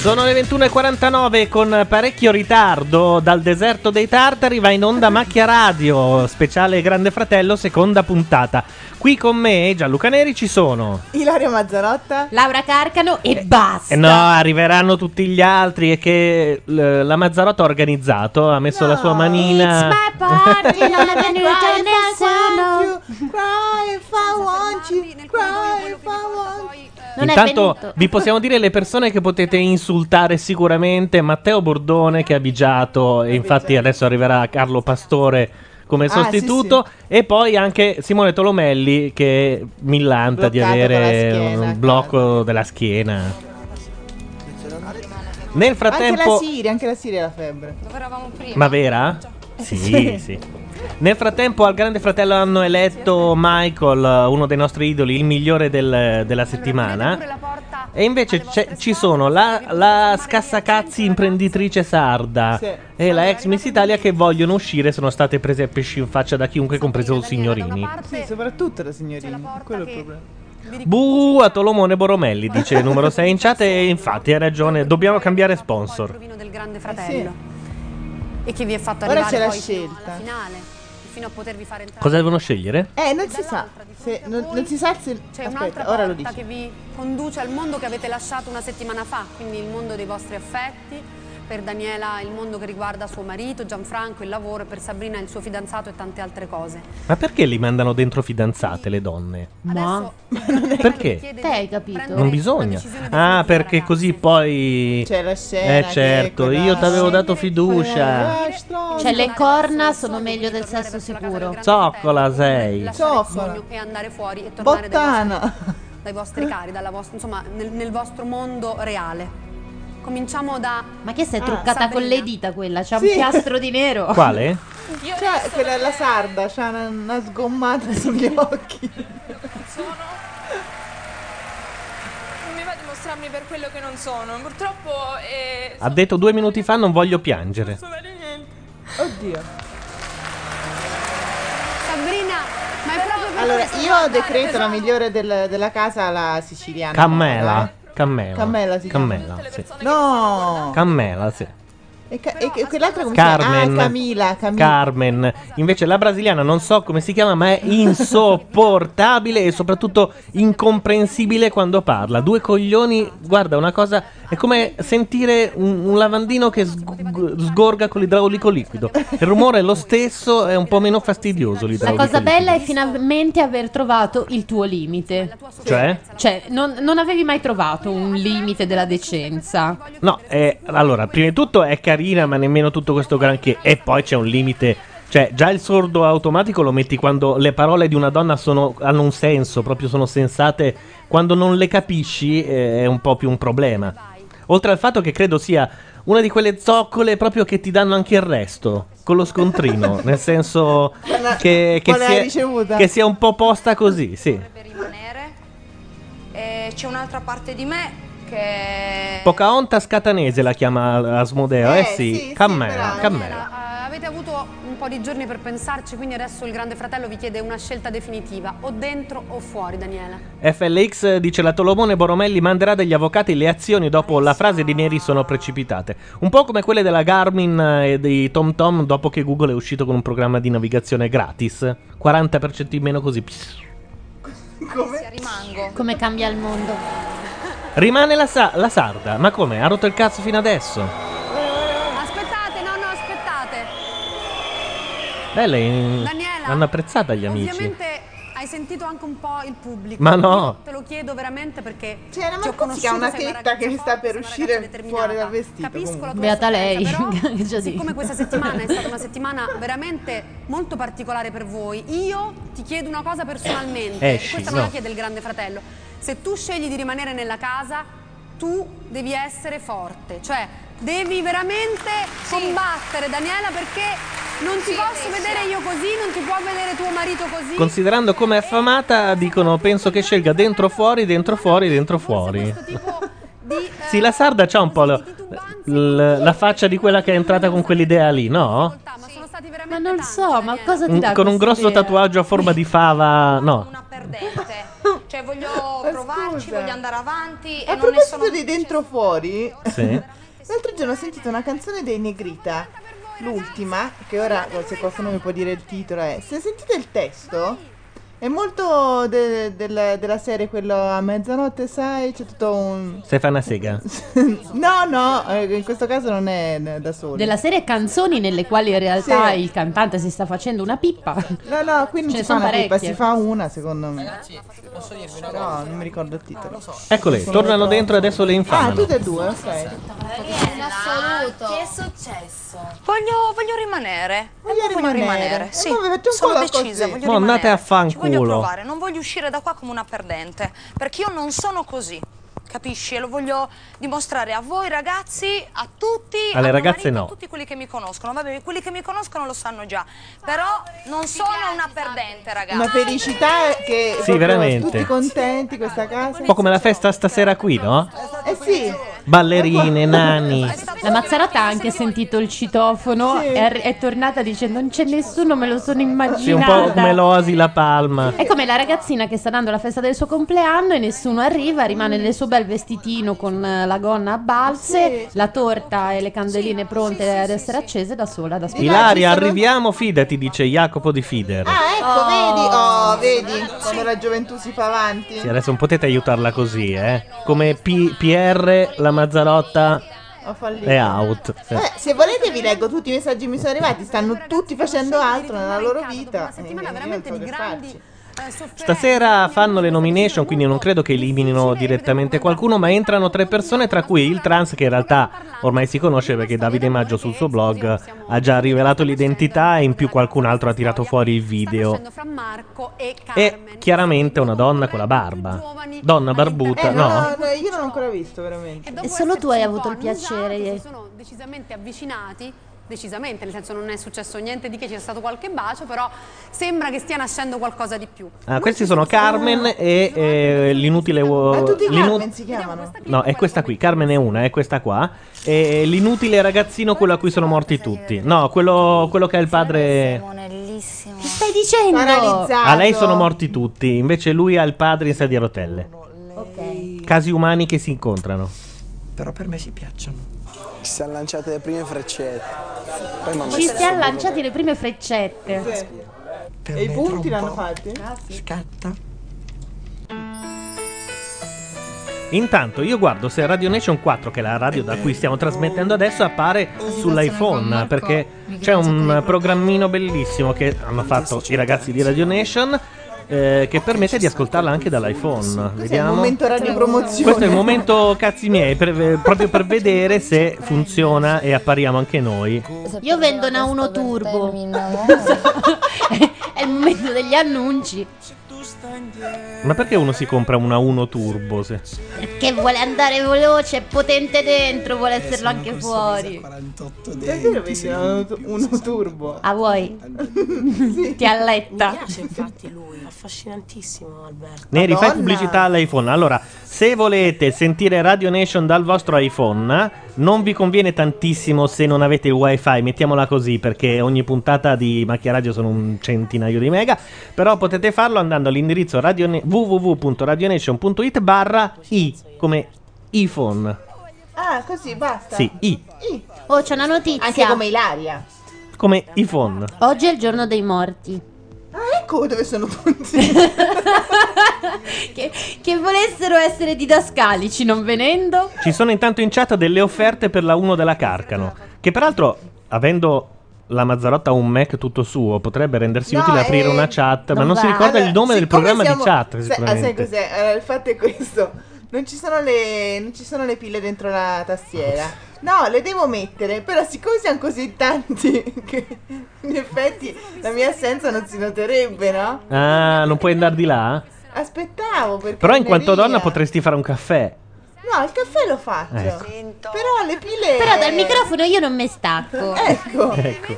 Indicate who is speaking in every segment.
Speaker 1: Sono le 21.49 con parecchio ritardo dal deserto dei Tartari, va in onda Macchia Radio, speciale Grande Fratello, seconda puntata. Qui con me Gianluca Neri ci sono.
Speaker 2: Ilario Mazzarotta, Laura Carcano e
Speaker 1: E
Speaker 2: basta.
Speaker 1: no, arriveranno tutti gli altri e che l- la Mazzarotta ha organizzato, ha messo la sua manina.
Speaker 3: party,
Speaker 2: non è
Speaker 3: venuto
Speaker 2: nessuno. Cry if I want you, cry if I want you.
Speaker 1: Intanto vi possiamo dire le persone che potete insultare sicuramente Matteo Bordone che ha bigiato e infatti adesso arriverà Carlo Pastore come
Speaker 4: Ah,
Speaker 1: sostituto e poi anche Simone Tolomelli che millanta di
Speaker 4: Bloccato
Speaker 1: avere
Speaker 4: con la schiena,
Speaker 1: un blocco della schiena. Nel
Speaker 2: Anche la
Speaker 1: frattempo
Speaker 2: Siria, anche la Siria ha la febbre. Dove eravamo prima?
Speaker 1: ma vera? Sì,
Speaker 2: Sì.
Speaker 1: sì. Nel frattempo al Grande Fratello hanno eletto Michael, uno dei nostri idoli, il migliore del- della settimana. E invece c'è- ci sono la, la scassacazzi imprenditrice sarda
Speaker 4: Sì.
Speaker 1: e la ex Miss Italia che vogliono uscire, sono state prese a pesci in faccia da chiunque, compreso signorini.
Speaker 2: Sì, soprattutto la signorina, quello è il problema.
Speaker 1: Buh a Tolomone Boromelli, dice il numero 6 in chat e infatti hai ragione, dobbiamo cambiare sponsor.
Speaker 5: del Grande Fratello. E che vi è fatto
Speaker 2: Eh, Ora
Speaker 5: arrivare
Speaker 2: c'è la
Speaker 5: poi fino
Speaker 2: scelta.
Speaker 5: alla finale, fino a potervi fare entrare.
Speaker 1: Cosa devono scegliere?
Speaker 2: Eh, non si sa. Se, Eh, non, non si sa se
Speaker 5: C'è
Speaker 2: Aspetta,
Speaker 5: un'altra
Speaker 2: ora lo
Speaker 5: porta
Speaker 2: dici.
Speaker 5: che vi conduce al mondo che avete lasciato una settimana fa, quindi il mondo dei vostri affetti. Per Daniela il mondo che riguarda suo marito, Gianfranco il lavoro, e per Sabrina il suo fidanzato e tante altre cose.
Speaker 1: Ma perché li mandano dentro fidanzate le donne?
Speaker 5: Ma
Speaker 1: Perché?
Speaker 5: Te hai capito?
Speaker 1: Eh, Non bisogna. Ah, perché così poi.
Speaker 2: C'è la scena
Speaker 1: Eh,
Speaker 2: che
Speaker 1: certo,
Speaker 2: quella-
Speaker 1: io ti avevo dato fiducia.
Speaker 3: Eh. Cioè, le corna sono meglio del sesso sicuro.
Speaker 1: Zoccola sei.
Speaker 5: lasciare il
Speaker 2: Zoffola.
Speaker 5: sogno e andare fuori e tornare dai
Speaker 2: Bottana.
Speaker 5: vostri, dai vostri cari, dalla vostra- insomma, nel, nel vostro mondo reale. Cominciamo da.
Speaker 3: Ma che
Speaker 5: Ah,
Speaker 3: sei truccata con le dita quella? C'ha
Speaker 2: Sì.
Speaker 3: un piastro di nero.
Speaker 1: Quale?
Speaker 2: Cioè, quella è la sarda, c'ha una, una sgommata sugli occhi.
Speaker 6: Non mi va di mostrarmi per quello che non sono. Purtroppo eh,
Speaker 1: Ha detto due minuti fa non voglio piangere.
Speaker 6: sono di niente.
Speaker 2: Oddio.
Speaker 5: Sabrina, ma è proprio per
Speaker 2: Allora,
Speaker 5: questo
Speaker 2: io decreto la migliore del- della casa la siciliana.
Speaker 1: Cammela. Cammela.
Speaker 2: Cammela si chiama.
Speaker 1: Cammela, sì.
Speaker 2: No!
Speaker 1: Cammela, sì.
Speaker 2: E, ca- e- e quell'altra come si
Speaker 1: Carmen.
Speaker 2: chiama? Ah, Camila, Camila.
Speaker 1: Carmen. Invece la brasiliana non so come si chiama, ma è insopportabile e soprattutto incomprensibile quando parla. Due coglioni, guarda una cosa, è come sentire un, un lavandino che sg- sgorga con l'idraulico liquido. Il rumore è lo stesso, è un po' meno fastidioso
Speaker 3: La
Speaker 1: l'idraulico
Speaker 3: cosa
Speaker 1: liquido.
Speaker 3: bella è finalmente aver trovato il tuo limite.
Speaker 1: Cioè?
Speaker 3: Cioè, non, non avevi mai trovato un limite della decenza.
Speaker 1: No, eh, allora, prima di tutto è carina, ma nemmeno tutto questo granché. E poi c'è un limite. Cioè, già il sordo automatico lo metti quando le parole di una donna sono- hanno un senso, proprio sono sensate. Quando non le capisci eh, è un po' più un problema. Oltre al fatto che credo sia una di quelle zoccole proprio che ti danno anche il resto, con lo scontrino, nel senso che, che
Speaker 2: qual è la
Speaker 1: sia,
Speaker 2: ricevuta?
Speaker 1: che sia un po' posta così, sì.
Speaker 5: Eh, c'è un'altra parte di me
Speaker 7: Eh.
Speaker 5: che.
Speaker 1: Pocahontas catanese la chiama Asmodeo, eh,
Speaker 5: Eh,
Speaker 1: sì,
Speaker 5: sì, sì,
Speaker 1: cammela,
Speaker 5: però-
Speaker 1: cammela.
Speaker 5: Eh, avete avuto un po' di giorni per pensarci, quindi adesso il Grande Fratello vi chiede una scelta definitiva, o dentro o fuori, Daniela.
Speaker 1: FLX dice la Tolomone Boromelli manderà degli avvocati le azioni dopo la frase di Neri sono precipitate. Un po' come quelle della Garmin eh, e di TomTom dopo che Google è uscito con un programma di navigazione gratis. 40% in meno così. pss.
Speaker 3: Come? Rimango. Come cambia il mondo.
Speaker 1: Rimane la, sa- la sarda. Ma come? Ha rotto il cazzo fino adesso.
Speaker 5: Aspettate, no, no, aspettate.
Speaker 1: Beh, lei
Speaker 5: Daniela,
Speaker 1: hanno apprezzata gli amici.
Speaker 5: Ovviamente hai sentito anche un po' il pubblico.
Speaker 1: Ma no.
Speaker 5: Io te lo chiedo veramente perché
Speaker 2: C'era
Speaker 5: ti ho
Speaker 2: Marcuzzi
Speaker 5: conosciuto,
Speaker 2: che ha Cioè, una
Speaker 5: sei una
Speaker 2: tetta che sta per uscire fuori dal vestito.
Speaker 5: Capisco la tua
Speaker 3: Beata lei.
Speaker 5: sofferenza, però
Speaker 3: che già dico.
Speaker 5: Siccome questa settimana è stata una settimana veramente molto particolare per voi, io ti chiedo una cosa personalmente.
Speaker 1: Esci,
Speaker 5: Questa
Speaker 1: no.
Speaker 5: non la chiede il Grande Fratello. Se tu scegli di rimanere nella casa, tu devi essere forte. Cioè, Devi veramente combattere, Daniela, perché non ti
Speaker 6: Sì,
Speaker 5: posso
Speaker 6: Alessia.
Speaker 5: vedere io così, non ti può vedere tuo marito così.
Speaker 1: Considerando come è affamata, dicono penso che scelga dentro fuori, dentro fuori, dentro fuori. Sì, la sarda c'ha un po' lo- l- la faccia di quella che è entrata con quell'idea lì, no?
Speaker 3: Ma non so, ma cosa ti
Speaker 1: Un-
Speaker 3: dà
Speaker 1: con un grosso
Speaker 3: quest'idea?
Speaker 1: tatuaggio a forma di fava, no.
Speaker 4: perdente. Cioè voglio provarci, voglio andare avanti
Speaker 2: A
Speaker 4: e non ne sono
Speaker 2: proposito di dentro fuori,
Speaker 1: Sì.
Speaker 2: l'altro giorno ho sentito una canzone dei Negrita, l'ultima, che ora se qualcuno mi può dire il titolo è. Se sentite il testo, è molto de- del- della serie quello a mezzanotte, sai, c'è tutto un...
Speaker 1: Se fa una sega.
Speaker 2: No, no, eh, in questo caso non è eh, da solo.
Speaker 3: Della serie canzoni nelle quali in realtà
Speaker 2: Sì.
Speaker 3: il cantante si sta facendo una pippa.
Speaker 2: No, no, qui non
Speaker 3: Ce
Speaker 2: si
Speaker 3: ne
Speaker 2: fa
Speaker 3: sono
Speaker 2: una pippa,
Speaker 3: parecchie.
Speaker 2: si fa una secondo me.
Speaker 8: Posso dirvi una cosa?
Speaker 2: No, non mi ricordo il titolo.
Speaker 1: Eccole, tornano dentro e adesso le
Speaker 2: Ah,
Speaker 1: infamano.
Speaker 2: tutte e due, ok.
Speaker 4: in assoluto. Che è successo?
Speaker 7: Voglio, voglio rimanere.
Speaker 2: Voglio rimanere. Eh,
Speaker 7: Sì,
Speaker 2: vabbè, facciamo un
Speaker 7: sono
Speaker 2: po' la cosa.
Speaker 7: decisa. Voglio
Speaker 1: Mo'
Speaker 7: rimanere.
Speaker 1: andate a
Speaker 7: Ci voglio
Speaker 1: fanculo.
Speaker 7: provare. Non voglio uscire da qua come una perdente. Perché io non sono così. Capisci? E lo voglio dimostrare a voi ragazzi, a tutti.
Speaker 1: Alle
Speaker 7: a mio
Speaker 1: ragazze
Speaker 7: marito,
Speaker 1: no.
Speaker 7: A tutti quelli che mi conoscono. Vabbè, quelli che mi conoscono lo sanno già. Però non sono una perdente, ragazzi.
Speaker 2: Una felicità che
Speaker 1: Sì,
Speaker 2: proprio
Speaker 1: veramente.
Speaker 2: tutti contenti questa casa.
Speaker 1: Un po' come la festa stasera qui, no?
Speaker 2: Eh sì,
Speaker 1: Ballerine, nani.
Speaker 3: La Mazzarotta ha anche sentito il citofono,
Speaker 2: Sì.
Speaker 3: è, è tornata dicendo non c'è nessuno, me lo sono
Speaker 1: Sì, un po'
Speaker 3: immaginata.
Speaker 1: come l'oasi, la palma.
Speaker 3: È come la ragazzina che sta dando la festa del suo compleanno e nessuno arriva, rimane nel suo bel vestitino con eh, la gonna a balze, la torta e le candeline pronte ad essere accese da sola da spiegare.
Speaker 1: Ilaria, arriviamo, fidati, dice Jacopo di Fider.
Speaker 2: ah ecco, vedi, oh, vedi come la gioventù si fa avanti.
Speaker 1: Sì, adesso non potete aiutarla così, eh. Come P- PR, la Mazzarotta
Speaker 2: Ho fallito.
Speaker 1: è out. Sì.
Speaker 2: Vabbè, Eh, se volete vi leggo tutti i messaggi che mi sono arrivati, stanno tutti facendo altro nella loro vita.
Speaker 5: Una settimana
Speaker 2: Eh, io
Speaker 5: veramente
Speaker 2: non so
Speaker 5: di
Speaker 2: che
Speaker 5: grandi
Speaker 2: farci.
Speaker 5: eh, sofferenze.
Speaker 1: Stasera fanno le nomination, quindi non credo che eliminino direttamente qualcuno, ma entrano tre persone, tra cui il trans che in realtà ormai si conosce perché Davide Maggio sul suo blog ha già rivelato l'identità e in più qualcun altro ha tirato fuori il video.
Speaker 5: Sta facendo fra Marco e
Speaker 1: E
Speaker 5: Carmen.
Speaker 1: chiaramente una donna con la barba. Donna barbuta,
Speaker 2: Eh, no,
Speaker 1: no?
Speaker 2: no, io non l'ho ancora visto veramente.
Speaker 5: dopo
Speaker 3: E solo tu hai
Speaker 5: esserci un
Speaker 3: avuto
Speaker 5: po'
Speaker 3: il piacere
Speaker 5: annusato,
Speaker 3: di-
Speaker 5: Si sono decisamente avvicinati, decisamente, nel senso non è successo niente di che, c'è stato qualche bacio, però sembra che stia nascendo qualcosa di più.
Speaker 1: Ah, questi sono Carmen e eh, l'inutile
Speaker 2: Ma
Speaker 1: uomo.
Speaker 2: tutti Carmen si chiamano.
Speaker 1: No, è questa qui, Carmen è una, è questa qua. E l'inutile ragazzino, quello a cui sono morti tutti. No, quello, quello che è il padre.
Speaker 4: Monellissimo.
Speaker 3: Stai dicendo?
Speaker 2: Paralizzato.
Speaker 1: A Ah, lei sono morti tutti, invece lui ha il padre in sedia a rotelle. Casi umani che si incontrano.
Speaker 9: Però per me si piacciono. Ci siamo lanciate le prime freccette. Poi mamma
Speaker 3: Ci siamo lanciati le prime freccette.
Speaker 2: Sì.
Speaker 9: Per
Speaker 2: E i
Speaker 9: me
Speaker 2: punti
Speaker 9: tra un
Speaker 2: l'hanno
Speaker 9: po'
Speaker 2: fatti?
Speaker 9: Scatta.
Speaker 1: Intanto io guardo se Radio Nation 4, che è la radio da cui stiamo trasmettendo adesso, appare sull'iPhone perché c'è un programmino bellissimo che hanno fatto i ragazzi di Radio Nation eh, che permette di ascoltarla anche dall'iPhone.
Speaker 2: Questo è il
Speaker 1: Vediamo.
Speaker 2: momento radio promozione.
Speaker 1: Questo è il momento cazzi miei, per- eh, proprio per vedere se funziona e appariamo anche noi.
Speaker 3: Io vendo una uno turbo. È il momento degli annunci.
Speaker 1: Ma perché uno si compra una 1 Turbo? se-
Speaker 3: Perché vuole andare veloce, è potente dentro, vuole esserlo anche fuori.
Speaker 9: 48
Speaker 2: Davvero vedi uno, uno turbo.
Speaker 3: A Ah, vuoi? Ti alletta.
Speaker 10: infatti lui, affascinantissimo Alberto.
Speaker 1: Neri, fai
Speaker 2: Madonna.
Speaker 1: pubblicità all'iPhone. Allora, se volete sentire Radio Nation dal vostro iPhone, non vi conviene tantissimo se non avete il wifi, mettiamola così, perché ogni puntata di Macchia Radio sono un centinaio di mega, però potete farlo andando all'indirizzo radio- www.radionation.it barra i, come iPhone.
Speaker 2: Ah, così basta.
Speaker 1: Sì, i,
Speaker 2: Ih,
Speaker 3: Oh, c'è una notizia.
Speaker 2: Anche come Ilaria.
Speaker 1: come iPhone.
Speaker 3: Oggi è il giorno dei morti.
Speaker 2: Ah, ecco dove sono tutti.
Speaker 3: Che, che volessero essere didascalici, non venendo.
Speaker 1: Ci sono intanto in chat delle offerte per la 1 della Carcano, che peraltro, avendo la Mazzarotta un Mac tutto suo, potrebbe rendersi
Speaker 2: No,
Speaker 1: utile aprire
Speaker 2: eh,
Speaker 1: una chat, ma
Speaker 3: non
Speaker 1: non si
Speaker 3: va.
Speaker 1: ricorda
Speaker 2: Allora,
Speaker 1: il nome del
Speaker 2: siccome
Speaker 1: programma
Speaker 2: siamo-
Speaker 1: di chat,
Speaker 2: sai- ah, sai
Speaker 1: sicuramente.
Speaker 2: cos'è? Allora, il fatto è questo. Non ci, sono le, non ci sono le pile dentro la tastiera. No, le devo mettere, però siccome siamo così tanti che in effetti la mia assenza non si noterebbe, no?
Speaker 1: ah, non puoi andare di là?
Speaker 2: Aspettavo perché
Speaker 1: Però in
Speaker 2: non
Speaker 1: quanto
Speaker 2: eri
Speaker 1: donna
Speaker 2: via.
Speaker 1: potresti fare un caffè.
Speaker 2: No, il caffè lo faccio.
Speaker 1: Ecco.
Speaker 2: Però le pile... eh,
Speaker 3: Però dal microfono io non mi stacco.
Speaker 2: Ecco.
Speaker 1: Ecco.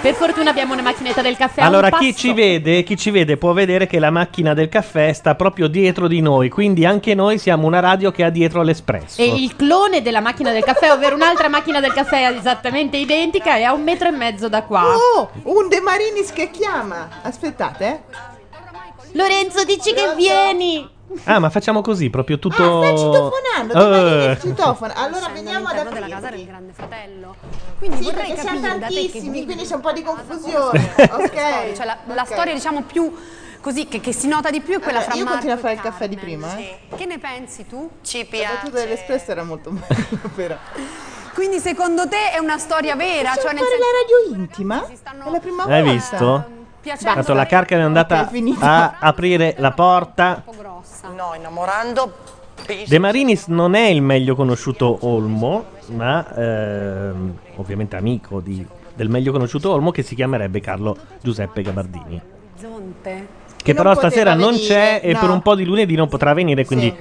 Speaker 3: Per fortuna abbiamo una macchinetta del caffè. a un
Speaker 1: Allora, chi
Speaker 3: passo.
Speaker 1: ci vede, chi ci vede può vedere che la macchina del caffè sta proprio dietro di noi. Quindi anche noi siamo una radio che ha dietro l'espresso.
Speaker 3: E il clone della macchina del caffè, ovvero un'altra macchina del caffè esattamente identica, è a un metro e mezzo da qua.
Speaker 2: Oh, un De Marinis che chiama. Aspettate. eh.
Speaker 3: Lorenzo, dici che vieni!
Speaker 1: Ah, ma facciamo così, proprio tutto.
Speaker 2: Ah, sta citofonando,
Speaker 1: Eh.
Speaker 2: domani il citofono. Allora veniamo ad
Speaker 5: all'interno della casa
Speaker 2: aprirli.
Speaker 5: del grande fratello.
Speaker 2: Quindi
Speaker 5: Quindi
Speaker 2: sì,
Speaker 5: vorrei
Speaker 2: perché siamo
Speaker 5: capire da te che
Speaker 2: tantissimi,
Speaker 5: vivi
Speaker 2: quindi c'è un po' di
Speaker 5: una
Speaker 2: confusione.
Speaker 5: storia,
Speaker 2: ok.
Speaker 5: cioè la, la
Speaker 2: ok.
Speaker 5: storia diciamo più così che, che si nota di più è quella
Speaker 2: Allora,
Speaker 5: fra
Speaker 2: io
Speaker 5: Marco
Speaker 2: continuo a
Speaker 5: e
Speaker 2: fare il caffè di
Speaker 5: Carmen.
Speaker 2: prima, eh.
Speaker 5: Che ne pensi tu? Ci
Speaker 2: La battuta dell'espresso era molto bella, però.
Speaker 5: Quindi secondo te è una storia vera?
Speaker 2: Possiamo
Speaker 5: Cioè nel
Speaker 2: fare
Speaker 5: senso
Speaker 2: la radio intima? È la prima volta.
Speaker 1: Hai visto?
Speaker 5: piacere
Speaker 1: Tanto la carca è andata
Speaker 2: Ok, è finita.
Speaker 1: a aprire la porta.
Speaker 5: grossa.
Speaker 7: No, innamorando.
Speaker 1: De Marinis non è il meglio conosciuto Olmo, ma ehm, ovviamente amico di- del meglio conosciuto Olmo che si chiamerebbe Carlo Giuseppe Gabardini.
Speaker 5: Zonte.
Speaker 1: Che però stasera non c'è
Speaker 5: venire,
Speaker 1: e per
Speaker 5: no.
Speaker 1: un po' di lunedì non potrà venire, quindi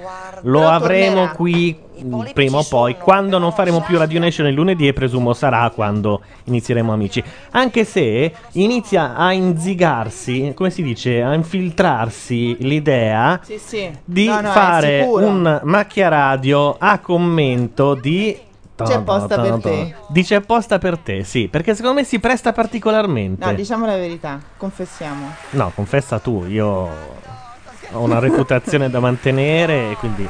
Speaker 1: lo
Speaker 5: Però
Speaker 1: avremo
Speaker 5: tornerà.
Speaker 1: qui mh, prima o poi. Quando non faremo più Radio Nation il lunedì e presumo sarà quando inizieremo Amici. Anche se inizia a inzigarsi, come si dice, a infiltrarsi l'idea
Speaker 2: Sì, sì.
Speaker 1: di
Speaker 2: No, no, è
Speaker 1: fare
Speaker 2: sicuro.
Speaker 1: un macchia radio a commento di...
Speaker 2: C'è apposta per te.
Speaker 1: Di C'è apposta per te, sì, perché secondo me si presta particolarmente.
Speaker 2: No, diciamo la verità, confessiamo.
Speaker 1: No, confessa tu, io ho una reputazione da mantenere e quindi...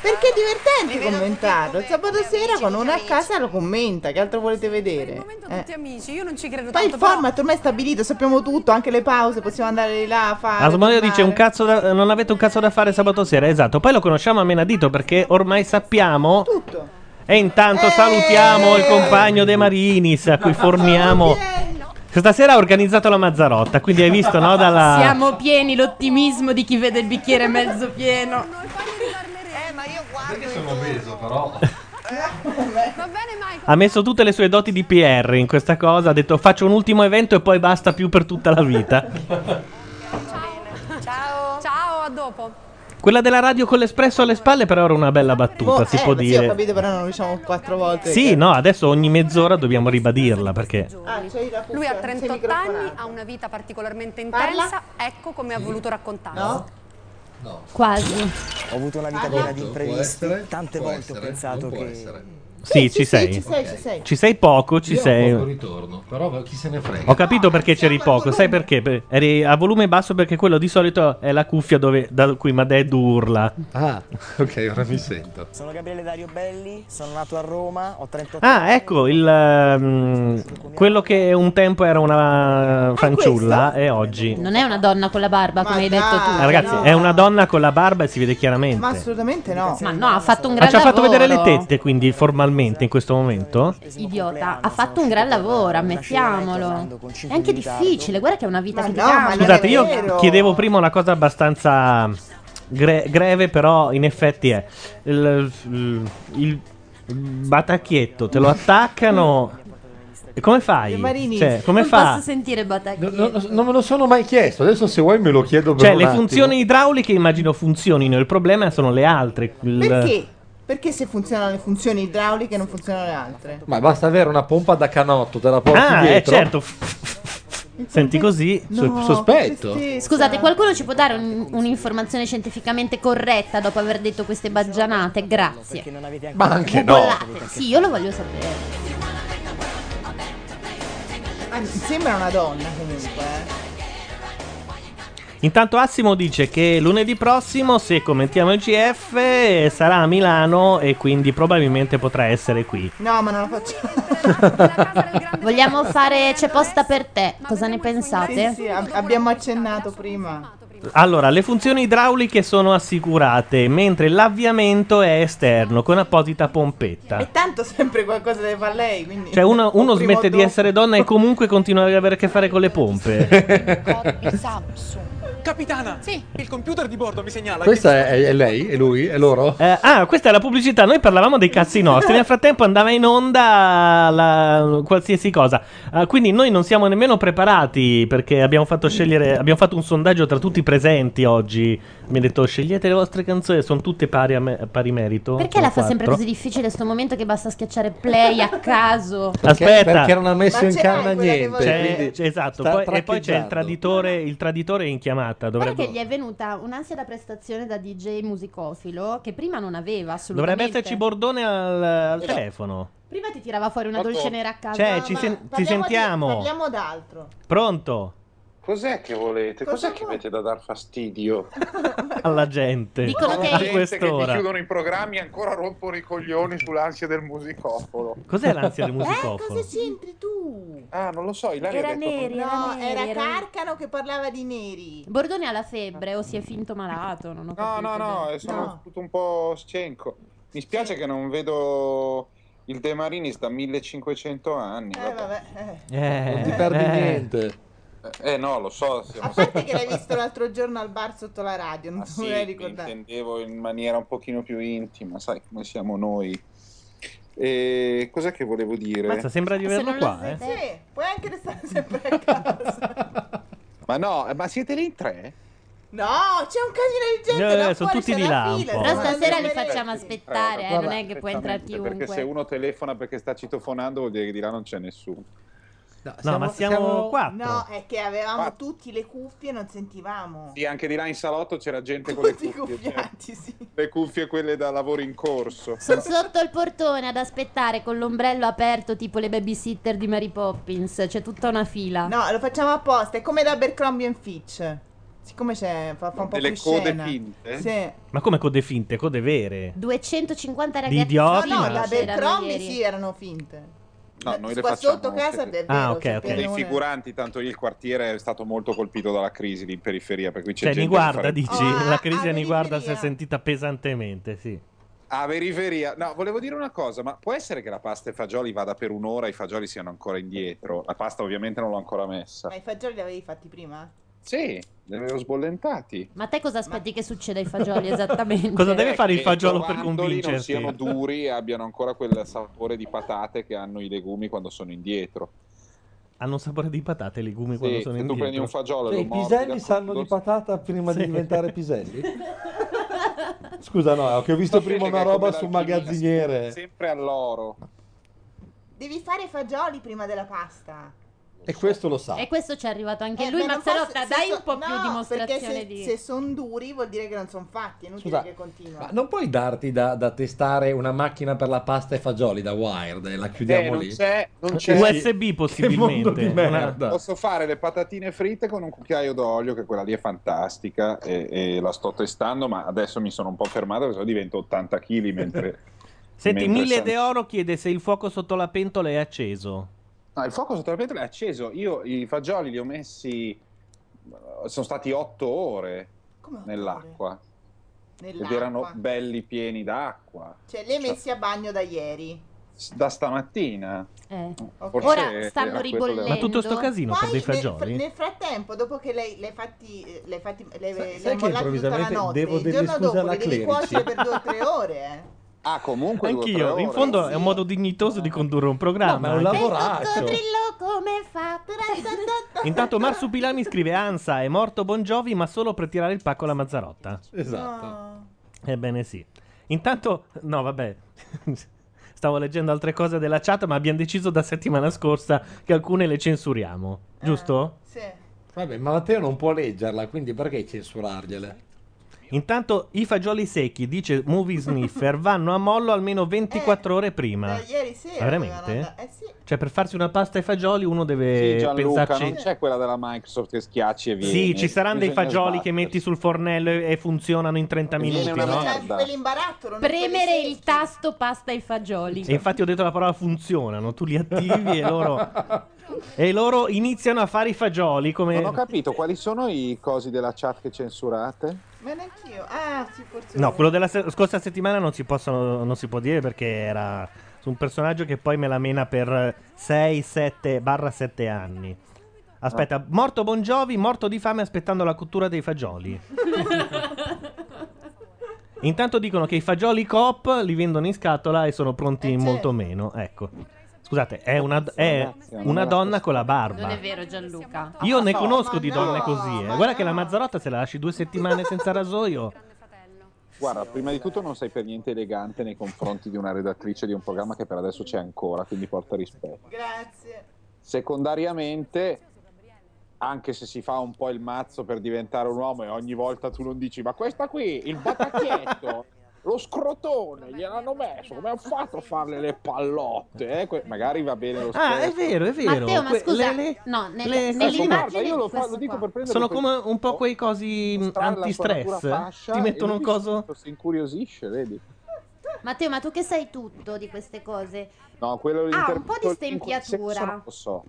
Speaker 2: Perché è divertente commentarlo. Il sabato sera quando uno è a casa lo commenta, che altro volete vedere? Eh.
Speaker 5: Tutti amici, io non ci credo
Speaker 2: Poi il
Speaker 5: tanto. però-
Speaker 2: format ormai è stabilito, sappiamo tutto, anche le pause, possiamo andare di là a fare.
Speaker 1: Asmodeo
Speaker 2: tornare.
Speaker 1: dice un cazzo da- non avete un cazzo da fare sabato sera, esatto. Poi lo conosciamo a menadito perché ormai sappiamo...
Speaker 2: Tutto. Eh.
Speaker 1: E intanto salutiamo il compagno De Marinis a cui forniamo... Stasera ha organizzato la Mazzarotta, quindi hai visto, no? Dalla...
Speaker 3: Siamo pieni l'ottimismo di chi vede il bicchiere mezzo pieno.
Speaker 8: Sono peso però.
Speaker 2: Eh,
Speaker 1: Ha messo tutte le sue doti di PR in questa cosa, ha detto faccio un ultimo evento e poi basta più per tutta la vita.
Speaker 5: Ciao. Ciao, a dopo.
Speaker 1: Quella della radio con l'espresso alle spalle però era una bella battuta,
Speaker 2: Boh,
Speaker 1: si
Speaker 2: eh,
Speaker 1: può
Speaker 2: ma Sì, ho
Speaker 1: dire.
Speaker 2: capito, però non lo diciamo quattro volte.
Speaker 8: eh.
Speaker 1: Sì, no, adesso ogni mezz'ora dobbiamo ribadirla perché...
Speaker 2: Ah,
Speaker 5: Lui ha 38 anni, ha una vita particolarmente intensa, ecco come ha voluto raccontarsi.
Speaker 3: Quasi.
Speaker 9: Ho avuto una vita piena di imprevisti. Tante volte ho pensato che.
Speaker 1: Sì, ci sei.
Speaker 9: ci sei, ci sei.
Speaker 1: Ci sei poco, Ecco, ci
Speaker 8: Io ho
Speaker 1: sei.
Speaker 8: poco ritorno, però chi se ne frega.
Speaker 1: Ho capito perché c'eri poco, sai perché? Per- Eri a volume basso perché quello di solito è la cuffia dove, da cui Madeddu urla.
Speaker 8: Ah, ok, ora mi sento.
Speaker 9: Sono Gabriele Dario Belli, sono nato a Roma, ho 38
Speaker 1: Ah, ecco, il, ehm, quello che un tempo era una fanciulla è oggi.
Speaker 3: Non è una donna con la barba, come hai detto tu. Eh,
Speaker 1: Ah, ragazzi, è una donna con la barba e si vede chiaramente.
Speaker 3: Ma
Speaker 2: assolutamente no.
Speaker 3: Ma no, ha fatto un
Speaker 1: Ma
Speaker 3: gran
Speaker 1: ci ha
Speaker 3: lavoro.
Speaker 1: fatto vedere le tette, quindi formalmente in questo momento?
Speaker 3: Idiota, ha fatto un gran lavoro, ammettiamolo. È anche difficile, guarda che è una vita che ti cambia.
Speaker 1: Scusate, io chiedevo prima una cosa abbastanza gre- greve, però in effetti è il, il- il batacchietto, te lo attaccano. E come fai? Cioè, come
Speaker 3: non
Speaker 1: fa?
Speaker 3: posso sentire Batacchi.
Speaker 8: Non me lo sono mai chiesto, adesso se vuoi me lo chiedo per
Speaker 1: Cioè,
Speaker 8: un
Speaker 1: le
Speaker 8: attimo.
Speaker 1: funzioni idrauliche immagino funzionino, il problema sono le altre. il-
Speaker 2: Perché? Perché se funzionano le funzioni idrauliche non funzionano le altre?
Speaker 8: Ma basta avere una pompa da canotto, te la porti
Speaker 1: Ah, eh,
Speaker 8: dietro.
Speaker 1: certo. Senti così,
Speaker 8: No, sospetto. che
Speaker 3: Scusate, qualcuno ci può dare un- un'informazione scientificamente corretta dopo aver detto queste baggianate? Grazie.
Speaker 8: Ma anche
Speaker 2: Boh,
Speaker 8: no.
Speaker 3: Googlate. Sì, io lo voglio sapere.
Speaker 2: Anzi, sembra una donna comunque. eh.
Speaker 1: Intanto Assimo dice che lunedì prossimo, se commentiamo il GF, eh, sarà a Milano e quindi probabilmente potrà essere qui.
Speaker 2: No, ma non la facciamo.
Speaker 3: Vogliamo fare C'è posta per te. Cosa ne
Speaker 2: Sì,
Speaker 3: pensate?
Speaker 2: sì, ab- abbiamo accennato prima.
Speaker 1: Allora, le funzioni idrauliche sono assicurate, mentre l'avviamento è esterno, con apposita pompetta.
Speaker 2: E tanto sempre qualcosa deve fare lei, quindi...
Speaker 1: Cioè, uno, uno
Speaker 2: O prima
Speaker 1: smette
Speaker 2: o
Speaker 1: di
Speaker 2: dopo.
Speaker 1: essere donna e comunque continua ad avere a che fare con le pompe.
Speaker 7: Samsung.
Speaker 11: Capitana! Sì. Il computer di bordo mi segnala.
Speaker 8: Questa è, è lei? È lui? È loro?
Speaker 1: Eh, ah, questa è la pubblicità. Noi parlavamo dei cazzi nostri. Nel frattempo andava in onda la- qualsiasi cosa. Ah, quindi noi non siamo nemmeno preparati perché abbiamo fatto scegliere. Abbiamo fatto un sondaggio tra tutti i presenti oggi. Mi ha detto scegliete le vostre canzoni, sono tutte pari, a me- pari merito.
Speaker 3: Perché
Speaker 1: Sono
Speaker 3: la fa sempre
Speaker 1: quattro.
Speaker 3: così difficile sto momento che basta schiacciare play a caso?
Speaker 1: Aspetta,
Speaker 8: perché non ha messo Ma in ce l'hai canna
Speaker 1: carne
Speaker 8: quella che niente, volevi? quindi
Speaker 1: esatto,
Speaker 8: sta
Speaker 1: poi- e poi c'è il
Speaker 8: traccheggiando.
Speaker 1: traditore, il traditore in chiamata.
Speaker 3: Guarda che
Speaker 1: Dovrebbe,
Speaker 3: gli è venuta un'ansia da prestazione da DJ musicofilo che prima non aveva assolutamente. Esatto.
Speaker 1: dovrebbe esserci Bordone al, al telefono.
Speaker 3: Prima ti tirava fuori una dolce nera a casa.
Speaker 1: Cioè, ci, sen- ci sentiamo.
Speaker 2: Parliamo d'altro.
Speaker 1: Pronto
Speaker 12: Cos'è che volete? Cos'è che avete da dar fastidio?
Speaker 1: alla gente
Speaker 12: Dicono che
Speaker 1: a
Speaker 12: gente che ti
Speaker 1: quest'ora.
Speaker 12: chiudono i programmi e ancora rompono i coglioni sull'ansia del Eh, musicofolo.
Speaker 1: Cos'è l'ansia del musicofolo?
Speaker 2: c'entri tu?
Speaker 12: Ah, non lo so, Ilaria ha detto-
Speaker 2: no, era,
Speaker 3: era-
Speaker 2: Carcano che parlava di neri.
Speaker 3: Bordone ha la febbre o si è finto malato. Non
Speaker 12: No,
Speaker 3: ho capito
Speaker 12: no, no,
Speaker 3: bene.
Speaker 12: eh, sono tutto un po' scenco. Mi spiace che non vedo il De Marinis da 1500 anni.
Speaker 2: Eh,
Speaker 12: vabbè.
Speaker 8: non ti perdi
Speaker 12: eh.
Speaker 8: niente.
Speaker 12: Eh, eh, no, lo so, siamo
Speaker 2: A parte che l'hai visto l'altro giorno al bar sotto la radio, non
Speaker 12: Ah,
Speaker 2: te
Speaker 12: sì, mi
Speaker 2: l'hai ricordato.
Speaker 12: intendevo in maniera un pochino più intima, sai come siamo noi. E cos'è che volevo dire?
Speaker 1: Mazza, sembra di averlo qua, eh.
Speaker 2: Sì, puoi anche restare sempre.
Speaker 12: Ma no, eh, ma siete lì in tre?
Speaker 2: No, c'è un casino di gente.
Speaker 12: Eh,
Speaker 2: là
Speaker 12: sono
Speaker 2: fuori,
Speaker 12: tutti
Speaker 2: c'è
Speaker 12: di
Speaker 2: la
Speaker 12: là un
Speaker 2: fila,
Speaker 12: po'.
Speaker 2: c'è
Speaker 3: Però
Speaker 2: la
Speaker 3: stasera li
Speaker 2: fila.
Speaker 3: facciamo aspettare, eh,
Speaker 12: Guarda,
Speaker 3: non è che può entrare
Speaker 12: perfettamente,
Speaker 3: chiunque.
Speaker 12: Perché se uno telefona perché sta citofonando vuol dire che di là non c'è nessuno. No,
Speaker 1: ma siamo siamo- quattro.
Speaker 2: No, è che avevamo tutti le cuffie e non sentivamo.
Speaker 12: Sì, anche di là in salotto c'era gente con le cuffie. cioè, Le cuffie quelle da lavoro in corso.
Speaker 3: Sono sotto il portone ad aspettare con l'ombrello aperto, tipo le babysitter di Mary Poppins. C'è tutta una fila.
Speaker 2: No, lo facciamo apposta, è come da Abercrombie and Fitch. Siccome c'è, fa, fa un po'
Speaker 1: Delle
Speaker 2: più
Speaker 1: code
Speaker 2: scena.
Speaker 1: finte?
Speaker 2: Sì.
Speaker 1: Ma come code finte, code vere?
Speaker 3: 250
Speaker 1: Di
Speaker 3: ragazzi.
Speaker 1: idioti,
Speaker 2: No,
Speaker 1: ma-
Speaker 2: da
Speaker 3: c'erano
Speaker 2: Abercrombie
Speaker 3: ieri.
Speaker 2: sì, erano finte.
Speaker 12: No, noi le
Speaker 2: Qua
Speaker 12: facciamo.
Speaker 2: sotto casa è vero,
Speaker 1: Ah, ok,
Speaker 2: c'è
Speaker 1: ok.
Speaker 2: pure
Speaker 12: Dei
Speaker 2: una-
Speaker 12: figuranti, tanto lì il quartiere è stato molto colpito dalla crisi lì in periferia, per cui c'è
Speaker 1: Cioè,
Speaker 12: gente
Speaker 1: ni
Speaker 12: che
Speaker 1: guarda,
Speaker 12: farebbe-
Speaker 1: dici, la crisi a Niguarda si è sentita pesantemente, sì.
Speaker 12: A periferia. No, volevo dire una cosa, ma può essere che la pasta e i fagioli vada per un'ora e i fagioli siano ancora indietro? La pasta ovviamente non l'ho ancora messa.
Speaker 2: Ma i fagioli li avevi fatti prima?
Speaker 12: Sì, li avevo sbollentati.
Speaker 3: Ma te cosa aspetti che succeda ai fagioli esattamente?
Speaker 12: Eh, che trovandoli non siano duri e abbiano ancora quel sapore di patate che hanno i legumi quando sono indietro.
Speaker 1: Hanno un sapore di patate e legumi
Speaker 12: Sì,
Speaker 1: quando sono
Speaker 12: se tu
Speaker 1: indietro.
Speaker 12: prendi un fagiolo e lo
Speaker 8: Cioè, I
Speaker 12: mordi
Speaker 8: piselli
Speaker 12: da-
Speaker 8: sanno di patata prima
Speaker 1: Sì.
Speaker 8: di diventare piselli? Scusa, no, è che ho visto
Speaker 12: Ma
Speaker 8: prima
Speaker 12: vedi
Speaker 8: una
Speaker 12: che è
Speaker 8: roba
Speaker 12: come
Speaker 8: sul
Speaker 12: l'alchimia,
Speaker 8: magazziniere.
Speaker 12: Sempre all'oro.
Speaker 2: Devi fare i fagioli prima della pasta.
Speaker 8: E questo lo sa.
Speaker 3: E questo ci è arrivato anche
Speaker 2: Eh,
Speaker 3: lui,
Speaker 2: beh, non
Speaker 3: Mazzarotta,
Speaker 2: posso- se
Speaker 3: dai
Speaker 2: so-
Speaker 3: un po' più
Speaker 2: no,
Speaker 3: dimostrazione
Speaker 2: perché se,
Speaker 3: di...
Speaker 2: se sono duri vuol dire che non sono fatti, è inutile
Speaker 8: Scusa,
Speaker 2: che continua.
Speaker 8: Ma non puoi darti da, da testare una macchina per la pasta e fagioli da Wired e la chiudiamo
Speaker 12: Eh, non
Speaker 8: lì?
Speaker 12: c'è- non c'è.
Speaker 1: USB
Speaker 8: Che mondo
Speaker 1: possibilmente.
Speaker 8: di
Speaker 1: Una-
Speaker 8: merda.
Speaker 12: Posso fare le patatine fritte con un cucchiaio d'olio, che quella lì è fantastica e, e la sto testando, ma adesso mi sono un po' fermato perché sennò divento 80 kg mentre...
Speaker 1: Senti,
Speaker 12: mentre
Speaker 1: Mille
Speaker 12: sono-
Speaker 1: Deoro chiede se il fuoco sotto la pentola è acceso.
Speaker 12: No, il fuoco sotto la pentola è acceso. Io i fagioli li ho messi. Sono stati otto ore nell'acqua.
Speaker 2: Nell'acqua.
Speaker 12: Ed erano belli pieni d'acqua.
Speaker 2: Cioè, li hai messi a bagno da ieri.
Speaker 12: S- Da stamattina.
Speaker 3: Eh.
Speaker 12: Forse
Speaker 2: Ora stanno
Speaker 12: era quello
Speaker 2: ribollendo.
Speaker 12: della-
Speaker 1: Ma tutto sto casino per
Speaker 2: Poi
Speaker 1: dei
Speaker 2: nel-
Speaker 1: fagioli?
Speaker 2: Nel frattempo, dopo che lei l'hai fatti, eh, l'hai fatti, l'hai, l'hai
Speaker 8: sai che
Speaker 2: mollati tutta la
Speaker 8: improvvisamente
Speaker 2: notte,
Speaker 8: devo
Speaker 2: il
Speaker 8: dire
Speaker 2: giorno
Speaker 8: scusa
Speaker 2: dopo
Speaker 8: alla
Speaker 2: li devi
Speaker 8: Clerici?
Speaker 2: cuocere per due o tre ore, eh.
Speaker 12: Ah, comunque. due o tre
Speaker 1: Anch'io, in
Speaker 12: ore.
Speaker 1: fondo è un modo dignitoso di condurre un
Speaker 8: No, ma
Speaker 1: programma.
Speaker 8: è un
Speaker 1: anche.
Speaker 8: lavoraccio.
Speaker 3: Coccodrillo come fa?
Speaker 2: Cioè,
Speaker 1: Intanto Marsupilami scrive Ansa è morto Bon Jovi ma solo per tirare il pacco alla Mazzarotta.
Speaker 8: Esatto.
Speaker 1: Ebbene sì. Intanto, no vabbè, stavo leggendo altre cose della chat ma abbiamo deciso da settimana scorsa che alcune le censuriamo,
Speaker 2: Eh.
Speaker 1: giusto?
Speaker 8: Vabbè, ma Matteo non può leggerla, quindi perché censurargliele?
Speaker 1: Intanto i fagioli secchi, dice Movie Sniffer, vanno a mollo almeno 24 ore prima.
Speaker 2: Da Eh. ieri sera. dovevano
Speaker 1: Veramente?
Speaker 2: andare- Eh sì.
Speaker 1: Cioè per farsi una pasta ai fagioli uno
Speaker 12: Sì,
Speaker 1: deve
Speaker 12: Gianluca,
Speaker 1: pensarci...
Speaker 12: non c'è quella della Microsoft che schiacci e viene.
Speaker 1: Sì, ci saranno dei fagioli che metti sul fornello e e funzionano in 30
Speaker 12: Viene
Speaker 1: minuti,
Speaker 12: una
Speaker 1: no?
Speaker 12: merda.
Speaker 2: Quelli in barattolo. non
Speaker 3: Premere il tasto pasta ai fagioli.
Speaker 1: E infatti ho detto la parola funzionano, tu li attivi e loro, e loro iniziano a fare i fagioli come...
Speaker 12: Non ho capito quali sono i cosi della chat che censurate.
Speaker 2: Ma neanch'io. Ah, sì, forse.
Speaker 1: No, quello della se- scorsa settimana non si, possono, non si può dire perché era su un personaggio che poi me la mena per 6, 7, barra 7 anni. Aspetta, morto Bon Jovi, morto di fame aspettando la cottura dei fagioli. Intanto dicono che i fagioli Coop li vendono in scatola e sono
Speaker 13: Eh,
Speaker 1: pronti
Speaker 13: certo.
Speaker 1: molto meno. Ecco. Scusate, è una, è una donna con la
Speaker 13: Non è
Speaker 1: barba.
Speaker 13: vero Gianluca.
Speaker 1: Io ne conosco di donne così. eh. Guarda che la Mazzarotta se la lasci due settimane senza rasoio.
Speaker 12: Guarda, prima di tutto non sei per niente elegante nei confronti di una redattrice di un programma che per adesso c'è ancora, quindi porta rispetto.
Speaker 2: Grazie.
Speaker 12: Secondariamente, anche se si fa un po' il mazzo per diventare un uomo e ogni volta tu non dici ma questa qui, il batacchietto, lo scrotone, gliel'hanno messo, come hanno fatto a farle le pallotte? eh? Que- magari va bene lo stesso.
Speaker 1: Ah, è vero, è vero.
Speaker 13: Matteo, ma
Speaker 1: Que-
Speaker 13: scusa,
Speaker 1: le- le-
Speaker 13: no, nel,
Speaker 1: le-
Speaker 13: nell'immagine
Speaker 12: Guarda, io lo
Speaker 13: di
Speaker 12: fa- lo
Speaker 13: questo
Speaker 12: dico
Speaker 13: qua.
Speaker 12: per prendere
Speaker 1: Sono
Speaker 12: quei-
Speaker 1: come un po' quei cosi mh,
Speaker 12: Tra la sua natura
Speaker 1: antistress. eh.
Speaker 12: fascia
Speaker 1: Ti mettono
Speaker 12: e
Speaker 1: un
Speaker 12: lui
Speaker 1: coso.
Speaker 12: Si incuriosisce, vedi?
Speaker 3: Matteo, ma tu che sai tutto di queste cose?
Speaker 12: No, quello
Speaker 3: Ah, un po' di
Speaker 12: l'inter-
Speaker 3: stempiatura.
Speaker 12: Non lo so.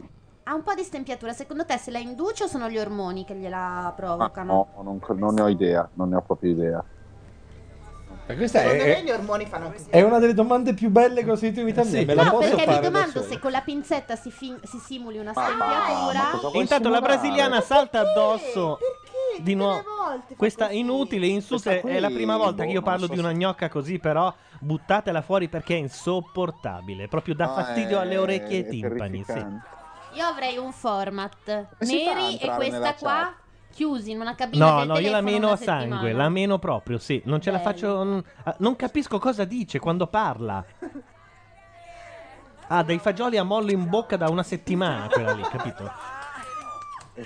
Speaker 3: Ha un po' di stempiatura. Secondo te se la induce o sono gli ormoni che gliela
Speaker 12: Ma
Speaker 3: provocano?
Speaker 12: no, non, non ne ho idea, non ne ho proprio idea.
Speaker 8: Ma questa
Speaker 2: Secondo me
Speaker 8: Cioè, è,
Speaker 2: gli ormoni fanno così.
Speaker 8: è una delle domande più belle che ho sentito in vita mia. Me la
Speaker 3: No,
Speaker 8: posso
Speaker 3: perché mi
Speaker 8: fare da
Speaker 3: domando
Speaker 8: solo?
Speaker 3: se con la pinzetta si, fin- si simuli una
Speaker 12: Ma- ma cosa
Speaker 3: stempiatura.
Speaker 12: vuoi
Speaker 1: E intanto la
Speaker 12: simulare?
Speaker 1: brasiliana salta addosso. Di nuovo,
Speaker 3: volte fa
Speaker 1: questa inutile insulto
Speaker 12: Questa
Speaker 1: è la
Speaker 12: qui,
Speaker 1: prima volta
Speaker 12: boh,
Speaker 1: che io
Speaker 12: non
Speaker 1: parlo
Speaker 12: so
Speaker 1: di
Speaker 12: se-
Speaker 1: una gnocca così, però buttatela fuori perché è insopportabile. Proprio dà
Speaker 12: No,
Speaker 1: fastidio
Speaker 12: è-
Speaker 1: alle orecchie e
Speaker 12: è
Speaker 1: timpani. Sì.
Speaker 12: terrificante.
Speaker 3: Io avrei un format.
Speaker 12: si fa a
Speaker 3: Neri e
Speaker 12: entrare
Speaker 3: questa
Speaker 12: nella
Speaker 3: qua chiusi in una cabina
Speaker 1: No,
Speaker 3: del
Speaker 1: no, io la
Speaker 3: telefono
Speaker 1: meno
Speaker 3: Cioè, una
Speaker 1: a sangue,
Speaker 3: settimana.
Speaker 1: la meno proprio, sì. Non ce la
Speaker 3: Bello.
Speaker 1: faccio. Non, ah, non capisco cosa dice quando parla. Ha dei fagioli a mollo in bocca da una settimana, quella lì, capito?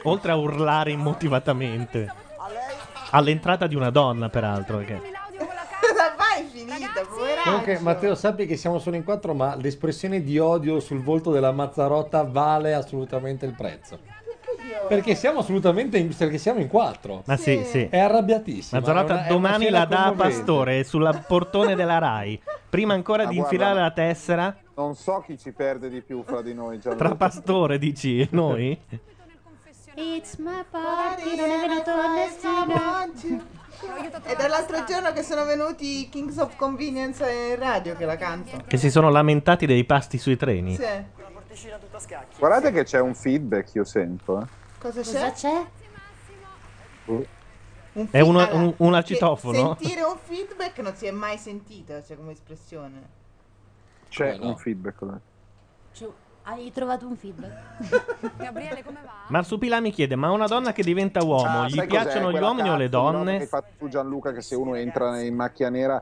Speaker 1: Oltre a urlare immotivatamente. All'entrata di una donna, peraltro. Perché...
Speaker 2: Cosa vai finita, poveraccio?
Speaker 8: Comunque, Matteo, sappi che siamo solo in quattro, ma l'espressione di odio sul volto della Mazzarotta vale assolutamente il prezzo. Perché siamo assolutamente in, perché siamo in quattro.
Speaker 1: Ma sì, sì.
Speaker 8: È arrabbiatissimo.
Speaker 1: Mazzarotta domani la dà a Pastore sulla portone della Rai. Prima ancora
Speaker 12: Ma
Speaker 1: di
Speaker 12: Ah, guarda,
Speaker 1: infilare
Speaker 12: ma-
Speaker 1: la tessera,
Speaker 12: Non so chi ci perde di più fra di noi. Gianluca.
Speaker 1: tra Pastore, dici, e noi?
Speaker 3: It's my party, non è venuto nessuno.
Speaker 2: È dall'altro giorno che sono venuti i Kings of Convenience in radio che la canto.
Speaker 1: Che si sono lamentati dei pasti sui treni.
Speaker 2: Sì.
Speaker 12: Guardate che c'è un feedback, io sento. eh.
Speaker 2: Cosa c'è?
Speaker 3: Cosa c'è?
Speaker 8: Oh.
Speaker 2: Un
Speaker 1: È uno-
Speaker 2: allora,
Speaker 1: un- un
Speaker 2: che
Speaker 1: acitofono?
Speaker 2: Sentire un feedback non si è mai sentito, cioè come espressione.
Speaker 12: C'è un feedback. guardate.
Speaker 3: Cioè, Hai trovato un feedback.
Speaker 1: Marsupilami chiede: Ma una donna che diventa uomo,
Speaker 12: Ah,
Speaker 1: gli
Speaker 12: sai cos'è?
Speaker 1: piacciono gli
Speaker 12: Quella
Speaker 1: uomini o le
Speaker 12: cazzo di roba Che
Speaker 1: donne?
Speaker 12: hai fatto tu Gianluca che se uno entra in macchia nera,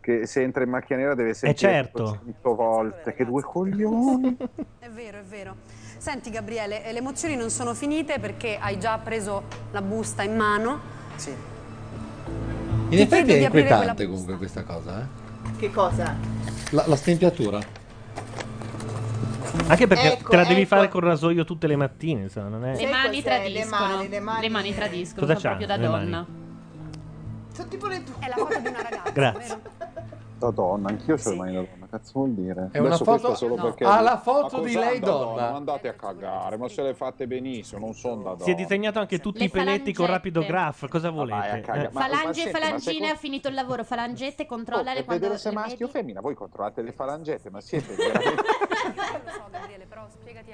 Speaker 12: che se entra in macchia nera deve sentire
Speaker 1: certo.
Speaker 12: 100 volte. Che due coglioni.
Speaker 5: È vero, è vero. Senti Gabriele, eh, le emozioni non sono finite perché hai già preso la busta in mano. Sì.
Speaker 8: In effetti
Speaker 5: credo
Speaker 8: è
Speaker 5: di aprire quella
Speaker 8: inquietante comunque questa cosa, eh.
Speaker 2: Che cosa?
Speaker 8: La, la stempiatura.
Speaker 1: Anche perché
Speaker 2: Ecco,
Speaker 1: te la devi
Speaker 2: ecco.
Speaker 1: fare col rasoio tutte le mattine. Insomma, non
Speaker 13: Le
Speaker 1: è...
Speaker 13: mani
Speaker 2: cos'è?
Speaker 13: tradiscono.
Speaker 2: Le mani, le mani-
Speaker 13: tradiscono,
Speaker 1: Cosa
Speaker 13: sono proprio
Speaker 1: c'ha
Speaker 13: da
Speaker 1: le mani?
Speaker 13: donna.
Speaker 2: Sono tipo le tue. Eh?
Speaker 5: È la foto di una ragazza.
Speaker 1: Grazie.
Speaker 12: Da donna, anch'io sono ormai da donna. Cazzo vuol dire?
Speaker 8: È una
Speaker 12: Adesso
Speaker 8: foto-
Speaker 12: questo è solo
Speaker 8: no.
Speaker 12: perché-
Speaker 8: Ah, la foto
Speaker 12: Ma
Speaker 8: di
Speaker 12: cos'hanno
Speaker 8: lei
Speaker 12: da
Speaker 8: donna?
Speaker 12: Ma andate a cagare, ma se le fate benissimo, non sono da donna.
Speaker 1: Si è disegnato anche tutti
Speaker 3: Le
Speaker 1: i peletti con
Speaker 3: falangette.
Speaker 1: rapido graph.
Speaker 12: Ah,
Speaker 1: Cosa volete?
Speaker 12: cagare.
Speaker 1: Eh.
Speaker 12: Ma- ma
Speaker 3: Falange e
Speaker 12: senti, ma
Speaker 3: falangine
Speaker 12: secondo-
Speaker 3: ha finito il lavoro. Falangette,
Speaker 12: Oh,
Speaker 3: controllale
Speaker 12: per
Speaker 3: quando
Speaker 12: vedere se è
Speaker 3: le
Speaker 12: maschio o
Speaker 3: vedi.
Speaker 12: femmina, voi controllate le falangette, ma siete veramente...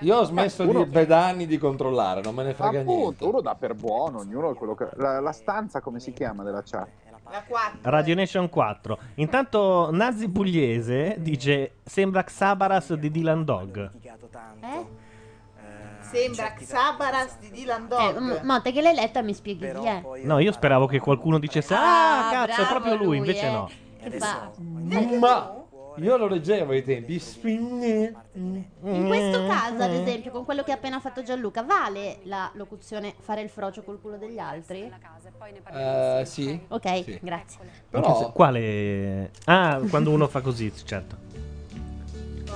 Speaker 8: Io ho smesso
Speaker 12: Uno-
Speaker 8: di, per anni di controllare, non me ne frega niente.
Speaker 12: Appunto, uno dà per buono, ognuno quello che... La, la stanza come si chiama della chat?
Speaker 2: La 4.
Speaker 1: Radio Nation 4. Intanto Nazi Pugliese dice: Sembra Xabaras di Dylan Dog.
Speaker 2: Sembra Xabaras di Dylan
Speaker 3: Eh,
Speaker 2: Dog.
Speaker 3: m- Motte, che l'hai letta mi spieghi chi è.
Speaker 1: No, io speravo che qualcuno dicesse: Ah, cazzo, è proprio lui. Invece
Speaker 3: eh.
Speaker 1: no.
Speaker 3: Che fa?
Speaker 8: Ma io lo leggevo ai tempi.
Speaker 3: In
Speaker 8: In
Speaker 3: questo caso, ad esempio, con quello che ha appena fatto Gianluca, vale la locuzione fare il frocio col culo degli altri?
Speaker 8: Eh, sì.
Speaker 3: Ok,
Speaker 8: Sì.
Speaker 3: grazie.
Speaker 1: In che se- Quale. Ah, quando uno fa così, certo.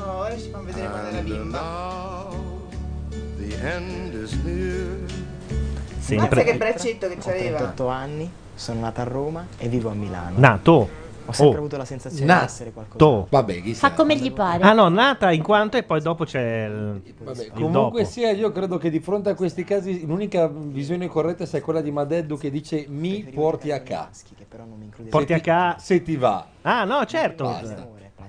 Speaker 2: Oh, ora ci fanno
Speaker 14: Ah,
Speaker 2: vedere quando era bimba. Pensa
Speaker 1: Sempre.
Speaker 2: che braccetto che
Speaker 15: Ho
Speaker 2: c'aveva.
Speaker 15: 38 anni, sono nata a Roma e vivo a Milano.
Speaker 1: Nato.
Speaker 15: Ho sempre
Speaker 1: Oh.
Speaker 15: avuto la sensazione di essere qualcosa.
Speaker 1: Nato.
Speaker 8: Vabbè, chi
Speaker 3: Fa come gli pare.
Speaker 1: Ah no, nata in quanto e poi dopo c'è il, il
Speaker 8: Comunque
Speaker 1: dopo.
Speaker 8: sia, io credo che di fronte a questi casi l'unica visione corretta sia quella di Madeddu che dice mi porti a ca.
Speaker 1: Porti a ca.
Speaker 8: Se ti va.
Speaker 1: Ah no, certo.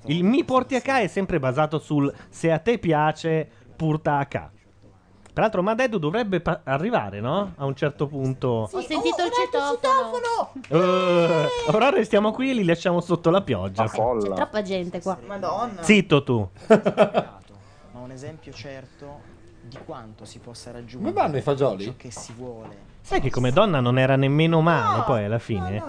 Speaker 1: Il mi porti a ca è sempre basato sul se a te piace, porta a ca. Peraltro Madeddu dovrebbe pa- arrivare, no? A un certo punto.
Speaker 12: oh,
Speaker 3: Ho sentito il citofono.
Speaker 1: Eh, ora restiamo qui e li lasciamo sotto la pioggia.
Speaker 3: C'è troppa gente qua.
Speaker 2: Madonna.
Speaker 1: Zitto tu.
Speaker 15: ma un esempio certo di quanto si possa raggiungere
Speaker 1: Come vanno i fagioli?
Speaker 15: ciò che si vuole.
Speaker 1: Sai che come donna non era nemmeno male poi alla fine.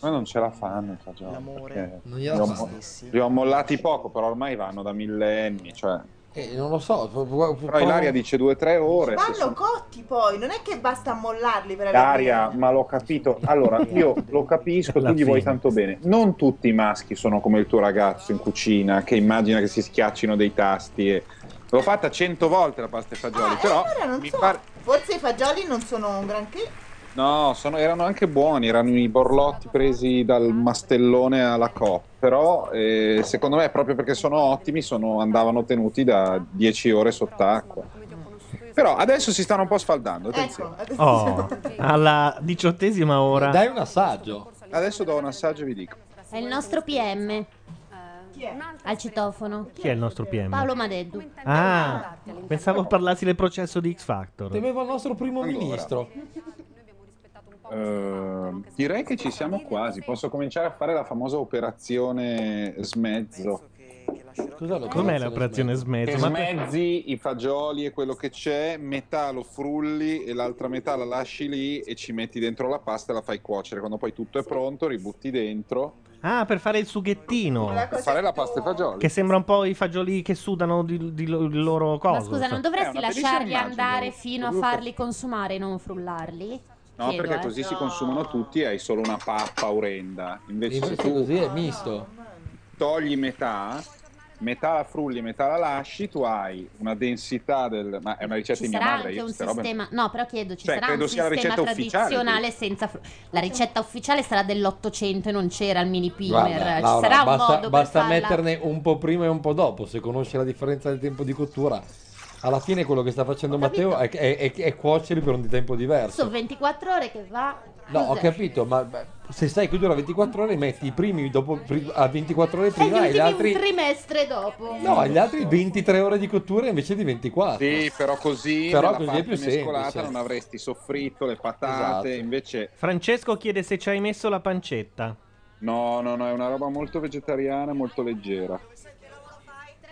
Speaker 12: Ma non ce la fanno i fagioli. perché
Speaker 8: Non
Speaker 12: li
Speaker 8: gliela
Speaker 12: ho,
Speaker 8: fanno.
Speaker 12: mo- li ho mollati poco, però ormai vanno da millenni. Cioè.
Speaker 8: Eh, non lo so.
Speaker 12: Però Ilaria dice 2-3 ore. se
Speaker 2: Vanno
Speaker 12: sono-
Speaker 2: cotti poi, non è che basta mollarli per avere-
Speaker 12: Ilaria, ma l'ho capito. Allora, io lo capisco, tu gli vuoi tanto bene. Non tutti i maschi sono come il tuo ragazzo in cucina che immagina che si schiaccino dei tasti. E... L'ho fatta cento volte la pasta e fagioli, però
Speaker 2: Allora non
Speaker 12: mi
Speaker 2: so,
Speaker 12: pare-
Speaker 2: forse i fagioli non sono un granché.
Speaker 12: No, sono- erano anche buoni, erano i borlotti presi dal mastellone alla Coop, però eh, secondo me proprio perché sono ottimi sono- andavano tenuti da 10 ore sott'acqua. Però adesso si stanno un po'
Speaker 2: Ecco,
Speaker 12: sfaldando, attenzione.
Speaker 1: Oh, alla diciottesima ora.
Speaker 12: Dai
Speaker 8: un assaggio.
Speaker 12: Adesso do un assaggio e vi dico.
Speaker 3: È il nostro PM. Al citofono.
Speaker 1: Chi è il nostro PM?
Speaker 3: Paolo Madeddu.
Speaker 1: Ah, pensavo parlassi del processo di X Factor.
Speaker 8: Temeva il nostro primo ministro.
Speaker 12: Ehm, direi che ci siamo quasi, posso cominciare a fare la famosa operazione smezzo.
Speaker 1: Com'è l'operazione smezzo?
Speaker 12: Che
Speaker 1: Ma-
Speaker 12: smezzi i fagioli e quello che c'è, metà lo frulli e l'altra metà la lasci lì e ci metti dentro la pasta e la fai cuocere. Quando poi tutto è pronto, ributti dentro
Speaker 1: Ah, per fare il sughettino.
Speaker 12: per fare la pasta e fagioli.
Speaker 1: Che sembra un po' i fagioli che sudano di, di lo- il loro coso.
Speaker 3: Ma scusa, non dovresti lasciarli andare fino a
Speaker 12: Giusto.
Speaker 3: farli consumare e non frullarli?
Speaker 12: No,
Speaker 3: Chiedo,
Speaker 12: perché
Speaker 3: eh.
Speaker 12: così si consumano tutti e hai solo una pappa orrenda. Invece,
Speaker 8: Invece
Speaker 12: se tu
Speaker 8: così è misto.
Speaker 12: togli metà, metà la frulli, metà la lasci, tu hai una densità del... Ma è una ricetta
Speaker 3: Ci
Speaker 12: di mia
Speaker 3: sarà
Speaker 12: madre.
Speaker 3: anche
Speaker 12: io
Speaker 3: un
Speaker 12: queste robe-
Speaker 3: sistema, no, però chiedo, ci
Speaker 12: Cioè,
Speaker 3: sarà
Speaker 12: credo
Speaker 3: un
Speaker 12: sia la
Speaker 3: sistema
Speaker 12: ricetta ufficiale,
Speaker 3: tradizionale senza fru- La ricetta ufficiale sarà dell'Ottocento e non c'era il mini
Speaker 8: Guarda,
Speaker 3: pimer. Ci
Speaker 8: Laura,
Speaker 3: sarà un
Speaker 8: basta,
Speaker 3: modo
Speaker 8: basta
Speaker 3: per farla.
Speaker 8: metterne un po' prima e un po' dopo, se conosci la differenza del tempo di cottura. Alla fine quello che sta facendo Matteo è, è, è- è cuocerli per un tempo diverso.
Speaker 3: Sono 24 ore che va.
Speaker 8: No, ho
Speaker 3: Cos'è?
Speaker 8: capito, ma beh, se sai che dura 24 ore, metti i primi dopo, pri- a 24 ore
Speaker 3: E gli
Speaker 8: prima e gli
Speaker 3: ultimi
Speaker 8: altri...
Speaker 3: un trimestre dopo.
Speaker 8: No, gli altri 23 ore di cottura invece di 24.
Speaker 12: Sì, però così,
Speaker 8: Però
Speaker 12: nella
Speaker 8: così è
Speaker 12: parte
Speaker 8: più
Speaker 12: mescolata
Speaker 8: semplice.
Speaker 12: non avresti soffritto le patate,
Speaker 8: Esatto.
Speaker 12: invece...
Speaker 1: Francesco chiede se ci hai messo la pancetta.
Speaker 12: No, no, no, è una roba molto vegetariana, molto leggera.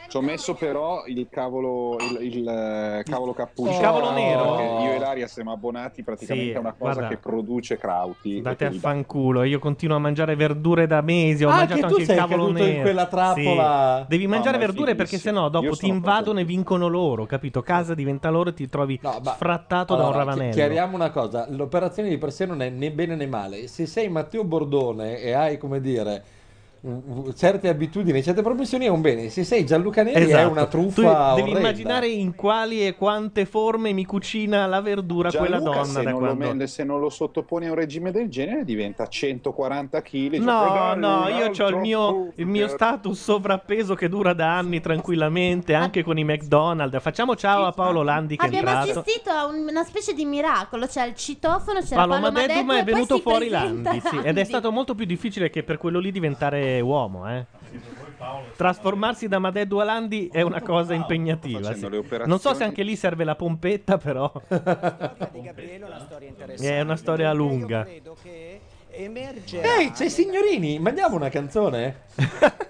Speaker 12: Ci ho messo però il cavolo, il, il, eh, cavolo cappuccio.
Speaker 1: Il cavolo nero.
Speaker 12: Perché Io e Laria siamo abbonati praticamente
Speaker 1: Sì,
Speaker 12: a una cosa
Speaker 1: guarda.
Speaker 12: che produce crauti.
Speaker 1: Date
Speaker 12: e
Speaker 1: a
Speaker 12: quindi-
Speaker 1: fanculo, io continuo a mangiare verdure da mesi, ho
Speaker 8: Ah,
Speaker 1: mangiato
Speaker 8: anche tu
Speaker 1: anche il
Speaker 8: sei
Speaker 1: cavolo
Speaker 8: caduto in
Speaker 1: nero.
Speaker 8: quella trappola.
Speaker 1: Sì. Devi
Speaker 8: No,
Speaker 1: mangiare
Speaker 8: ma è
Speaker 1: verdure perché sennò dopo ti invadono e vincono loro, capito? Casa diventa loro e ti trovi sfrattato da un
Speaker 8: Allora, chi-
Speaker 1: ravanello.
Speaker 8: Chiariamo una cosa, l'operazione di per sé non è né bene né male. Se sei Matteo Bordone e hai, come dire, mh, certe abitudini, certe professioni è un bene. Se sei Gianluca Neri è
Speaker 1: Esatto.
Speaker 8: una
Speaker 1: Tu
Speaker 8: truffa
Speaker 1: devi
Speaker 8: orrenda.
Speaker 1: immaginare in quali e quante forme mi cucina la verdura
Speaker 12: Gianluca,
Speaker 1: quella donna
Speaker 12: se,
Speaker 1: da
Speaker 12: non lo
Speaker 1: quando.
Speaker 12: men- se non lo sottoponi a un regime del genere diventa 140 kg.
Speaker 1: No, no, io ho il mio, il mio status sovrappeso che dura da anni tranquillamente, anche con i McDonald's. Facciamo ciao a Paolo Landi che è
Speaker 3: Abbiamo
Speaker 1: entrato.
Speaker 3: assistito a un- una specie di miracolo, cioè il citofono, c'era
Speaker 1: Paolo
Speaker 3: Paolo,
Speaker 1: Madeddu, ma
Speaker 3: e
Speaker 1: è
Speaker 3: poi
Speaker 1: venuto
Speaker 3: si
Speaker 1: fuori
Speaker 3: presenta
Speaker 1: Landi, sì, ed è
Speaker 3: Landi.
Speaker 1: stato molto più difficile che per quello lì diventare uomo, eh. Trasformarsi da Madeddu a Landi è una cosa impegnativa. sì. Non so se anche lì serve la pompetta, però è una storia lunga.
Speaker 8: Ehi, c'è signorini, mandiamo una canzone?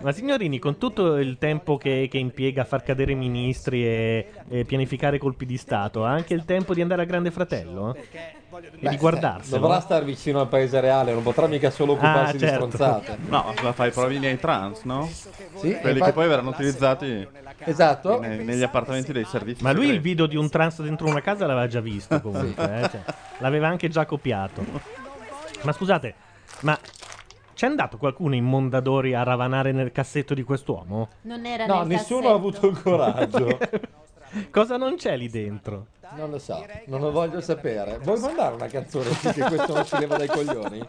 Speaker 1: Ma signorini, con tutto il tempo che, che impiega a far cadere ministri e, e pianificare colpi di Stato, ha anche il tempo di andare a Grande Fratello? eh? E di
Speaker 8: Beh,
Speaker 1: guardarselo? Ah, certo.
Speaker 8: Dovrà star vicino al paese reale, non potrà mica solo occuparsi di stronzate.
Speaker 14: No, ma cosa fai? Provi nei trans, no? Quelli
Speaker 8: infatti-
Speaker 14: che poi verranno utilizzati
Speaker 8: Esatto.
Speaker 14: ne- negli appartamenti dei servizi.
Speaker 1: Ma lui il
Speaker 14: segreti.
Speaker 1: video di un trans dentro una casa l'aveva già visto comunque, eh, cioè, l'aveva anche già copiato. Ma scusate, ma c'è andato qualcuno in Mondadori a ravanare nel cassetto di quest'uomo?
Speaker 3: Non era
Speaker 8: No,
Speaker 3: nel
Speaker 8: nessuno ha
Speaker 3: cassetto.
Speaker 8: avuto il coraggio.
Speaker 1: Cosa non c'è lì dentro?
Speaker 8: Non lo so, non lo voglio sapere. Vuoi mandare una canzone sì, che questo non ci leva dai coglioni?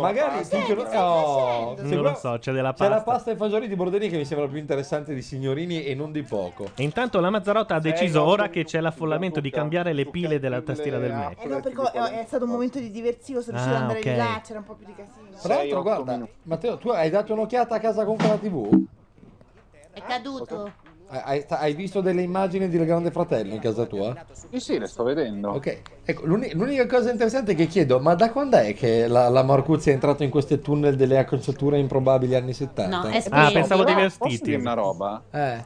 Speaker 8: Magari
Speaker 12: pasta.
Speaker 8: dicono-
Speaker 12: Che stai
Speaker 8: Oh,
Speaker 12: facendo?
Speaker 8: se
Speaker 1: Non
Speaker 8: qua-
Speaker 1: lo so, c'è della
Speaker 8: C'è
Speaker 1: pasta.
Speaker 8: la pasta ai fagioli di Bordeni che mi sembra più interessante di signorini e non di poco.
Speaker 1: E intanto la Mazzarotta ha
Speaker 8: Sei
Speaker 1: deciso,
Speaker 8: nostro
Speaker 1: ora che c'è l'affollamento, di cambiare le pile della tastiera del Mac.
Speaker 2: Eh no, perché è, è stato un momento di diversivo, sono riuscito
Speaker 1: Ah,
Speaker 2: ad andare
Speaker 1: ok.
Speaker 2: di là, c'era un po' più di casino.
Speaker 8: Tra l'altro, guarda, Matteo, tu hai dato un'occhiata a casa con quella TV?
Speaker 3: È caduto.
Speaker 8: Hai, hai visto delle immagini del Grande Fratello in casa tua?
Speaker 12: Sì, sì, le sto vedendo.
Speaker 8: Ok. Ecco, l'uni- l'unica cosa interessante che chiedo, ma da quando è che la, la Marcuzzi è entrata in questi tunnel delle acconciature improbabili anni 70?
Speaker 3: No, è
Speaker 1: Ah, pensavo dei
Speaker 12: Però,
Speaker 1: vestiti.
Speaker 12: Posso dire una roba?
Speaker 8: Eh.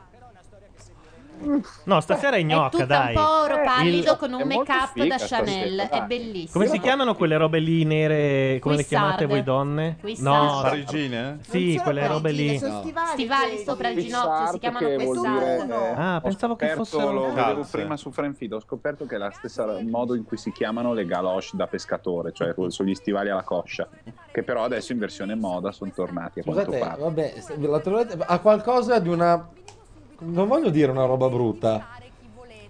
Speaker 1: No, stasera è
Speaker 3: È
Speaker 1: gnocca,
Speaker 3: tutto
Speaker 1: dai.
Speaker 3: un po'
Speaker 8: Eh,
Speaker 3: oro pallido
Speaker 1: Il-
Speaker 3: con
Speaker 12: è
Speaker 3: un
Speaker 12: molto
Speaker 3: make up
Speaker 12: figa
Speaker 3: da Chanel.
Speaker 12: stasera,
Speaker 3: È
Speaker 12: dai.
Speaker 3: bellissimo.
Speaker 1: Come si chiamano quelle robe lì nere? Come le chiamate
Speaker 3: Cuissarde.
Speaker 1: voi donne?
Speaker 3: Cuissarde.
Speaker 14: Parigine?
Speaker 1: Sì,
Speaker 3: sono
Speaker 1: quelle robe
Speaker 3: parigine,
Speaker 1: lì.
Speaker 3: sono
Speaker 1: No.
Speaker 3: Stivali, sopra il ginocchio si chiamano
Speaker 12: che vuol
Speaker 3: quest'altro.
Speaker 12: dire, eh,
Speaker 1: Ah,
Speaker 12: ho
Speaker 1: pensavo che
Speaker 12: scoperto,
Speaker 1: fossero
Speaker 12: lo
Speaker 1: calze.
Speaker 12: vedevo prima su Franfido, ho scoperto che è la stessa modo in cui si chiamano le galoche da pescatore, cioè sono gli stivali alla coscia, che però adesso in versione moda sono tornati a quanto
Speaker 8: Scusate,
Speaker 12: pare.
Speaker 8: vabbè, se- ve la trovate, ha qualcosa di una... Non voglio dire una roba brutta,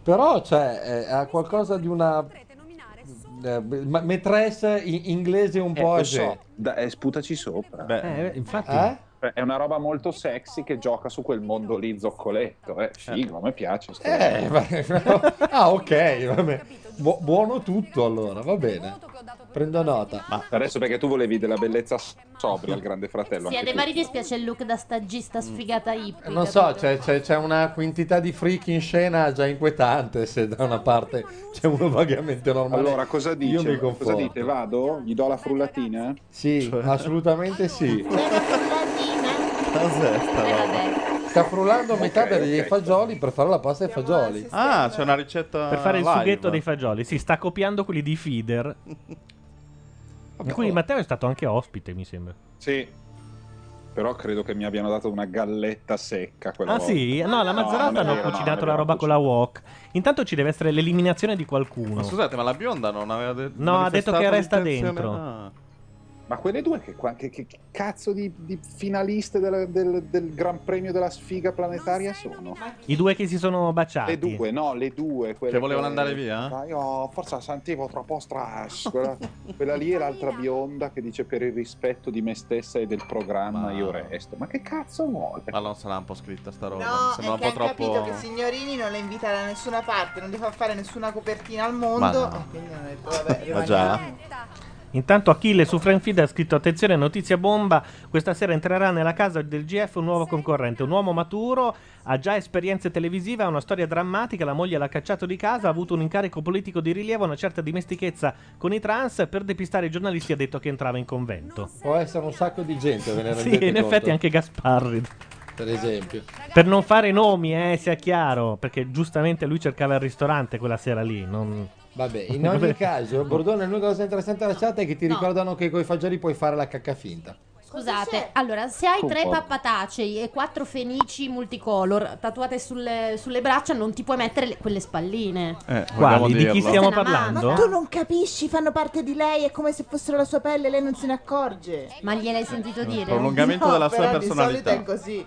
Speaker 8: però cioè, eh, ha qualcosa di una... eh, ma- Maîtresse in- inglese un po'
Speaker 12: Eh, lo
Speaker 8: agé.
Speaker 12: so, da- eh, sputaci sopra.
Speaker 8: Eh, infatti.
Speaker 12: Cioè, È una roba molto sexy che gioca su quel mondo lì zoccoletto, eh. Figo, a me piace. sta
Speaker 8: Eh,
Speaker 12: roba.
Speaker 8: va- ah, ok, vabbè. Bu- buono tutto allora, va bene. Prendo nota.
Speaker 12: Ma adesso perché tu volevi della bellezza sobria al grande fratello.
Speaker 3: Sì, a
Speaker 12: anche tu.
Speaker 3: De Maritis piace il look da
Speaker 12: Mm.
Speaker 3: stagista sfigata
Speaker 2: Eh,
Speaker 3: hippie.
Speaker 8: Non
Speaker 3: capito?
Speaker 8: so, c'è, c'è- c'è una quantità di freak in scena già inquietante se da una parte c'è uno vagamente normale.
Speaker 12: Allora, cosa dice?
Speaker 8: Io mi
Speaker 12: cosa
Speaker 8: conforto.
Speaker 12: dite? Vado? Gli do la frullatina?
Speaker 8: Sì,
Speaker 14: Cioè.
Speaker 8: assolutamente sì.
Speaker 14: Cos'è sta roba?
Speaker 8: Sta frullando metà degli fagioli per fare la pasta ai fagioli.
Speaker 14: Ah, c'è una ricetta
Speaker 1: Per fare il
Speaker 14: live.
Speaker 1: sughetto dei fagioli. Si sta copiando quelli di Feeder. Di cui Matteo è stato anche ospite, mi sembra.
Speaker 12: Sì. Però credo che mi abbiano dato una galletta secca quella
Speaker 1: Ah
Speaker 12: volta.
Speaker 1: sì? No, la Mazzarata
Speaker 12: non è
Speaker 1: hanno
Speaker 12: vero, no,
Speaker 1: cucinato
Speaker 12: non è
Speaker 1: la
Speaker 12: vero.
Speaker 1: roba con la wok. Intanto ci deve essere l'eliminazione di qualcuno.
Speaker 14: Ma scusate, ma la bionda non aveva de-
Speaker 1: No, ha detto
Speaker 14: manifestato
Speaker 1: che resta
Speaker 14: l'intenzione-
Speaker 1: dentro.
Speaker 14: Ah.
Speaker 12: Ma quelle due che, qua- che- che- che cazzo di, di finaliste del, del- del Gran Premio della sfiga planetaria sono?
Speaker 1: I due che si sono baciati.
Speaker 12: Le due, no, le due. quelle
Speaker 14: Che volevano andare via?
Speaker 12: Ma io forse la sentivo troppo strash. Quella, quella lì è l'altra bionda che dice per il rispetto di me stessa e del programma io resto. Ma che cazzo vuole?
Speaker 14: Ma non sarà un po' scritta sta roba.
Speaker 2: No,
Speaker 14: Sembra
Speaker 2: è
Speaker 14: un
Speaker 2: che
Speaker 14: po'
Speaker 2: ha capito
Speaker 14: troppo.
Speaker 2: che Signorini non le invita da nessuna parte, non le fa fare nessuna copertina al mondo.
Speaker 14: Ma no.
Speaker 2: eh, quindi hanno detto, vabbè,
Speaker 14: Ma
Speaker 2: rimaniamo.
Speaker 14: già.
Speaker 1: Intanto Achille su Franfeed ha scritto attenzione notizia bomba, questa sera entrerà nella casa del GF un nuovo concorrente, un uomo maturo, ha già esperienze televisive, ha una storia drammatica, la moglie l'ha cacciato di casa, ha avuto un incarico politico di rilievo, una certa dimestichezza con i trans, per depistare i giornalisti ha detto che entrava in convento.
Speaker 8: Può essere un sacco di gente, ve ne
Speaker 1: Sì,
Speaker 8: rendete
Speaker 1: in
Speaker 8: conto?
Speaker 1: effetti anche Gasparri.
Speaker 8: Per esempio.
Speaker 1: Per non fare nomi, eh, sia chiaro, perché giustamente lui cercava il ristorante quella sera lì, non...
Speaker 8: Vabbè, In ogni caso, Bordone, l'unica cosa interessante della chat è che ti
Speaker 3: No.
Speaker 8: ricordano che con i fagioli puoi fare la cacca finta.
Speaker 3: Scusate, allora, se hai tre
Speaker 8: Concordo.
Speaker 3: pappatacei e quattro fenici multicolor tatuate sulle, sulle braccia, non ti puoi mettere le- quelle spalline.
Speaker 14: Eh, vogliamo
Speaker 1: Quali? Di chi
Speaker 14: dirlo?
Speaker 1: stiamo
Speaker 3: Questa è una
Speaker 1: parlando?
Speaker 3: mano.
Speaker 2: Ma tu non capisci, fanno parte di lei, è come se fossero la sua pelle, lei non se ne accorge.
Speaker 3: Ma gliel'hai sentito dire?
Speaker 14: prolungamento
Speaker 2: No,
Speaker 14: della sua
Speaker 2: però
Speaker 14: personalità.
Speaker 2: Di solito è così.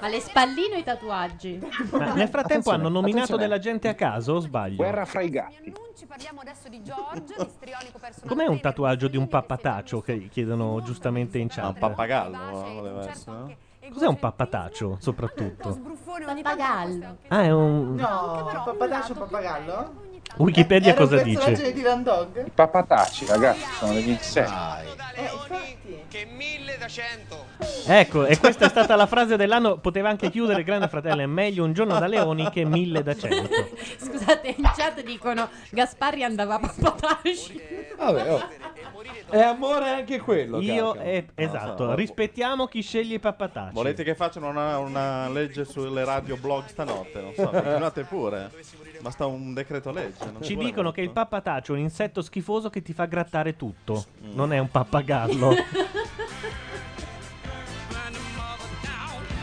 Speaker 3: Ma le spalline o i tatuaggi?
Speaker 1: Ma nel frattempo
Speaker 12: Attenzione,
Speaker 1: hanno nominato
Speaker 12: attenzione.
Speaker 1: della gente a caso, o sbaglio?
Speaker 12: Guerra fra i gatti.
Speaker 11: Parliamo adesso di Giorgio, istrionico personaggio.
Speaker 1: Com'è un tatuaggio di un pappataccio che chiedono giustamente in chat?
Speaker 14: Ma Ah, un pappagallo eh, voleva essere, no?
Speaker 1: Cos'è un pappataccio, soprattutto?
Speaker 11: sbruffone ogni
Speaker 2: Pappagallo.
Speaker 1: Ah, è un...
Speaker 2: No, pappagallo pappagallo?
Speaker 1: Wikipedia
Speaker 2: Era un
Speaker 1: cosa
Speaker 2: personaggio
Speaker 1: dice?
Speaker 2: di Dylan Dog? Eh,
Speaker 12: I papatacci, ragazzi, sono degli insetti.
Speaker 1: Ecco, e questa è stata la frase dell'anno. Poteva anche chiudere Grande Fratello. È meglio un giorno da leoni che mille da cento.
Speaker 3: Scusate, in chat dicono Gasparri andava a pappatacci.
Speaker 8: Vabbè, oh. È amore anche quello.
Speaker 1: Io,
Speaker 14: cacca.
Speaker 1: e-
Speaker 14: No,
Speaker 1: esatto,
Speaker 14: no.
Speaker 1: rispettiamo chi sceglie i pappatacci.
Speaker 14: Volete che facciano una, una legge sulle radio blog stanotte? Non so, continuate pure. Basta un decreto legge. non ci
Speaker 1: Ci
Speaker 14: vuole
Speaker 1: dicono
Speaker 14: molto.
Speaker 1: che il pappataccio è un insetto schifoso che ti fa grattare tutto. Non è un pappagallo.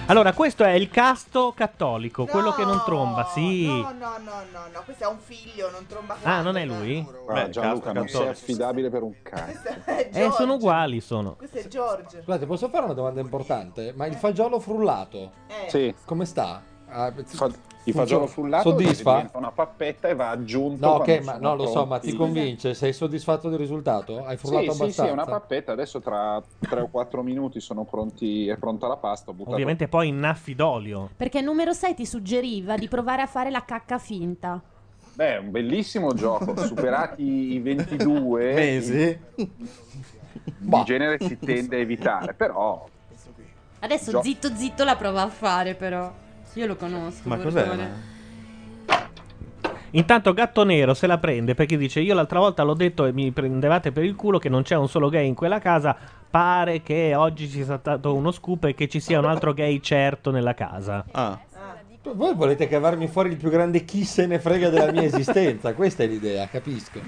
Speaker 1: allora, questo è il casto cattolico, quello che non tromba, sì.
Speaker 2: No, no, no, no, no, questo è un figlio, non tromba
Speaker 1: Ah, non è lui?
Speaker 12: Guarda, Gianluca, non sei
Speaker 8: Cattolico.
Speaker 12: affidabile per un cazzo.
Speaker 1: Eh, sono uguali, sono.
Speaker 2: Questo è George.
Speaker 8: Scusate, posso fare una domanda importante? Ma il fagiolo frullato?
Speaker 12: Sì.
Speaker 8: Come sta? Ah,
Speaker 12: Il fagiolo frullato
Speaker 8: Soddisfa?
Speaker 12: diventa una pappetta e va aggiunto.
Speaker 8: No,
Speaker 12: quando
Speaker 8: ok, ma
Speaker 12: sono
Speaker 8: no, lo so, ma
Speaker 12: pronti.
Speaker 8: ti convince? Sei soddisfatto del risultato? Hai frullato
Speaker 12: Sì, sì, sì, è
Speaker 8: abbastanza?
Speaker 12: una pappetta. Adesso tra 3 o 4 minuti sono pronti, è pronta la pasta. Ho buttato
Speaker 1: Ovviamente poi innaffi d'olio.
Speaker 3: Perché il numero 6 ti suggeriva di provare a fare la cacca finta.
Speaker 12: Beh, è un bellissimo gioco. Superati i 22
Speaker 14: Mesi?
Speaker 12: di genere si tende a evitare, però
Speaker 3: Adesso
Speaker 12: Gio-
Speaker 3: zitto zitto la prova a fare però. Io lo conosco.
Speaker 1: Ma
Speaker 3: Bordone.
Speaker 1: cos'era? Intanto Gatto Nero se la prende perché dice io l'altra volta l'ho detto e mi prendevate per il culo che non c'è un solo gay in quella casa, pare che oggi ci sia stato uno scoop e che ci sia un altro gay certo nella casa.
Speaker 14: Ah.
Speaker 8: Voi volete cavarmi fuori il più grande chi se ne frega della mia esistenza, questa è l'idea, capisco.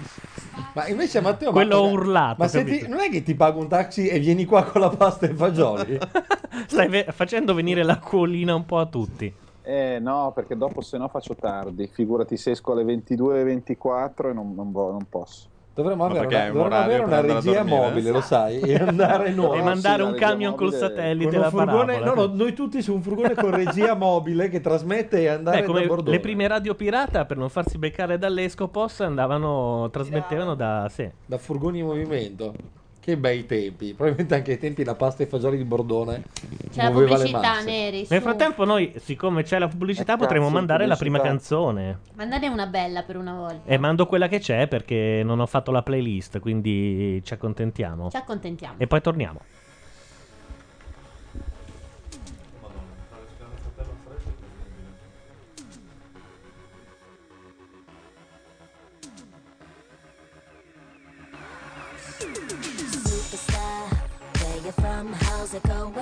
Speaker 8: Ma invece Matteo...
Speaker 1: Quello
Speaker 8: ma,
Speaker 1: urlato,
Speaker 8: Ma se ti-
Speaker 1: capito?
Speaker 8: non è che ti pago un taxi e vieni qua con la pasta e i fagioli?
Speaker 1: Stai ve- facendo venire l'acquolina un po' a tutti.
Speaker 16: Eh no, perché dopo se no faccio tardi. Figurati se esco alle 22.24 e non, non vo- non posso.
Speaker 8: Dovremmo avere, una, dovremmo avere una regia
Speaker 16: eh?
Speaker 12: eh?
Speaker 8: mobile, lo sai, e andare noi.
Speaker 1: E mandare un camion col satellite
Speaker 8: Con un
Speaker 1: alla
Speaker 8: furgone-
Speaker 1: parabola.
Speaker 8: no, no, noi tutti su un furgone con regia mobile che trasmette e andare
Speaker 1: Beh, come
Speaker 8: da Bordeaux.
Speaker 1: le prime radio pirata per non farsi beccare dall'Escopos andavano, trasmettevano da sé.
Speaker 8: da furgoni in movimento. Che bei tempi. Probabilmente anche ai tempi la pasta e i fagioli di Bordone
Speaker 1: Cioè,
Speaker 17: C'è la
Speaker 8: muoveva le
Speaker 17: pubblicità,
Speaker 8: masse.
Speaker 17: Neri. su.
Speaker 1: Nel frattempo noi, siccome c'è la pubblicità,
Speaker 8: Eh,
Speaker 1: potremmo
Speaker 8: cazzo,
Speaker 1: mandare la prima
Speaker 8: pubblicità.
Speaker 1: canzone.
Speaker 17: Mandane una bella per una volta.
Speaker 1: E mando quella che c'è perché non ho fatto la playlist, quindi ci accontentiamo.
Speaker 17: Ci accontentiamo.
Speaker 1: E poi torniamo.
Speaker 18: Superstar, where you from? How's it going?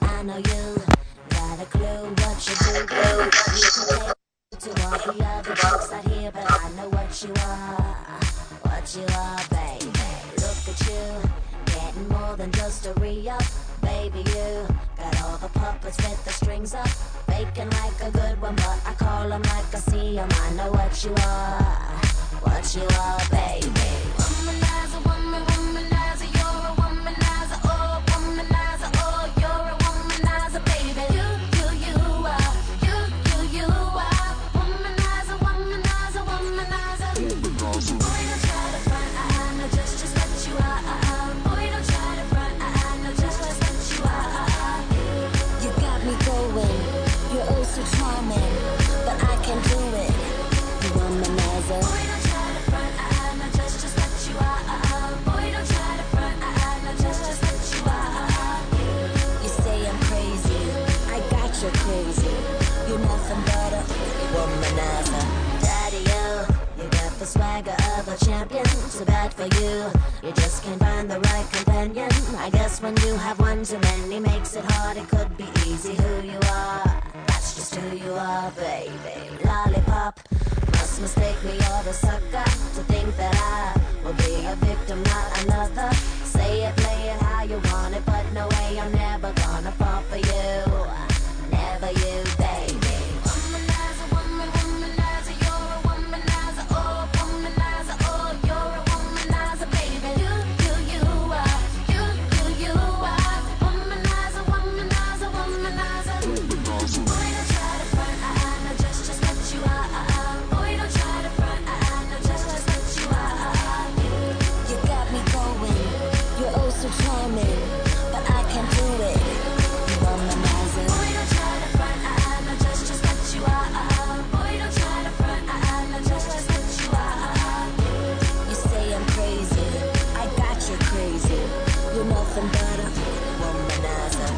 Speaker 18: I know you got a clue what you're doing. You can take to all the other folks out here, but I know what you are, what you are, baby. Look at you, getting more than just a re-up, baby. You got all the puppets with the strings up, faking like a good one, but I call 'em like I see 'em. I know what you are, what you are, baby.
Speaker 11: Womanizer, woman, womanizer, you're a womanizer, oh, womanizer, oh, you're a womanizer, baby. You, you, you are, you, you, you are. Womanizer, womanizer, womanizer. Boy, don't try to front, I, I know just, just what you are. uh, uh. Boy, don't try to front, I, I know just, just what you are. uh, uh.
Speaker 18: You got me going. You're oh so charming, but I can do it. You womanizer.
Speaker 11: Boy, don't try to front, I, I know just, just what you are. uh, uh. Boy, don't try to front, I, I know just, just what you are. uh, uh.
Speaker 18: You say I'm crazy. I got you crazy. You're nothing but a womanizer. Daddy you got the swagger of a champion. So bad for you. You just can't find the right companion. I guess when you have one too many makes it hard, it could be easy who you are. That's just who you are, baby. Lollipop. Must mistake me or the sucker to think that I will be a victim, not another. Say it, play it how you want it, but no way I'm never gonna fall for you. Never you, baby.
Speaker 11: Womanizer, woman, womanizer, you're a womanizer, oh, womanizer, oh, you're a womanizer, baby. You, you, you are, you, you, you are. Womanizer, womanizer, womanizer. Boy, don't try to front, I, I know just, just what you are. Uh, uh. Boy, don't try to front, I, I know just, just what you are. Uh, uh.
Speaker 18: You got me going. You're oh so charming, but I can't do it. You womanizer.
Speaker 11: Boy, don't try to front, I, I know just, just what you are. Uh, uh. Boy, don't try to front, I, I know just, just what you are. Uh, uh.
Speaker 18: You say I'm crazy. I got you crazy. You're nothing but a womanizer.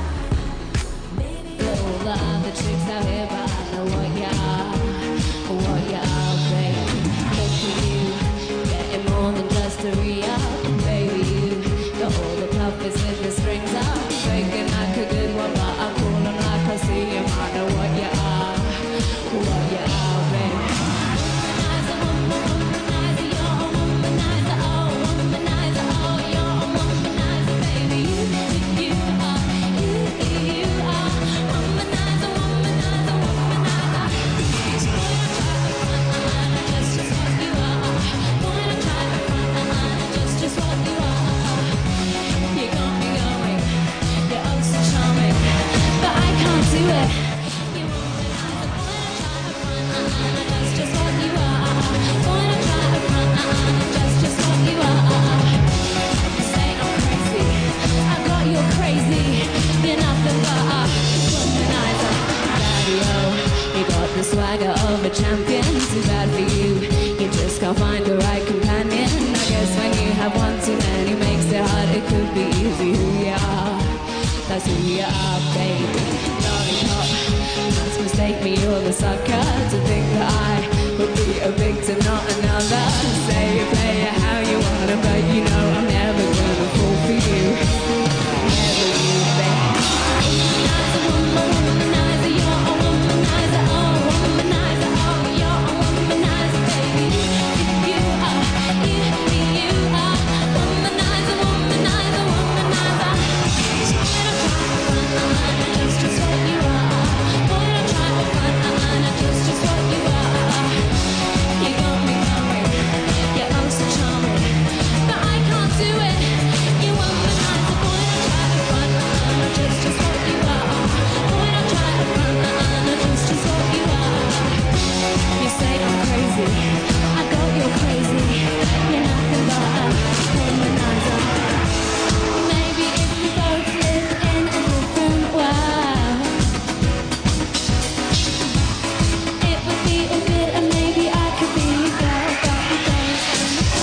Speaker 11: Roll on the tricks out here, but I know what y'all, what y'all, baby. Look at you, getting more than just a re-up, baby. You got all the puppets with the strings up, faking like a good one, but I'm cool and like I see you. I know what you are, what you are, baby. Womanizer, woman, womanizer, you're a womanizer, oh, womanizer, oh, you're a womanizer, baby. You, you, you are, you, you, you are. You're crazy, you're nothing but a womanizer. Daddy-o, you got the swagger of a champion. Too bad for you, you just can't find the right companion. I guess when you have one too many, makes it hard. It could be easy who you are. That's who you are, baby. Lollipop, must mistake me a sucker to think that I would be a victim, not another. Say you play it how you wanna, but you know I'm never gonna fall for you. Never you, babe. Womanizer, woman, womanizer, you're a womanizer, oh womanizer, oh you're a womanizer, baby. You are, you, you are womanizer, womanizer, womanizer. Boy, don't try to front, I'm not just just what you are. Boy, don't try to front, I'm not just just what you are. You got me coming, yeah I'm so charming, but I can't do it. You womanizer, boy, don't try to front, I'm not just just what you are. Boy, don't try to front, I'm not just just what you are. You say I'm crazy, I got you're crazy. You're nothing but a womanizer. Maybe if we both live in a different world, it would be a bit, and maybe I could be your girl, but I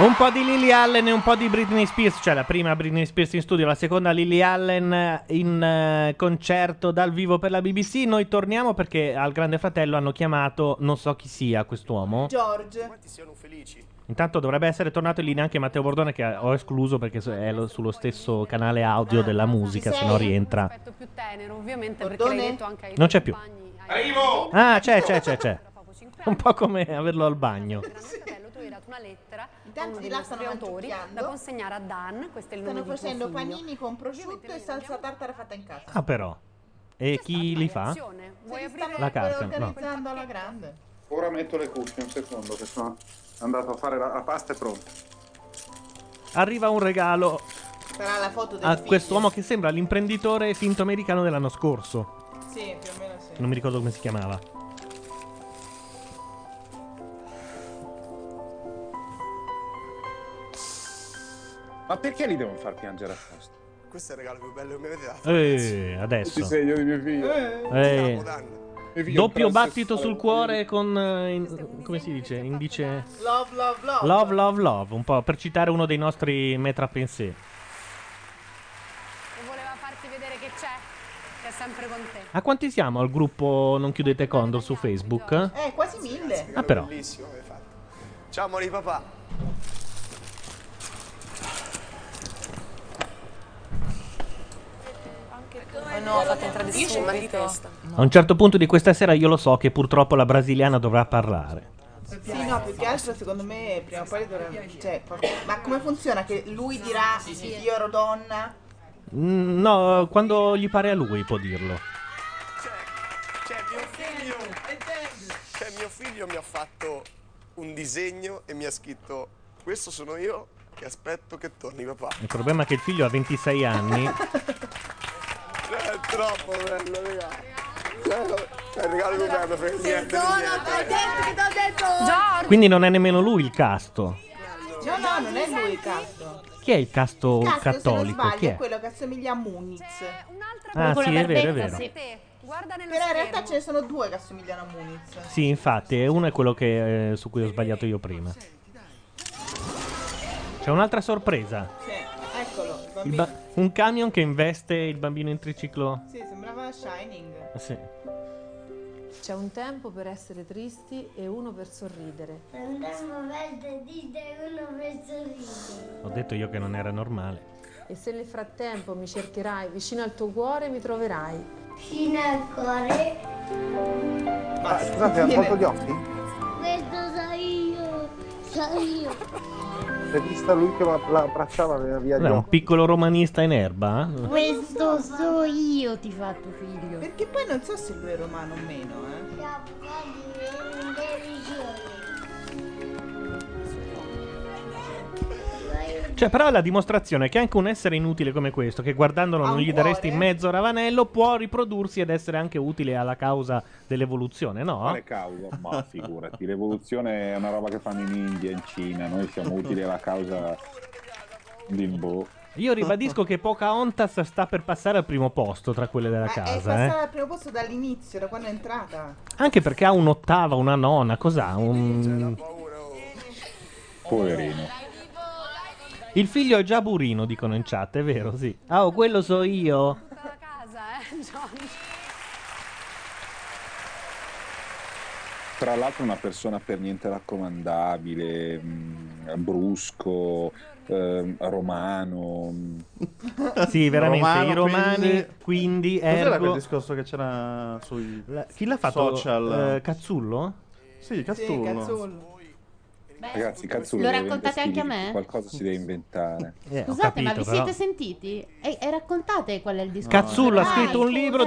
Speaker 1: Un po' di Lily Allen e un po' di Britney Spears, cioè la prima Britney Spears in studio, la seconda Lily Allen in eh, concerto dal vivo per la BBC. Noi torniamo perché al Grande Fratello hanno chiamato, non so chi sia quest'uomo.
Speaker 2: George.
Speaker 1: Intanto dovrebbe essere tornato in linea anche Matteo Bordone che ho escluso perché so- è lo- sullo stesso canale audio della musica, se no rientra.
Speaker 5: aspetto più tenero, ovviamente, perché l'hai detto anche ai
Speaker 1: Non c'è più.
Speaker 5: Arrivo!
Speaker 1: Ah, c'è, c'è, c'è, c'è. Un po' come averlo al bagno.
Speaker 5: tu hai dato una lettera a
Speaker 2: Intanto
Speaker 5: uno
Speaker 2: di
Speaker 5: dei
Speaker 2: là
Speaker 5: nostri
Speaker 2: stanno
Speaker 5: autori
Speaker 2: mangiucchiando.
Speaker 5: da consegnare a Dan, questo è il
Speaker 2: Stanno
Speaker 5: nome di tuo
Speaker 2: facendo
Speaker 5: figlio.
Speaker 2: panini con prosciutto e salsa tartara fatta in casa.
Speaker 1: Ah, però. E chi li fa?
Speaker 5: Azione,
Speaker 2: Se
Speaker 5: Vuoi
Speaker 2: li
Speaker 5: aprire
Speaker 2: stanno
Speaker 1: La Ah? carta, no.
Speaker 2: organizzando alla grande.
Speaker 16: Ora metto le cuffie, un secondo, che sono andato a fare la, la pasta è pronta.
Speaker 1: Arriva un regalo
Speaker 2: Sarà la foto del
Speaker 1: a
Speaker 2: figlio.
Speaker 1: quest'uomo che sembra l'imprenditore finto americano dell'anno scorso.
Speaker 2: Sì, più o meno sì.
Speaker 1: Non mi ricordo come si chiamava.
Speaker 16: Ma perché li devono far piangere apposta?
Speaker 9: Questo è il regalo più bello che mi avete dato.
Speaker 1: Eh, adesso.
Speaker 16: Ti segno di mio figlio.
Speaker 1: Eh.
Speaker 16: Mio figlio
Speaker 1: Doppio
Speaker 16: è
Speaker 1: battito
Speaker 16: transessuale.
Speaker 1: sul cuore con... eh, in- come si dice? Indice...
Speaker 2: Love, love, love.
Speaker 1: Love, love, love. Un po' per citare uno dei nostri metra pensé.
Speaker 5: E voleva farti vedere che c'è, che è sempre con te.
Speaker 1: A quanti siamo al gruppo Non chiudete Condor su Facebook?
Speaker 2: Eh, quasi mille.
Speaker 1: Ah, però.
Speaker 9: Bellissimo che hai fatto. Ciao amore papà.
Speaker 7: Oh no, ho fatto entrare di subito.
Speaker 1: A un certo punto di questa sera io lo so che purtroppo la brasiliana dovrà parlare.
Speaker 2: Sì, no, più che altro secondo me prima o poi dovrà... Cioè, fa- ma come funziona che lui dirà io ero donna?
Speaker 1: Mm, No, quando gli pare a lui può dirlo.
Speaker 9: C'è mio figlio. C'è Cioè, mio figlio mi ha fatto un disegno e mi ha scritto questo sono io che aspetto che torni papà.
Speaker 1: Il problema è che il figlio ha 26 anni.
Speaker 9: Cioè, È troppo bello, raga. È il regalo più bello per niente.
Speaker 7: Giorgio!
Speaker 1: Quindi non è nemmeno lui il casto.
Speaker 2: No, no, non è lui il caso.
Speaker 1: Chi è il casto
Speaker 2: Casto, se
Speaker 1: Oh, cattolico?
Speaker 2: non
Speaker 1: Chi
Speaker 2: sbaglio, è
Speaker 1: è?
Speaker 2: quello che assomiglia a Muniz.
Speaker 1: Ah, sì, è vero, è vero.
Speaker 2: Però in realtà ce ne sono due che assomigliano a Muniz.
Speaker 1: Sì, infatti, uno è quello che, eh, su cui ho sbagliato io prima. C'è un'altra sorpresa.
Speaker 2: Sì, eccolo, il
Speaker 1: Il
Speaker 2: bambino.
Speaker 1: ba- un camion che investe il bambino in triciclo. Eh,
Speaker 2: Sì, sembrava Shining.
Speaker 1: Sì.
Speaker 19: C'è un tempo per essere tristi e uno per sorridere.
Speaker 20: Andiamo verso dite uno verso dite.
Speaker 1: Ho detto io che non era normale.
Speaker 19: E se nel frattempo mi cercherai vicino al tuo cuore, mi troverai.
Speaker 11: fino al cuore.
Speaker 12: Ma Ah, scusate, ha tolto gli occhi?
Speaker 11: Questo so io, so io.
Speaker 12: L'hai vista lui che la, la abbracciava via via gli
Speaker 1: Cos'è, un
Speaker 12: occhi?
Speaker 1: piccolo romanista in erba? eh?
Speaker 11: Questo so io ti fatto figlio.
Speaker 2: Perché poi non so se lui è romano o meno, eh.
Speaker 1: Cioè, però è la dimostrazione che anche un essere inutile come questo, che guardandolo
Speaker 2: Ha
Speaker 1: non
Speaker 2: un
Speaker 1: gli daresti in
Speaker 2: cuore.
Speaker 1: mezzo a Ravanello, può riprodursi ed essere anche utile alla causa dell'evoluzione, no?
Speaker 12: Quale causa? Ma figurati, l'evoluzione è una roba che fanno in India, in Cina, noi siamo utili alla causa di boh.
Speaker 1: Io ribadisco che Pocahontas sta per passare al primo posto tra quelle della
Speaker 2: È
Speaker 1: casa, eh.
Speaker 2: passata al primo posto dall'inizio, da quando è entrata.
Speaker 1: Anche perché ha un'ottava, una nona, cos'ha? Un... Mm.
Speaker 12: Poverino.
Speaker 1: Il figlio è già burino, dicono in chat, è vero, sì. Ah, oh, quello so io.
Speaker 5: casa, eh, Johnny.
Speaker 12: Tra l'altro una persona per niente raccomandabile, mh, brusco, ehm, romano. mh.
Speaker 1: Sì, veramente,
Speaker 14: Romano,
Speaker 1: i romani,
Speaker 14: quindi-
Speaker 1: quindi,
Speaker 14: Cos'era quel
Speaker 1: ergo...
Speaker 14: discorso che c'era sui
Speaker 1: Chi l'ha fatto?
Speaker 14: social?
Speaker 1: Eh, Cazzullo?
Speaker 14: Sì, Cazzullo.
Speaker 12: Ragazzi, Cazzullo
Speaker 21: Lo
Speaker 12: deve
Speaker 21: raccontate anche a
Speaker 12: investirsi,
Speaker 21: me?
Speaker 12: Qualcosa si deve inventare.
Speaker 1: Eh,
Speaker 21: Scusate, ma vi siete sentiti? E, e raccontate qual è il discorso.
Speaker 1: Cazzullo ha
Speaker 21: Ah,
Speaker 1: scritto un
Speaker 21: scusa.
Speaker 1: libro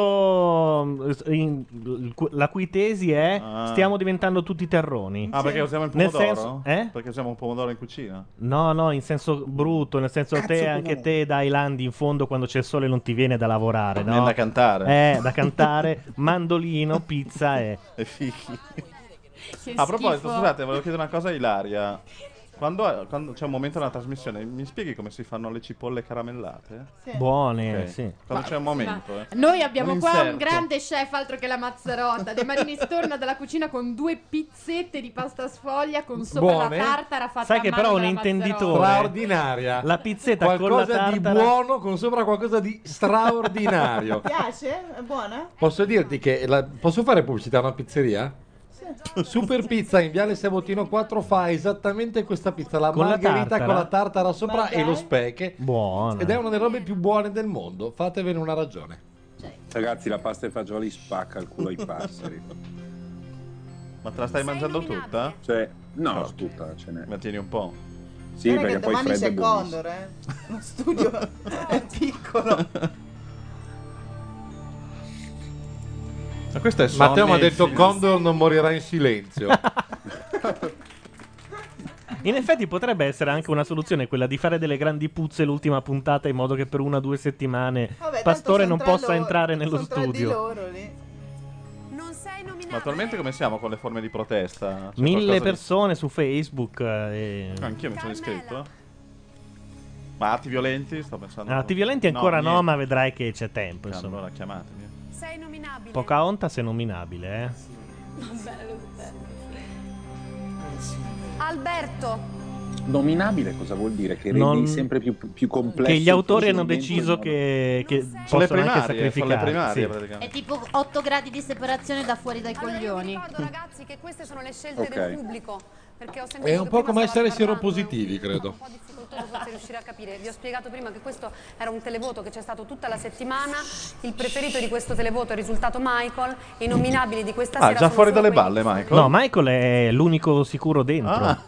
Speaker 1: dicendo mm, s- in- l- cu- la cui tesi è stiamo diventando tutti terroni.
Speaker 14: Ah, perché usiamo il
Speaker 1: Nel
Speaker 14: pomodoro?
Speaker 1: senso- eh?
Speaker 14: Perché usiamo un pomodoro in cucina?
Speaker 1: No, no, in senso brutto, nel senso
Speaker 14: Cazzo,
Speaker 1: te
Speaker 14: come
Speaker 1: anche
Speaker 14: no?
Speaker 1: te dai landi in fondo quando c'è il sole non ti viene da lavorare, no?
Speaker 14: Viene da cantare.
Speaker 1: Eh, da cantare, mandolino, pizza e
Speaker 14: e fichi. a proposito, scusate, volevo chiedere una cosa a Ilaria. Quando, quando c'è un momento nella trasmissione, mi spieghi come si fanno le cipolle caramellate?
Speaker 1: Sì. Buone,
Speaker 14: Ok.
Speaker 1: sì.
Speaker 14: Quando
Speaker 1: Ma-
Speaker 14: c'è un momento, eh.
Speaker 3: Noi abbiamo qua un
Speaker 14: inserto.
Speaker 3: grande chef, altro che la Mazzarotta. De Marinis torna dalla cucina con due pizzette di pasta sfoglia con sopra
Speaker 8: Buone.
Speaker 3: la tartara fatta
Speaker 1: Sai
Speaker 3: a
Speaker 1: che
Speaker 3: mano
Speaker 1: però un
Speaker 3: dalla Mazzarotta.
Speaker 1: intenditore
Speaker 8: Straordinaria.
Speaker 1: La pizzetta con la
Speaker 8: qualcosa di
Speaker 1: tartara.
Speaker 8: buono con sopra qualcosa di straordinario.
Speaker 2: Piace? È buona?
Speaker 8: Posso dirti che la- posso fare pubblicità a una pizzeria? Super Pizza in Viale Sabotino 4 fa esattamente questa pizza, la
Speaker 1: Con la
Speaker 8: margherita
Speaker 1: tartara?
Speaker 8: con la tartara sopra e lo speche.
Speaker 1: Buona.
Speaker 8: Ed è una delle robe più buone del mondo, fatevene una ragione.
Speaker 12: Ragazzi, la pasta e i fagioli spacca il culo ai passeri.
Speaker 14: Ma te la stai mangiando tutta?
Speaker 12: Cioè, no, tutta ce n'è.
Speaker 14: Ma tieni un po'.
Speaker 12: Sì,
Speaker 2: Guarda
Speaker 12: perché
Speaker 2: che
Speaker 12: poi
Speaker 2: domani
Speaker 12: Fred
Speaker 2: c'è
Speaker 12: è buonissimo.
Speaker 2: Condor, eh. Lo studio è piccolo.
Speaker 14: Ma questo è Sony
Speaker 8: Matteo mi ha detto
Speaker 14: Films.
Speaker 8: Condor non morirà in silenzio.
Speaker 1: In effetti potrebbe essere anche una soluzione quella di fare delle grandi puzze l'ultima puntata in modo che per una o due settimane
Speaker 2: Vabbè, tanto
Speaker 1: Pastore
Speaker 2: son
Speaker 1: non
Speaker 2: tra
Speaker 1: possa
Speaker 2: loro-
Speaker 1: entrare nello
Speaker 2: son tra di
Speaker 1: studio.
Speaker 2: loro lì.
Speaker 5: Non sei nominato.
Speaker 14: Ma attualmente come siamo con le forme di protesta? C'è
Speaker 1: Mille
Speaker 14: qualcosa
Speaker 1: persone su Facebook eh,
Speaker 14: di-
Speaker 1: e...
Speaker 14: Anch'io mi sono iscritto. eh. Ma atti violenti? Sto pensando.
Speaker 1: Ah, ti violenti ancora no, ma vedrai che c'è tempo, insomma.
Speaker 14: Allora chiamatemi.
Speaker 5: Sei nominabile.
Speaker 1: Pocahontas è nominabile, eh.
Speaker 5: Vabbè, lo
Speaker 14: Eh,
Speaker 5: stesso. Alberto.
Speaker 12: Nominabile cosa vuol dire? Che
Speaker 1: Non-
Speaker 12: rendi sempre più, più complesso.
Speaker 1: Che gli autori
Speaker 12: il
Speaker 1: hanno
Speaker 12: procedimento
Speaker 1: deciso
Speaker 12: in modo-
Speaker 1: che, che
Speaker 12: Sono le
Speaker 1: possono anche
Speaker 12: primarie, sono le
Speaker 1: sacrificare.
Speaker 12: primarie,
Speaker 1: sì.
Speaker 12: praticamente.
Speaker 21: È tipo 8 gradi di separazione da fuori dai coglioni.
Speaker 5: Ragazzi, che queste sono le scelte
Speaker 8: Ok.
Speaker 5: del pubblico. Perché ho sentito
Speaker 8: È un
Speaker 5: che
Speaker 8: po'
Speaker 5: prima
Speaker 8: come
Speaker 5: stavate
Speaker 8: essere
Speaker 5: parlando,
Speaker 8: sieropositivi, credo.
Speaker 5: è un po' difficoltoso forse riuscire a capire. Vi ho spiegato prima che questo era un televoto che c'è stato tutta la settimana. Il preferito di questo televoto è risultato Michael. I nominabili di questa
Speaker 14: Ah,
Speaker 5: sera
Speaker 14: già
Speaker 5: sono
Speaker 14: fuori
Speaker 5: solo
Speaker 14: dalle
Speaker 5: quelli-
Speaker 14: balle, Michael.
Speaker 1: No, Michael è l'unico sicuro dentro.
Speaker 14: Ah.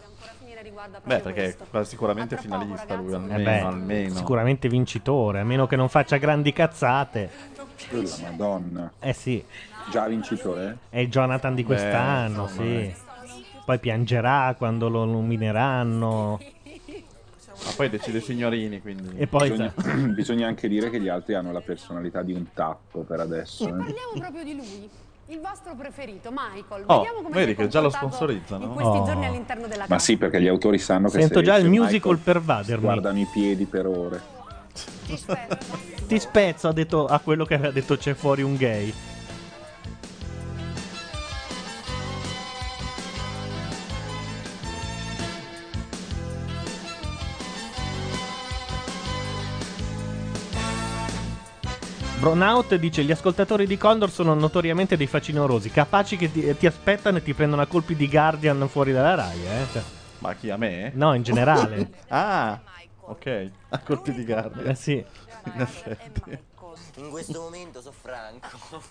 Speaker 14: Beh, perché è quasi sicuramente finalista lui, almeno.
Speaker 1: Eh beh,
Speaker 14: almeno.
Speaker 1: sicuramente vincitore, a meno che non faccia grandi cazzate.
Speaker 12: Oh, la Madonna.
Speaker 1: Eh sì,
Speaker 12: Già vincitore? eh?
Speaker 1: è il Jonathan di
Speaker 12: Beh,
Speaker 1: quest'anno,
Speaker 12: insomma,
Speaker 1: sì.
Speaker 12: eh.
Speaker 1: Poi piangerà quando lo nomineranno.
Speaker 14: Ma poi decide signorini, quindi.
Speaker 1: E poi-
Speaker 12: bisogna, bisogna anche dire che gli altri hanno la personalità di un tappo per adesso. eh.
Speaker 5: Parliamo proprio di lui. Il vostro preferito, Michael.
Speaker 12: Oh,
Speaker 5: Vediamo come
Speaker 12: vedi
Speaker 5: si è
Speaker 12: che già lo
Speaker 5: comportato
Speaker 12: sponsorizzano.
Speaker 5: In questi
Speaker 12: Oh.
Speaker 5: giorni all'interno della
Speaker 12: Ma
Speaker 5: casa.
Speaker 12: sì, perché gli autori sanno che
Speaker 1: Sento
Speaker 12: se
Speaker 1: già il
Speaker 12: esce
Speaker 1: musical
Speaker 12: Michael,
Speaker 1: per Vadermi.
Speaker 12: Guardano i piedi per ore.
Speaker 1: Ti spezzo, ha detto a quello che aveva detto c'è fuori un gay. Brownout dice gli ascoltatori di Condor sono notoriamente dei facinorosi, capaci che ti, ti aspettano e ti prendono a colpi di Guardian fuori dalla Rai, eh. Cioè,
Speaker 14: Ma chi a me?
Speaker 1: No, in generale.
Speaker 14: ah, ok. A colpi di guardia.
Speaker 1: Eh sì.
Speaker 14: In effetti.
Speaker 11: In questo momento so franco.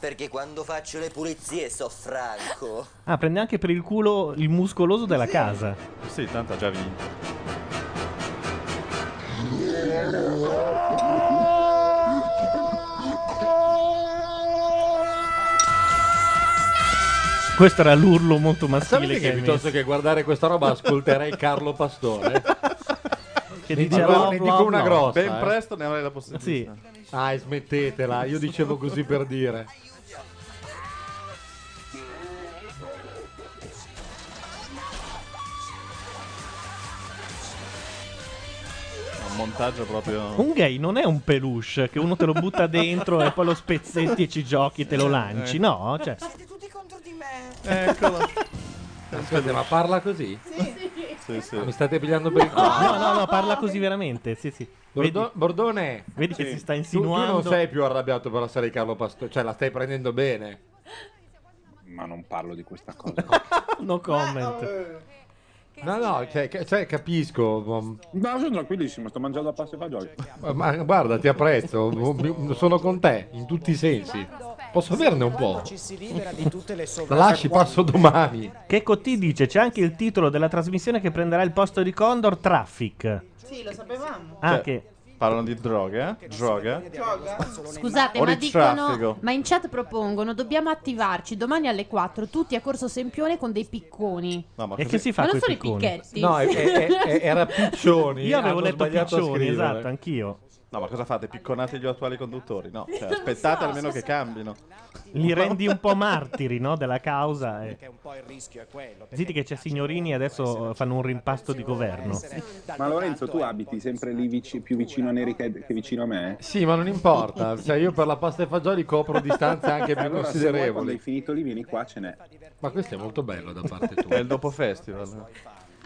Speaker 11: Perché quando faccio le pulizie so franco.
Speaker 1: Ah, prende anche per il culo il muscoloso della casa.
Speaker 14: Sì, tanto ha già vinto.
Speaker 1: Questo era l'urlo molto maschile
Speaker 8: Sapete
Speaker 1: che
Speaker 8: che
Speaker 1: hai
Speaker 8: piuttosto
Speaker 1: messo.
Speaker 8: che guardare questa roba ascolterei Carlo Pastore?
Speaker 1: Che
Speaker 8: Ne
Speaker 1: dice
Speaker 8: dico-
Speaker 1: no,
Speaker 8: ne
Speaker 1: no,
Speaker 8: dico una
Speaker 1: no.
Speaker 8: grossa.
Speaker 14: Ben
Speaker 8: eh.
Speaker 14: presto ne avrai la possibilità.
Speaker 8: Sì. Ah, smettetela, io dicevo così per dire.
Speaker 14: Un montaggio proprio.
Speaker 1: Un gay non è un peluche che uno te lo butta dentro e poi lo spezzetti e ci giochi e te lo lanci, no? Cioè,
Speaker 22: Siete tutti contro di me.
Speaker 8: Ecco.
Speaker 14: Eccolo.
Speaker 8: Aspetta, ma parla così?
Speaker 14: Sì, sì.
Speaker 8: Ah, Mi state pigliando per il culo?
Speaker 1: No, no, no, parla così veramente. Sì, sì.
Speaker 8: Bordo- Bordone,
Speaker 1: vedi che si sta
Speaker 8: Tu-
Speaker 1: insinuando.
Speaker 8: Tu, non sei più arrabbiato per la serie di Carlo Pastore, cioè la stai prendendo bene.
Speaker 12: Ma non parlo di questa cosa.
Speaker 1: no comment.
Speaker 12: eh,
Speaker 8: No, no, cioè, ca- cioè, capisco. ma-
Speaker 12: No, sono tranquillissimo, sto mangiando la pasta e fagioli.
Speaker 8: Ma guarda, ti apprezzo, mi- sono con te in tutti i sensi. Posso averne un po'?
Speaker 15: Ci si libera di tutte le sovra.
Speaker 8: La lasci, passo domani.
Speaker 1: Che T dice: c'è anche il titolo della trasmissione che prenderà il posto di Condor Traffic.
Speaker 8: Cioè,
Speaker 2: Sì, lo sapevamo.
Speaker 1: Ah, che-
Speaker 14: Parlano di droga, eh? Droga.
Speaker 3: Scusate,
Speaker 14: O
Speaker 3: ma
Speaker 14: di
Speaker 3: dicono,
Speaker 14: traffico.
Speaker 3: ma in chat propongono, dobbiamo attivarci domani alle 4 tutti a Corso Sempione con dei picconi.
Speaker 14: No, ma
Speaker 1: E
Speaker 14: così-
Speaker 1: che si fa
Speaker 3: Ma non
Speaker 1: coi
Speaker 3: sono i
Speaker 1: picconi?
Speaker 3: picchetti.
Speaker 8: No, è- è- è- era Piccioni.
Speaker 1: Io avevo
Speaker 8: hanno
Speaker 1: letto
Speaker 8: sbagliato a
Speaker 1: Piccioni,
Speaker 8: scrivere.
Speaker 1: esatto, anch'io.
Speaker 14: No, ma cosa fate? Picconate gli attuali conduttori? No, cioè,
Speaker 1: Non lo
Speaker 14: aspettate
Speaker 1: so,
Speaker 14: almeno
Speaker 1: se-
Speaker 14: che cambino.
Speaker 1: Li rendi un po' martiri, no? Della causa. eh. e-
Speaker 15: Un po' il rischio è quello.
Speaker 1: Zitti che c'è signorini e adesso fanno un rimpasto di governo.
Speaker 12: Ma Lorenzo, tu abiti sempre lì vici- più vicino a Neri che, che vicino a me?
Speaker 8: Sì, ma non importa. Cioè, io per la pasta e fagioli copro distanze anche più
Speaker 12: Allora, se vuoi, quando hai
Speaker 8: considerevoli.
Speaker 12: finito lì, vieni qua, ce n'è.
Speaker 8: Ma questo è molto bello da parte tua.
Speaker 14: È il dopo festival.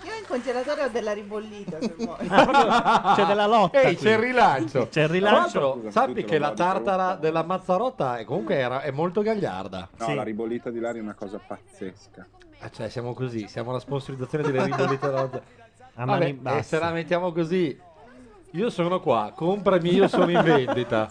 Speaker 2: Io in congelatore ho della ribollita se vuoi.
Speaker 1: C'è Cioè, della lotta
Speaker 8: Ehi,
Speaker 1: qui.
Speaker 8: c'è il rilancio.
Speaker 1: C'è il rilancio.
Speaker 8: Tra l'altro, sappi che la tartara della Mazzarotta è comunque era- è molto gagliarda.
Speaker 12: No, la ribollita di Lari è una cosa pazzesca.
Speaker 8: Ah, cioè, siamo così, siamo la sponsorizzazione delle ribollite della
Speaker 1: A
Speaker 8: Vabbè,
Speaker 1: mani
Speaker 8: e
Speaker 1: basse.
Speaker 8: se la mettiamo così, io sono qua, comprami, io sono in vendita.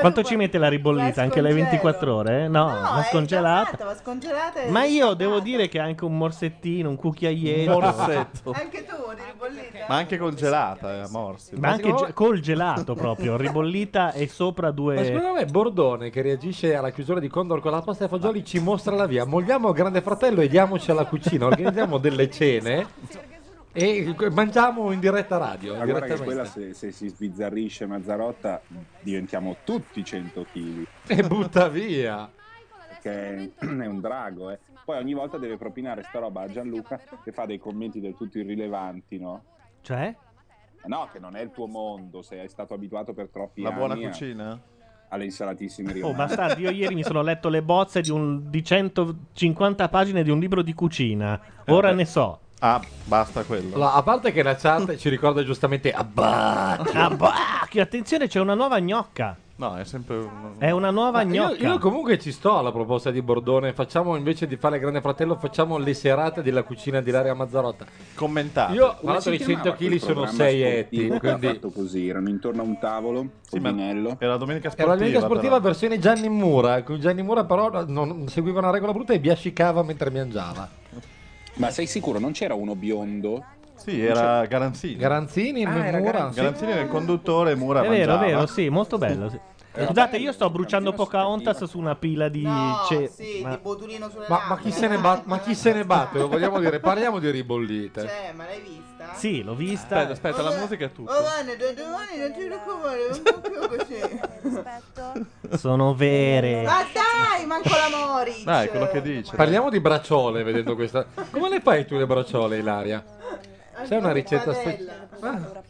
Speaker 1: Quanto ci mette la ribollita?
Speaker 2: la
Speaker 1: Anche le
Speaker 2: scongelo.
Speaker 1: 24 ore? eh? No,
Speaker 2: No,
Speaker 1: la
Speaker 2: è già
Speaker 1: scongelata.
Speaker 2: fatta, ma Ecco, scongelata è-
Speaker 1: Ma io devo dire che anche un morsettino, un cucchiaietto.
Speaker 14: Morsetto.
Speaker 2: Anche tu, di ribollita?
Speaker 14: Ma anche congelata, eh, a morsi.
Speaker 1: Ma anche ge- col gelato proprio, ribollita e sopra
Speaker 8: Ma secondo
Speaker 1: due...
Speaker 8: me Bordone, che reagisce alla chiusura di Condor con la pasta e fagioli, ci mostra la via. Molliamo Grande Fratello e diamoci alla cucina, organizziamo delle cene e mangiamo in diretta radio.
Speaker 12: Ma guarda che
Speaker 8: direttamente.
Speaker 12: quella se, se si sbizzarrisce Mazzarotta diventiamo tutti 100 kg.
Speaker 8: E butta via.
Speaker 12: Perché è un drago, eh. Poi ogni volta deve propinare sta roba a Gianluca che fa dei commenti del tutto irrilevanti, no? Eh,
Speaker 1: Cioè?
Speaker 12: No, che non è il tuo mondo, sei stato abituato per troppi
Speaker 14: La
Speaker 12: anni
Speaker 14: buona
Speaker 12: a-
Speaker 14: cucina?
Speaker 12: alle insalatissime
Speaker 1: Oh,
Speaker 12: riomane.
Speaker 1: bastardi, io ieri mi sono letto le bozze di, un- di 150 pagine di un libro di cucina. Ora ne so.
Speaker 14: Ah, basta quello.
Speaker 8: Allora, a parte che la chat ci ricorda giustamente Abbacchio.
Speaker 1: Abbacchio, attenzione, c'è una nuova gnocca.
Speaker 14: No, è sempre un...
Speaker 1: È una nuova
Speaker 8: Ma io,
Speaker 1: gnocca.
Speaker 8: io comunque ci sto alla proposta di Bordone. Facciamo invece di fare il Grande Fratello, facciamo le serate della cucina di Laria Mazzarotta.
Speaker 14: Commentate.
Speaker 8: Io, tra
Speaker 12: Ah, Come
Speaker 8: l'altro,
Speaker 12: si
Speaker 8: i 100
Speaker 12: chiamava
Speaker 8: kg
Speaker 12: quel
Speaker 8: sono
Speaker 12: programma
Speaker 8: 6
Speaker 12: sportivo
Speaker 8: etti.
Speaker 12: che era
Speaker 8: Quindi
Speaker 12: fatto così, erano intorno a un tavolo, col vinello.
Speaker 14: Era la domenica
Speaker 8: era
Speaker 14: sportiva.
Speaker 8: la Lega sportiva
Speaker 14: però.
Speaker 8: versione Gianni Mura. Con Gianni Mura, però, non, seguiva una regola brutta e biascicava mentre mangiava.
Speaker 12: Ma sei sicuro, non c'era uno biondo?
Speaker 14: Sì, era Garanzini.
Speaker 8: Garanzini,
Speaker 14: Ah, era
Speaker 8: Mura.
Speaker 14: Garanzini. Garanzini era il conduttore e Mura
Speaker 1: È vero, è
Speaker 14: mangiava.
Speaker 1: vero, sì, molto bello. sì.
Speaker 8: Eh,
Speaker 1: Scusate, io sto bruciando Pocahontas su una pila di... ce-
Speaker 2: Sì,
Speaker 1: ma-
Speaker 2: di botulino sulle
Speaker 8: Ma, ma chi se ne bat- ma chi se ne batte? Lo vogliamo dire, parliamo di ribollite.
Speaker 2: Eh, ma l'hai vista?
Speaker 1: Sì, l'ho vista.
Speaker 14: Aspetta, aspetta, la musica è
Speaker 2: Ma
Speaker 14: tutta.
Speaker 2: guarda, da domani non ti raccomando, non può più così.
Speaker 1: Sono vere.
Speaker 2: Ma dai, manco la Mori.
Speaker 14: Dai, quello che dice.
Speaker 8: Parliamo di bracciole vedendo questa. Come le fai tu le bracciole, Ilaria? C'è una ricetta Ah. speciale?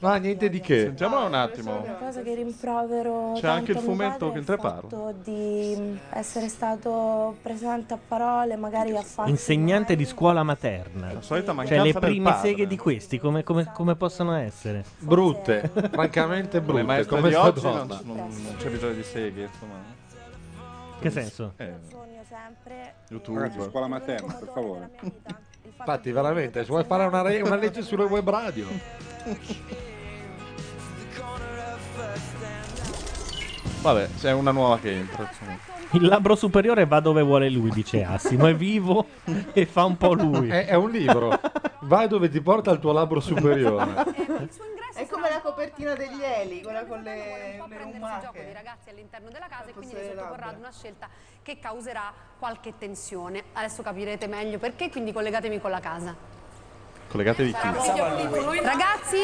Speaker 8: Ma niente di che.
Speaker 14: Sentiamola un attimo.
Speaker 10: Una cosa che rimprovero
Speaker 14: C'è
Speaker 10: tanto
Speaker 14: anche il
Speaker 10: a mio
Speaker 14: fumetto
Speaker 10: padre
Speaker 14: che
Speaker 10: è
Speaker 14: te
Speaker 10: il
Speaker 14: parlo.
Speaker 10: fatto di essere stato presente a parole, magari a fatti.
Speaker 1: Insegnante di scuola materna.
Speaker 14: solita
Speaker 1: cioè
Speaker 14: mancanza
Speaker 1: le
Speaker 14: del
Speaker 1: prime
Speaker 14: padre.
Speaker 1: seghe di questi, come, come- come possono essere?
Speaker 8: Brutte, francamente
Speaker 14: Le
Speaker 8: brutte.
Speaker 14: maestre
Speaker 8: Come
Speaker 14: di
Speaker 8: sta
Speaker 14: oggi non,
Speaker 8: donna.
Speaker 14: non- non c'è bisogno di seghe, insomma.
Speaker 1: Che senso?
Speaker 14: Eh,
Speaker 10: Sogno sempre
Speaker 14: YouTube.
Speaker 12: Ah, Ragazzi, scuola materna, per favore.
Speaker 8: Infatti, veramente, se vuoi fare una, re- una legge sulle web radio.
Speaker 14: Vabbè, c'è una nuova che entra. insomma.
Speaker 1: Il labbro superiore va dove vuole lui, dice Assimo. È vivo e fa un po' lui.
Speaker 8: È, è un libro. Vai dove ti porta il tuo labbro
Speaker 12: Eh,
Speaker 8: superiore.
Speaker 2: È come la copertina degli Eli, quella con le, le lumache.
Speaker 5: ragazzi all'interno della casa e quindi le sottoporrà ad una scelta che causerà qualche tensione. Adesso capirete meglio perché, quindi collegatemi con la casa.
Speaker 14: Collegatevi chi?
Speaker 5: Ragazzi,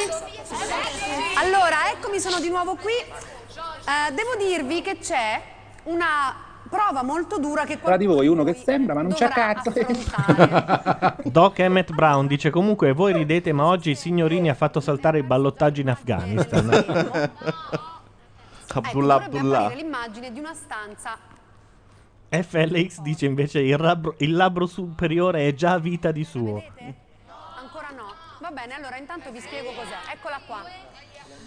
Speaker 5: allora eccomi, sono di nuovo qui. Eh, devo dirvi che c'è una prova molto dura che
Speaker 12: Tra di voi uno che sembra, ma non c'è cazzo.
Speaker 1: Doc Emmett Brown dice comunque voi ridete ma oggi Signorini ha fatto saltare il ballottaggio in
Speaker 12: Ecco,
Speaker 1: Afghanistan.
Speaker 5: Abdullah Abdullah. l'immagine di una stanza
Speaker 1: FLX dice invece il, labbro- il labbro superiore è già vita di suo.
Speaker 5: Ancora no. Va bene, allora intanto vi spiego cos'è. Eccola qua.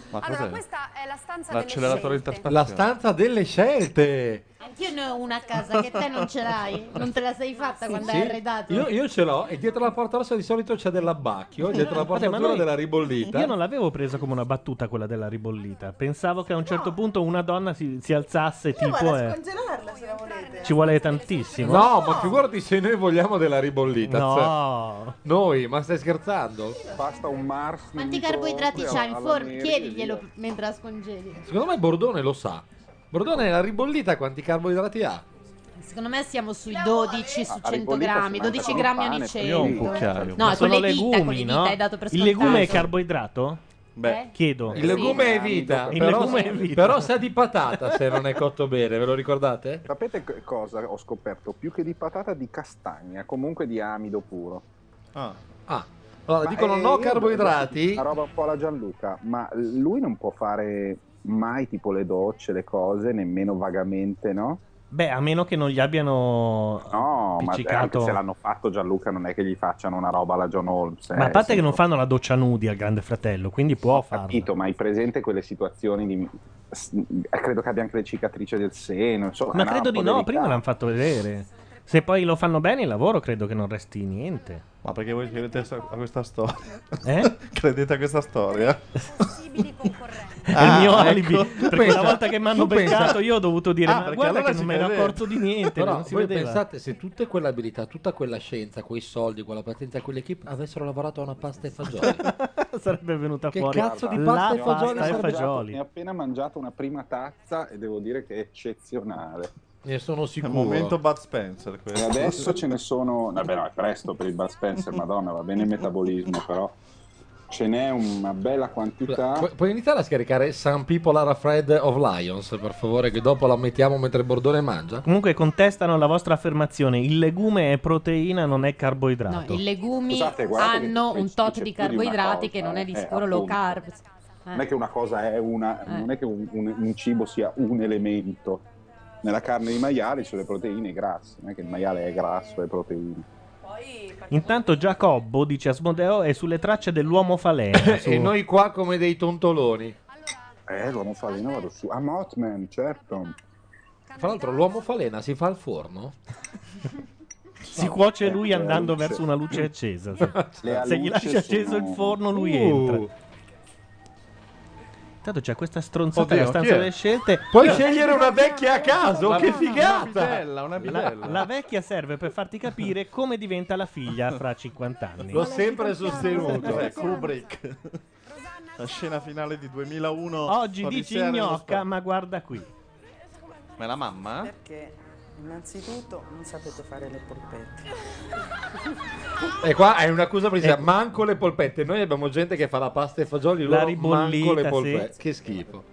Speaker 8: Ma
Speaker 5: allora,
Speaker 8: cos'è?
Speaker 5: questa è la stanza delle
Speaker 8: L'acceleratore
Speaker 5: scelte.
Speaker 8: La stanza delle scelte.
Speaker 17: Anch'io ne ho una a casa che te non ce l'hai. Non te la sei fatta quando hai
Speaker 8: Sì,
Speaker 17: arredato.
Speaker 8: Io, io ce l'ho e dietro la porta rossa di solito c'è dell'abbacchio, dietro la porta
Speaker 1: Vabbè, ma
Speaker 8: dura
Speaker 1: noi-
Speaker 8: della ribollita.
Speaker 1: Io non l'avevo presa come una battuta quella della ribollita. Pensavo che a un certo punto una donna si, si alzasse
Speaker 2: Io
Speaker 1: tipo
Speaker 2: vado a
Speaker 1: eh,
Speaker 2: scongelarla se la volete.
Speaker 1: ci vuole tantissimo.
Speaker 8: No, ma figurati se noi vogliamo della ribollita.
Speaker 1: No.
Speaker 8: cioè. Noi, ma stai scherzando?
Speaker 12: Basta un Mars.
Speaker 17: Quanti carboidrati c'ha in forno? Chiediglielo mentre la scongeli.
Speaker 8: Secondo me Bordone lo sa. Bordone la ribollita quanti carboidrati ha?
Speaker 17: Secondo me siamo sui 12 su
Speaker 8: Ah,
Speaker 17: 100
Speaker 8: ribollita
Speaker 17: grammi,
Speaker 8: si mangia
Speaker 17: 12
Speaker 8: con
Speaker 17: grammi
Speaker 8: pane,
Speaker 17: ogni
Speaker 8: sì.
Speaker 17: 100.
Speaker 8: Io ho un cucchiaio.
Speaker 17: No, eh,
Speaker 1: Ma
Speaker 17: è con
Speaker 1: sono
Speaker 17: le dita, con le
Speaker 1: legumi,
Speaker 17: dita,
Speaker 1: no?
Speaker 17: è dato per
Speaker 1: Il legume è
Speaker 17: scontato. Eh?
Speaker 1: carboidrato?
Speaker 17: Beh.
Speaker 1: chiedo.
Speaker 8: Il legume è vita.
Speaker 1: Il
Speaker 8: però,
Speaker 1: legume è vita.
Speaker 8: Però sa di patata se non è cotto bene, ve lo ricordate?
Speaker 12: Sapete co- cosa ho scoperto? Più che di patata, di castagna, comunque di amido puro.
Speaker 14: Ah.
Speaker 8: Allora,
Speaker 12: eh,
Speaker 8: dicono no carboidrati.
Speaker 12: Una roba un po' alla Gianluca, ma lui non può fare mai tipo le docce, le cose, nemmeno vagamente, no?
Speaker 1: Beh, a meno che non gli abbiano
Speaker 12: No, ma anche
Speaker 1: appiccicato.
Speaker 12: se
Speaker 1: Ma,
Speaker 12: l'hanno fatto Gianluca non è che gli facciano una roba alla John Holmes. eh,
Speaker 1: a parte
Speaker 12: sì.
Speaker 1: che non fanno la doccia nudi al Grande Fratello, quindi può farlo.
Speaker 12: Capito, ma hai presente quelle situazioni di... s- eh, credo che abbia anche le cicatrici del seno, insomma,
Speaker 1: Ma
Speaker 12: è una
Speaker 1: credo
Speaker 12: roba
Speaker 1: di no,
Speaker 12: delicata.
Speaker 1: prima l'hanno fatto vedere. Se poi lo fanno bene il lavoro, credo che non resti niente.
Speaker 14: Ma perché voi credete a a questa storia?
Speaker 1: Eh?
Speaker 14: credete a questa storia?
Speaker 1: È il mio alibi.
Speaker 14: ecco.
Speaker 1: Perché la volta che mi hanno
Speaker 8: tu pensa-
Speaker 1: beccato io ho dovuto dire:
Speaker 8: Ah,
Speaker 1: Ma
Speaker 8: perché
Speaker 1: guarda
Speaker 8: allora
Speaker 1: che
Speaker 8: si
Speaker 1: non me ne
Speaker 8: vede."
Speaker 1: accorto di niente.
Speaker 8: Però
Speaker 1: non si
Speaker 8: voi
Speaker 1: vedeva.
Speaker 8: pensate se tutte quelle abilità, tutta quella scienza, quei soldi, quella patenza, quell'equipe avessero lavorato a una pasta e fagioli.
Speaker 1: Sarebbe venuta
Speaker 8: che
Speaker 1: fuori
Speaker 8: cazzo di
Speaker 1: la
Speaker 8: pasta e fagioli
Speaker 1: pasta e
Speaker 8: sarebbe-
Speaker 1: fagioli.
Speaker 12: Ne ho appena mangiato una prima tazza e devo dire che è eccezionale.
Speaker 8: Ne sono sicuro.
Speaker 14: momento Bud Spencer
Speaker 12: E
Speaker 14: questo.
Speaker 12: adesso ce ne sono. Vabbè, no, è presto per il Bud Spencer, madonna, va bene il metabolismo, però ce n'è una bella quantità.
Speaker 8: Pu- puoi iniziare a scaricare Some People Are Afraid of Lions, per favore, che dopo la mettiamo mentre Bordone mangia?
Speaker 1: Comunque contestano la vostra affermazione: il legume è proteina, non è
Speaker 3: No,
Speaker 1: carboidrato.
Speaker 3: i legumi
Speaker 12: Scusate, guardate che
Speaker 3: hanno
Speaker 12: qui
Speaker 3: un
Speaker 12: ci
Speaker 3: tot
Speaker 12: dice
Speaker 3: di
Speaker 12: più di una
Speaker 3: carboidrati
Speaker 12: cosa,
Speaker 3: che non è di
Speaker 12: eh,
Speaker 3: sicuro low
Speaker 12: appunto.
Speaker 3: carbs.
Speaker 12: Non
Speaker 5: Eh.
Speaker 12: è che una cosa è una. Non è che un, un- un cibo sia un elemento. Nella carne di maiale ci sono le proteine e i grassi, non è che il maiale è grasso e proteine.
Speaker 1: Intanto Giacobbo dice Asmodeo è sulle tracce dell'uomo
Speaker 14: Eh,
Speaker 1: falena. su-
Speaker 8: E noi qua come dei tontoloni.
Speaker 12: Eh, l'uomo falena vado su. Ah, Motman, certo.
Speaker 8: Fra l'altro, l'uomo falena si fa al forno?
Speaker 1: Si cuoce lui andando verso una luce accesa. Se,
Speaker 8: Le
Speaker 1: se gli
Speaker 8: luci
Speaker 1: lasci acceso
Speaker 8: sono-
Speaker 1: il forno, lui
Speaker 8: Uh.
Speaker 1: entra. Intanto c'è questa stronzata
Speaker 8: Oddio,
Speaker 1: della
Speaker 8: chi
Speaker 1: stanza
Speaker 8: è?
Speaker 1: delle
Speaker 14: Eh,
Speaker 1: scelte.
Speaker 8: Puoi scegliere una vecchia a caso,
Speaker 1: La-
Speaker 8: che figata!
Speaker 1: una bidella,
Speaker 14: una
Speaker 1: La, la vecchia serve per farti capire come diventa la figlia fra 50 anni.
Speaker 8: L'ho sempre sostenuto. eh,
Speaker 14: Cos'è? Cioè, Kubrick. La scena finale di 2001.
Speaker 1: Oggi
Speaker 14: Odissea
Speaker 1: dici
Speaker 14: nello
Speaker 1: gnocca,
Speaker 14: spazio.
Speaker 1: ma guarda qui.
Speaker 14: Ma è la mamma?
Speaker 10: Perché innanzitutto non sapete fare le polpette.
Speaker 8: E qua è un'accusa precisa. Manco le polpette. Noi abbiamo gente che fa la pasta e fagioli,
Speaker 1: La
Speaker 8: loro
Speaker 1: ribollita,
Speaker 8: manco le
Speaker 1: sì.
Speaker 8: polpette. Che schifo.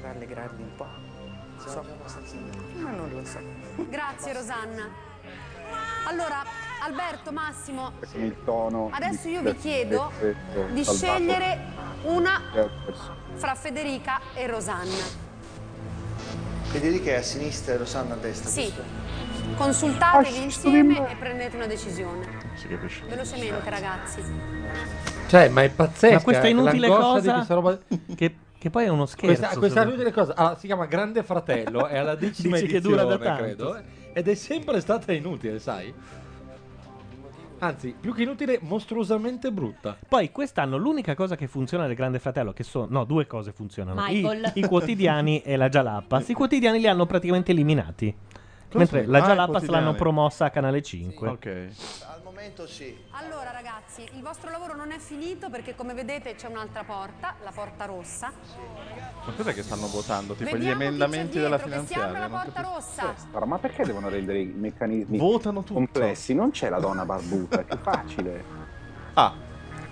Speaker 10: Farle grandi un po'. So cosa significa, ma non lo so.
Speaker 5: Grazie Rosanna. Allora, Alberto, Massimo,
Speaker 12: Con Il tono.
Speaker 5: Adesso
Speaker 12: di-
Speaker 5: io vi
Speaker 12: del-
Speaker 5: chiedo
Speaker 12: del- del-
Speaker 5: di
Speaker 12: salvato.
Speaker 5: scegliere una
Speaker 12: Eh, perso.
Speaker 5: fra Federica e Rosanna.
Speaker 15: Federica è a sinistra e Rosanna a destra.
Speaker 5: Sì. Consultatevi insieme e prendete una decisione.
Speaker 14: Si capisce.
Speaker 5: Velocemente, ragazzi.
Speaker 8: Cioè, ma è pazzesca.
Speaker 1: Ma questa inutile
Speaker 8: l'angoscia di
Speaker 1: cosa-
Speaker 8: questa roba-
Speaker 1: Che, che poi è uno scherzo.
Speaker 8: Questa, questa
Speaker 1: secondo me.
Speaker 8: inutile cosa ah, si chiama Grande Fratello, è alla decima
Speaker 1: Dici
Speaker 8: edizione, eh,
Speaker 1: che dura da tanto.
Speaker 8: credo, ed è sempre stata inutile, sai? Anzi, più che inutile, mostruosamente brutta.
Speaker 1: Poi quest'anno l'unica cosa che funziona del Grande Fratello, che sono... No, due cose funzionano. I,
Speaker 3: Michael.
Speaker 1: i quotidiani e la Gialappa. I quotidiani li hanno praticamente eliminati.
Speaker 14: Cosa?
Speaker 1: Mentre la
Speaker 14: Ah, i
Speaker 1: Gialappa l'hanno
Speaker 14: quotidiani.
Speaker 1: promossa a Canale 5. Ok.
Speaker 9: Al momento sì.
Speaker 5: Allora ragazzi, il vostro lavoro non è finito perché come vedete c'è un'altra porta, la porta rossa.
Speaker 14: Ma cos'è che stanno votando? Tipo
Speaker 5: Vediamo
Speaker 14: gli
Speaker 5: chi c'è
Speaker 14: emendamenti della
Speaker 5: dietro, che si apre
Speaker 14: finanziaria?
Speaker 5: la
Speaker 14: non
Speaker 5: porta
Speaker 14: capisco.
Speaker 5: rossa.
Speaker 12: Allora, ma perché devono rendere i meccanismi complessi? Non c'è la donna barbuta, è più facile.
Speaker 14: Ah,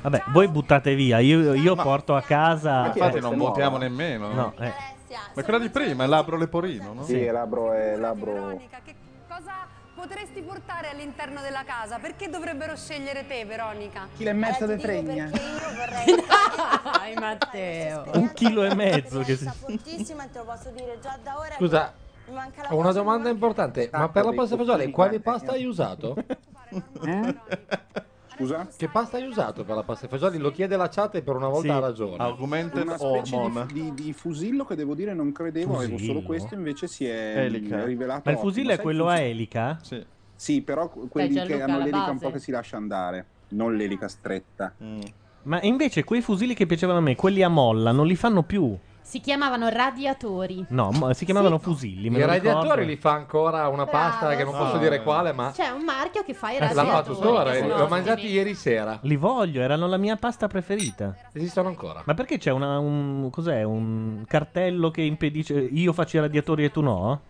Speaker 1: Vabbè, voi buttate via,
Speaker 3: Eh,
Speaker 1: io, io
Speaker 14: Ma-
Speaker 1: porto a casa...
Speaker 14: Ma infatti non votiamo
Speaker 1: votiamo
Speaker 14: nemmeno.
Speaker 1: No, eh.
Speaker 14: Ma quella di prima è Labro Leporino, no?
Speaker 12: Sì, Sì. Labro è Labro.
Speaker 5: Cosa potresti portare all'interno della casa? Perché dovrebbero scegliere te, Veronica?
Speaker 10: Chi l'è messa de fregna?
Speaker 5: Eh, Dai, Matteo.
Speaker 1: Un chilo e mezzo che si...
Speaker 23: Fortissima, te lo posso dire già da ora.
Speaker 8: Scusa,
Speaker 23: Mi manca la
Speaker 8: ho una domanda importante. Ma per la
Speaker 23: dei
Speaker 8: pasta e fagioli,
Speaker 23: costumi,
Speaker 8: quale
Speaker 23: guarda,
Speaker 8: pasta hai usato?
Speaker 1: Eh?
Speaker 12: Scusa?
Speaker 8: Che pasta hai usato per la pasta e fagioli? Lo chiede la chat e per una volta
Speaker 14: Sì,
Speaker 8: ha ragione.
Speaker 12: Una specie di, di- di fusillo che devo dire non credevo, avevo
Speaker 8: Fusillo?
Speaker 12: solo questo, invece si è
Speaker 14: Elica.
Speaker 12: mm, rivelato.
Speaker 1: Ma il
Speaker 12: ottimo.
Speaker 1: fusillo è
Speaker 12: Sai,
Speaker 1: quello
Speaker 12: il
Speaker 1: a
Speaker 12: fusi-
Speaker 1: elica?
Speaker 14: Sì.
Speaker 12: Sì, però quelli che
Speaker 1: Cioè, Gianluca,
Speaker 12: hanno
Speaker 1: la
Speaker 12: l'elica un
Speaker 1: base.
Speaker 12: po' che si lascia andare, non l'elica stretta.
Speaker 1: Mm. Ma invece quei fusili che piacevano a me, quelli a molla, non li fanno più.
Speaker 3: Eh. Si chiamavano radiatori.
Speaker 1: No, mo- si chiamavano fusilli. me
Speaker 8: I
Speaker 1: lo
Speaker 8: radiatori
Speaker 1: ricordo.
Speaker 8: li fa ancora una pasta
Speaker 3: Bravo,
Speaker 8: che non
Speaker 3: sì.
Speaker 8: posso dire quale,
Speaker 1: Ah?
Speaker 8: ma
Speaker 3: C'è un marchio che
Speaker 1: Eh,
Speaker 3: fa i
Speaker 8: l'ha fatto
Speaker 3: radiatori.
Speaker 8: tuttora. eh,
Speaker 3: che sono
Speaker 8: L'ho
Speaker 3: ottimi.
Speaker 8: mangiati ieri sera.
Speaker 1: Li voglio, erano la mia pasta preferita.
Speaker 8: Esistono ancora.
Speaker 1: Ma perché c'è una, un. Cos'è? Un cartello che impedisce. Io faccio i radiatori e tu no?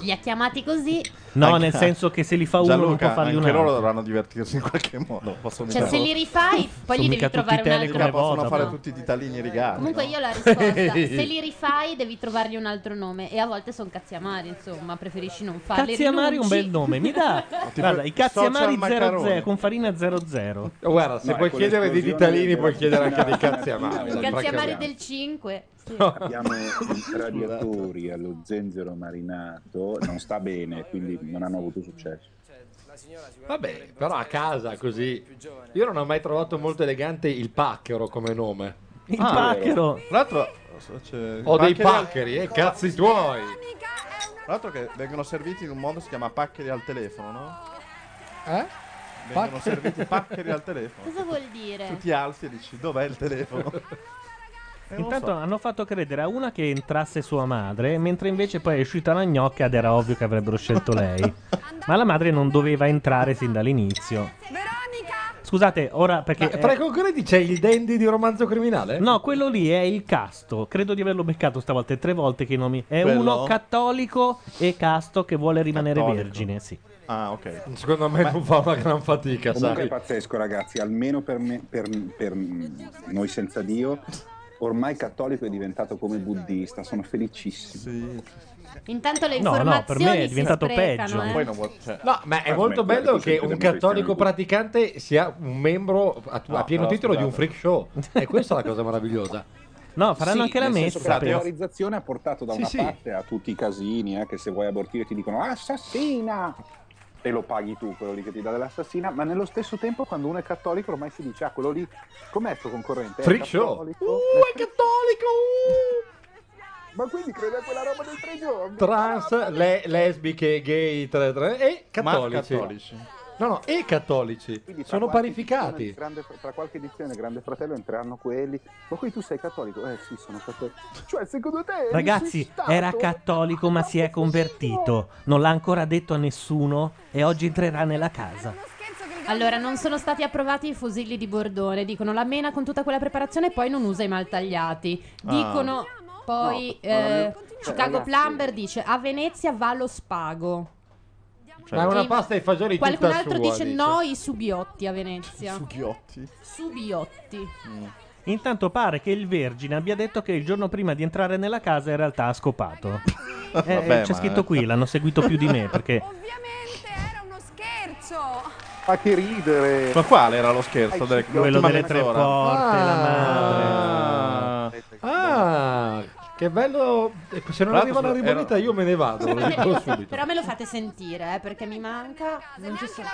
Speaker 3: Li ha chiamati così.
Speaker 1: No,
Speaker 14: Anche-
Speaker 1: nel senso che se li fa uno non
Speaker 14: Gianluca,
Speaker 1: può farli un
Speaker 14: anche loro
Speaker 1: altro.
Speaker 14: dovranno divertirsi in qualche modo. Possono
Speaker 3: Cioè, se li rifai, poi gli devi trovare un altro
Speaker 14: Mica possono
Speaker 3: nome.
Speaker 14: fare tutti i ditalini rigati.
Speaker 3: Comunque
Speaker 14: no?
Speaker 3: io ho la risposta. Se li rifai, devi trovargli un altro nome. E a volte sono cazziamari, insomma, preferisci non farli.
Speaker 1: Cazziamari è un
Speaker 3: rinunci.
Speaker 1: bel nome, mi dà. Guarda, i Cazziamari
Speaker 14: social macaroni.
Speaker 1: 00 con farina 00.
Speaker 8: Oh, Guarda, se puoi chiedere dei ditalini, puoi chiedere anche dei cazziamari.
Speaker 3: I cazziamari del 5. Sì.
Speaker 12: Abbiamo i radiatori allo zenzero marinato, non sta bene, quindi non hanno avuto successo.
Speaker 8: Vabbè, però a casa così. Io non ho mai trovato molto elegante il pacchero come nome.
Speaker 1: Il pacchero.
Speaker 14: Tra l'altro, so- c'è-
Speaker 8: Ho dei
Speaker 14: paccheri
Speaker 8: paccheri, eh, cazzi tuoi.
Speaker 14: Tra l'altro, che vengono serviti in un modo che si chiama paccheri al telefono, no?
Speaker 8: Eh?
Speaker 14: Vengono
Speaker 8: Paccheri?
Speaker 14: serviti paccheri al telefono.
Speaker 3: Cosa vuol dire?
Speaker 14: Tu ti alzi e dici: Dov'è il telefono? Eh, non
Speaker 1: Intanto
Speaker 14: so.
Speaker 1: hanno fatto credere a una che entrasse sua madre, mentre invece poi è uscita la gnocca ed era ovvio che avrebbero scelto lei. Ma la madre non doveva entrare sin dall'inizio. Scusate, ora perché.
Speaker 8: Ma tra i concorrenti c'è il dandy di romanzo criminale?
Speaker 1: No, quello lì è il casto. Credo di averlo beccato stavolta tre volte che i nomi. È
Speaker 8: Quello?
Speaker 1: uno cattolico e casto che vuole rimanere
Speaker 8: Cattolico.
Speaker 1: vergine, sì.
Speaker 14: Ah, ok.
Speaker 8: Secondo me non fa una gran fatica,
Speaker 12: Comunque
Speaker 8: sai.
Speaker 12: è pazzesco, ragazzi, almeno per, me- per- per noi senza Dio. Ormai cattolico è diventato come buddista, sono felicissimo.
Speaker 3: Intanto le
Speaker 12: No, no, per me è
Speaker 3: informazioni si
Speaker 12: diventato
Speaker 3: sprecano,
Speaker 12: peggio.
Speaker 3: eh.
Speaker 12: Poi non
Speaker 8: No, ma è
Speaker 12: Ah,
Speaker 8: molto
Speaker 12: smettila,
Speaker 8: bello
Speaker 12: tu sei
Speaker 8: che un
Speaker 12: democristiano
Speaker 8: cattolico
Speaker 12: anche tu.
Speaker 8: praticante sia un membro a, tu- a
Speaker 12: No,
Speaker 8: pieno
Speaker 12: però,
Speaker 8: titolo di un
Speaker 12: scusate.
Speaker 8: freak show. E questa è la cosa meravigliosa.
Speaker 1: No,
Speaker 12: Sì, nel senso che La teorizzazione ha portato da
Speaker 8: Sì,
Speaker 12: una
Speaker 8: sì.
Speaker 12: parte a tutti i casini, eh, che se vuoi abortire ti dicono assassina e lo paghi tu quello lì che ti dà dell'assassina, ma nello stesso tempo quando uno è cattolico ormai si dice ah quello lì com'è suo concorrente? È
Speaker 8: Freak show.
Speaker 12: cattolico?"
Speaker 8: Uh, è cattolico!
Speaker 12: Ma quindi crede a quella roba del tre giorni?
Speaker 8: Trans, le- lesbiche, gay, tra- tra- e cattolici.
Speaker 14: Ma cattolici.
Speaker 8: No, no, e cattolici.
Speaker 12: Quindi tra
Speaker 8: Sono
Speaker 12: qualche edizione
Speaker 8: parificati.
Speaker 12: del Grande- tra qualche edizione Grande Fratello entreranno quelli. Ma qui tu sei cattolico? Eh sì, sono cattolico. Cioè, secondo te...
Speaker 1: Ragazzi, era cattolico ma si è convertito. Non l'ha ancora detto a nessuno e oggi entrerà nella casa.
Speaker 3: Allora, non sono stati approvati i fusilli di Bordone. Dicono la mena con tutta quella preparazione e poi non usa i maltagliati.
Speaker 14: Ah.
Speaker 3: Dicono poi
Speaker 14: No, ma
Speaker 3: eh,
Speaker 14: la-
Speaker 3: Chicago
Speaker 8: ragazzi.
Speaker 3: Plumber dice a Venezia va lo spago.
Speaker 8: Ma è una pasta ai fagioli
Speaker 3: Qualcun
Speaker 8: tutta
Speaker 3: altro
Speaker 8: sua,
Speaker 3: dice
Speaker 8: dice.
Speaker 3: no i subiotti a Venezia.
Speaker 14: Sughiotti.
Speaker 3: Subiotti.
Speaker 1: Intanto pare che il Vergine abbia detto che il giorno prima di entrare nella casa in realtà ha scopato. Eh,
Speaker 14: Vabbè,
Speaker 1: c'è
Speaker 14: ma-
Speaker 1: scritto qui, l'hanno seguito più di me perché...
Speaker 5: Scherzo!
Speaker 12: Ma che ridere!
Speaker 14: Ma quale era lo scherzo? Delle,
Speaker 1: Quello
Speaker 14: l'ultima
Speaker 1: delle tre
Speaker 14: mezz'ora?
Speaker 1: porte, la
Speaker 8: madre. Ah, che bello. Ecco, Se non
Speaker 14: Tra l'altro
Speaker 8: arriva la
Speaker 14: sono-
Speaker 8: rimonita io me ne vado, lo dico subito.
Speaker 3: Però me lo fate sentire, eh, perché mi manca. Non ci sono.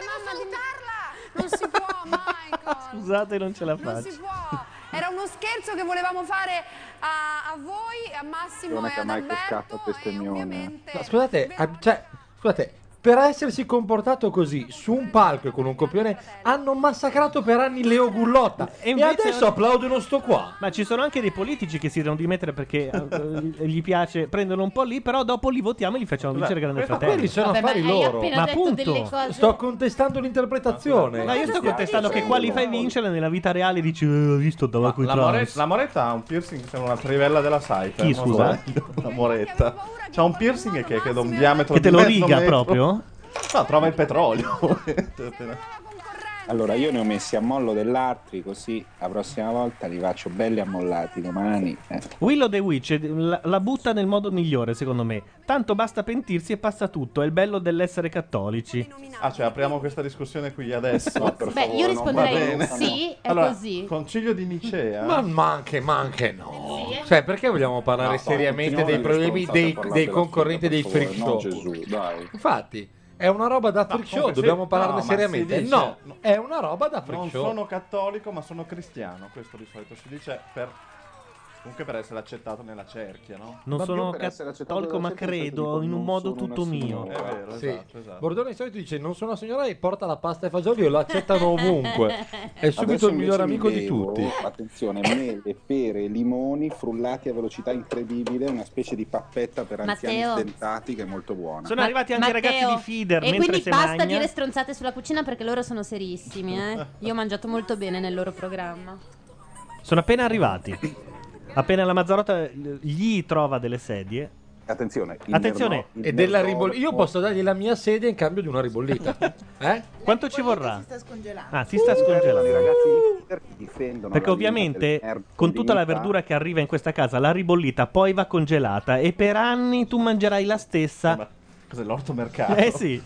Speaker 5: Non si può,
Speaker 3: Ah.
Speaker 5: Michael!
Speaker 1: Scusate, non ce la
Speaker 5: Non si
Speaker 1: faccio.
Speaker 5: può! Era uno scherzo che volevamo fare a, a voi, a Massimo
Speaker 12: Attenzione
Speaker 5: e
Speaker 12: che a
Speaker 5: ad
Speaker 12: Michael
Speaker 5: Alberto.
Speaker 12: scatta queste
Speaker 8: No, scusate, ah, cioè, scusate, per essersi comportato così su un palco e con un copione hanno massacrato per anni Leo Gullotta. E, adesso applaudono sto qua.
Speaker 1: Ma ci sono anche dei politici che si devono dimettere perché eh, gli piace prendono un po' lì, però dopo li votiamo e li facciamo
Speaker 8: Scusate,
Speaker 1: vincere Grande
Speaker 8: ma
Speaker 1: Fratello.
Speaker 8: quelli sono Vabbè, ma affari hai loro. appena
Speaker 1: Ma
Speaker 8: detto
Speaker 1: appunto,
Speaker 8: delle cose- Sto contestando l'interpretazione.
Speaker 1: Ma io sto contestando che qua li fai vincere nella vita reale dici "Eh, ho visto dalla cui
Speaker 14: La, More- la Moretta ha un piercing che sembra una trivella della Saita.
Speaker 1: Chi,
Speaker 14: non
Speaker 1: scusa?
Speaker 14: so. La Moretta. C'ha un piercing che credo un diametro
Speaker 1: Che te
Speaker 14: di
Speaker 1: lo
Speaker 14: mezzo
Speaker 1: riga
Speaker 14: metro.
Speaker 1: proprio?
Speaker 14: No, trova il petrolio.
Speaker 12: Allora, io ne ho messi a mollo dell'altri, così la prossima volta li faccio belli ammollati domani. eh.
Speaker 1: Willow the Witch eh, la, la butta nel modo migliore, secondo me. Tanto basta pentirsi e passa tutto. È il bello dell'essere cattolici.
Speaker 14: Ah, cioè, apriamo questa discussione qui adesso.
Speaker 1: per
Speaker 17: Beh, io risponderei sì, è
Speaker 14: Allora,
Speaker 17: così.
Speaker 14: Concilio di Nicea.
Speaker 8: Ma, ma anche, ma anche no. Cioè, perché vogliamo
Speaker 14: No,
Speaker 8: parlare
Speaker 14: poi,
Speaker 8: seriamente
Speaker 14: continuiamo
Speaker 8: dei
Speaker 14: le
Speaker 8: problemi
Speaker 14: stronzate
Speaker 8: dei,
Speaker 14: a parlare
Speaker 8: dei
Speaker 14: della
Speaker 8: concorrenti
Speaker 14: figlia,
Speaker 8: dei
Speaker 14: per
Speaker 8: freak show?
Speaker 14: favore, no, Gesù, dai.
Speaker 8: Infatti, è una roba da freak show,
Speaker 14: comunque,
Speaker 8: dobbiamo
Speaker 14: sì,
Speaker 8: parlarne
Speaker 14: no, ma si
Speaker 8: seriamente.
Speaker 14: dice-
Speaker 8: No, è una roba da freak
Speaker 14: non
Speaker 8: show.
Speaker 14: sono cattolico, ma sono cristiano. Questo di solito si dice per. Comunque per essere accettato nella cerchia, no?
Speaker 1: Non Ma sono più per essere accettato cattolico, nella ma cerchia, credo tipo, in un non modo sono tutto una mio.
Speaker 14: È
Speaker 1: signora.
Speaker 14: vero,
Speaker 8: Sì.
Speaker 14: esatto, esatto.
Speaker 8: Bordone di solito dice non sono una signora e porta la pasta e fagioli o l'accettano ovunque. È subito
Speaker 12: Adesso
Speaker 8: il miglior
Speaker 12: invece mi
Speaker 8: amico di
Speaker 12: bevo,
Speaker 8: tutti.
Speaker 12: Attenzione, mele, pere, limoni frullati a velocità incredibile, una specie di pappetta per anziani
Speaker 17: Matteo.
Speaker 12: stentati che è molto buona.
Speaker 1: Sono arrivati anche i ragazzi di Feeder
Speaker 17: E
Speaker 1: mentre
Speaker 17: quindi
Speaker 1: se
Speaker 17: basta
Speaker 1: magna.
Speaker 17: dire stronzate sulla cucina perché loro sono serissimi. eh. Io ho mangiato molto bene nel loro programma.
Speaker 1: Sono appena arrivati. Appena la Mazzarotta eh, gli trova delle sedie.
Speaker 12: Attenzione.
Speaker 1: Attenzione.
Speaker 8: e della ribollita. Io posso dargli la mia sedia in cambio di una ribollita. Eh?
Speaker 1: Quanto ci vorrà?
Speaker 2: sta scongelando.
Speaker 1: Ah, si sta scongelando.
Speaker 12: I ragazzi di Feeder che difendono
Speaker 1: Perché
Speaker 12: la
Speaker 1: ovviamente
Speaker 12: linea delle erbe
Speaker 1: con tutta la
Speaker 12: dignità.
Speaker 1: verdura che arriva in questa casa, la ribollita poi va congelata e per anni tu mangerai la stessa.
Speaker 14: Eh, Cos'è l'orto mercato?
Speaker 1: Eh sì.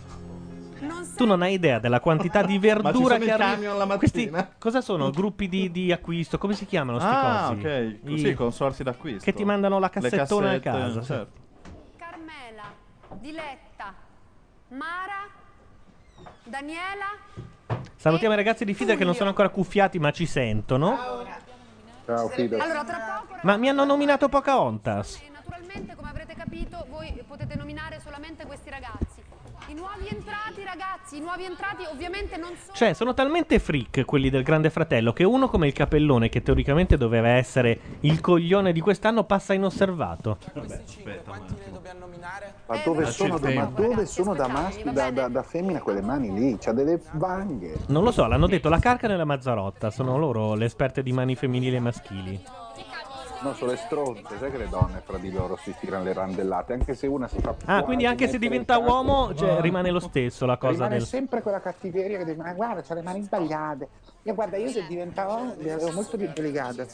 Speaker 1: Tu non hai idea della quantità di
Speaker 14: Ma ci
Speaker 1: verdura
Speaker 14: sono i
Speaker 1: che arriva.
Speaker 14: camion la mattina.
Speaker 1: Cosa sono? Gruppi di, di acquisto? Come si chiamano sti
Speaker 14: ah,
Speaker 1: cosi?
Speaker 14: ok.
Speaker 1: I-
Speaker 14: Sì, consorsi d'acquisto.
Speaker 1: Che ti mandano la cassettona
Speaker 14: Le
Speaker 1: a
Speaker 14: cassette,
Speaker 1: casa, sì.
Speaker 14: certo.
Speaker 5: Carmela, Diletta, Mara, Daniela,
Speaker 1: Salutiamo i ragazzi di FIDA che non sono ancora cuffiati ma ci sentono.
Speaker 12: Ciao Fido.
Speaker 5: Allora, tra poco,
Speaker 1: Ma mi hanno nominato Pocahontas.
Speaker 5: naturalmente, come avrete capito, voi potete nominare solamente questi ragazzi. I nuovi entrati, ragazzi, i nuovi entrati ovviamente non sono...
Speaker 1: Cioè, sono talmente freak quelli del Grande Fratello che uno come il capellone, che teoricamente doveva essere il coglione di quest'anno, passa inosservato.
Speaker 12: Ma dove
Speaker 1: Eh,
Speaker 12: sono,
Speaker 1: sì,
Speaker 12: ma
Speaker 1: sì.
Speaker 12: dove sono da, maschi, da, da- da femmina quelle mani lì? C'ha delle vanghe.
Speaker 1: Non lo so, l'hanno detto la Carca e la Mazzarotta. Sono loro le esperte di mani femminili e maschili.
Speaker 12: No, sono le stronze, sai che le donne fra di loro si tirano le randellate, anche se una si fa
Speaker 1: Ah, quindi anche se diventa uomo, cioè, rimane lo stesso la cosa
Speaker 12: Rimane
Speaker 1: del.
Speaker 12: sempre quella cattiveria che dice, ma guarda, c'ho le mani sbagliate. Io guarda, io se diventavo le avevo molto più delicate.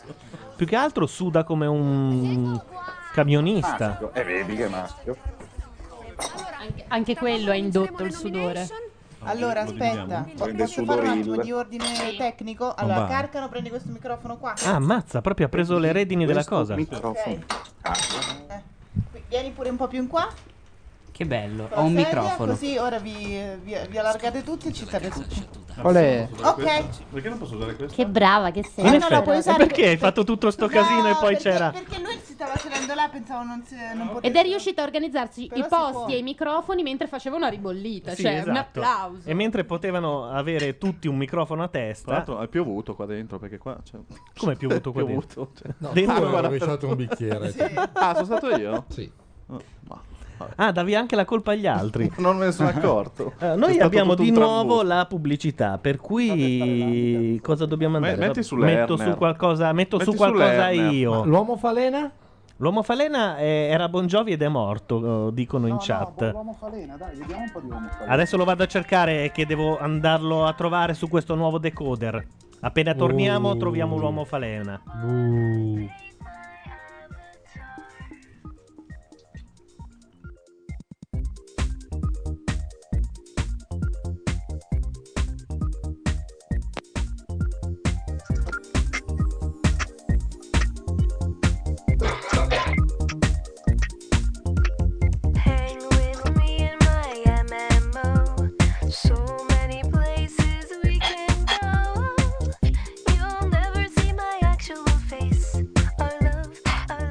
Speaker 1: Più che altro suda come un camionista.
Speaker 12: Maschio, e vedi che è maschio.
Speaker 3: Anche quello ha indotto il sudore.
Speaker 2: Allora,
Speaker 12: Lo
Speaker 2: aspetta,
Speaker 12: dividiamo?
Speaker 2: po-
Speaker 12: Prende
Speaker 2: posso fare un
Speaker 12: Sudoril.
Speaker 2: attimo di ordine tecnico?
Speaker 1: Non
Speaker 2: Allora,
Speaker 1: va.
Speaker 2: Carcano prende questo microfono qua.
Speaker 1: Ah, mazza, proprio ha preso le redini della
Speaker 12: Questo
Speaker 1: cosa.
Speaker 12: microfono.
Speaker 2: Qui- Vieni pure un po' più in qua.
Speaker 4: Che bello,
Speaker 2: con la
Speaker 4: ho un
Speaker 2: sedia,
Speaker 4: microfono.
Speaker 2: Così ora vi, vi- vi allargate tutti e ci state tutti.
Speaker 4: Olè.
Speaker 2: Ok.
Speaker 14: Perché non posso usare questo?
Speaker 17: Che brava che sei.
Speaker 1: In
Speaker 17: Allora,
Speaker 1: effetti,
Speaker 17: puoi
Speaker 1: e
Speaker 17: usare-
Speaker 1: perché hai fatto tutto sto casino e poi c'era.
Speaker 2: Perché lui si stava sedendo là, pensavo non, si, non potesse.
Speaker 17: Ed è riuscita a organizzarsi
Speaker 2: Però
Speaker 17: i
Speaker 2: si può.
Speaker 17: posti e i microfoni mentre faceva una ribollita.
Speaker 1: Sì,
Speaker 17: cioè, un
Speaker 1: esatto.
Speaker 17: applauso.
Speaker 1: E mentre potevano avere tutti un microfono a
Speaker 14: Tra
Speaker 1: testa.
Speaker 14: l'altro è piovuto qua dentro perché qua c'è...
Speaker 1: Come è piovuto qua dentro?
Speaker 14: Piovuto,
Speaker 1: No, Dentro? tu hai
Speaker 14: Acqua
Speaker 1: rovesciato
Speaker 14: dappertutto.
Speaker 1: un bicchiere.
Speaker 14: Sì. Ah, sono stato io? Sì.
Speaker 1: Ah, davi anche la colpa agli altri.
Speaker 14: non me ne sono accorto.
Speaker 1: Eh,
Speaker 14: È
Speaker 1: noi
Speaker 14: stato
Speaker 1: abbiamo
Speaker 14: tutto
Speaker 1: di
Speaker 14: un
Speaker 1: nuovo
Speaker 14: trambusto.
Speaker 1: la pubblicità, per cui cosa dobbiamo
Speaker 14: Me-
Speaker 1: andare?
Speaker 14: metti su
Speaker 1: metto
Speaker 14: Lerner.
Speaker 1: su qualcosa, metto
Speaker 14: Metti su
Speaker 1: su qualcosa
Speaker 14: Lerner.
Speaker 1: io.
Speaker 14: Ma
Speaker 8: L'uomo falena?
Speaker 1: L'uomo falena eh, era Bon Jovi ed è morto, eh, dicono in chat.
Speaker 12: Uomo falena, dai, vediamo un po' di uomo falena.
Speaker 1: Adesso lo vado a cercare che devo andarlo a trovare su questo nuovo decoder. Appena torniamo
Speaker 14: Uh.
Speaker 1: troviamo l'uomo falena.
Speaker 6: Hang with me in my MMO. So many places we can go. You'll never see my actual face. I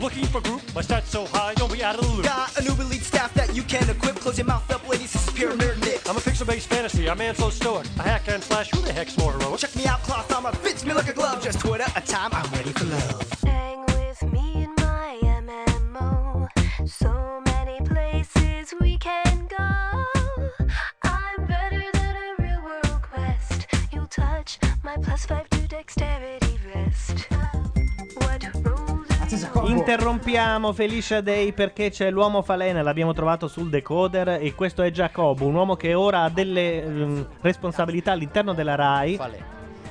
Speaker 4: looking for group, but start so high, don't be out of the loop.
Speaker 24: Got a new elite staff that you can equip. Close your mouth up, ladies. This is pure nerd nick.
Speaker 4: I'm a pixel-based fantasy, I'm man so stoic. A hack and slash, who the heck's more heroic?
Speaker 24: Check me out, cloth armor fits me like a glove. Just Twitter a time, I'm ready for love.
Speaker 6: Hang with me in my MMO. So many places we can go. I'm better than a real world quest. You'll touch my plus five to dexterity wrist. What rules
Speaker 1: Interrompiamo Felicia Day perché c'è l'uomo falena, l'abbiamo trovato sul decoder e questo è Giacobo, un uomo che ora ha delle ehm, responsabilità all'interno della RAI.
Speaker 15: Falena.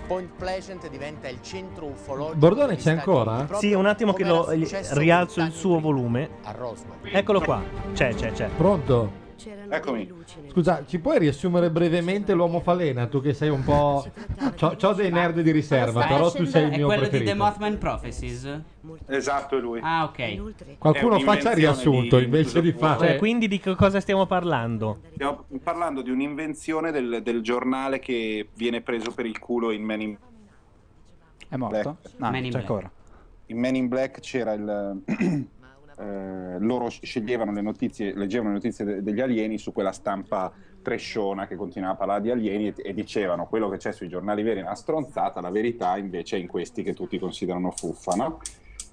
Speaker 15: Point Pleasant diventa il centro ufologico.
Speaker 8: Bordone c'è ancora?
Speaker 1: Sì, un attimo che lo gli- rialzo il suo volume.
Speaker 15: A Roswell.
Speaker 1: Eccolo qua. C'è, c'è, c'è.
Speaker 8: Pronto?
Speaker 12: Eccomi.
Speaker 8: Scusa, ci puoi riassumere brevemente l'uomo falena? Tu che sei un po'. C'ho, c'ho dei nerd di riserva, però tu sei il
Speaker 25: È
Speaker 8: mio
Speaker 25: quello di The
Speaker 8: preferito.
Speaker 25: Mothman Prophecies?
Speaker 12: Esatto, è lui.
Speaker 25: Ah,
Speaker 1: Eh,
Speaker 25: ok.
Speaker 8: Qualcuno faccia il riassunto invece di fare.
Speaker 1: Cioè, quindi di che cosa stiamo parlando?
Speaker 12: Stiamo parlando di un'invenzione del, del giornale che viene preso per il culo in Man in
Speaker 26: È morto?
Speaker 12: Black.
Speaker 26: No, c'è ancora.
Speaker 12: In Man in Black c'era il. eh, loro sceglievano le notizie, leggevano le notizie de- degli alieni su quella stampa tresciona che continuava a parlare di alieni e, e dicevano quello che c'è sui giornali veri è una stronzata, la verità invece è in questi che tutti considerano fuffa, no?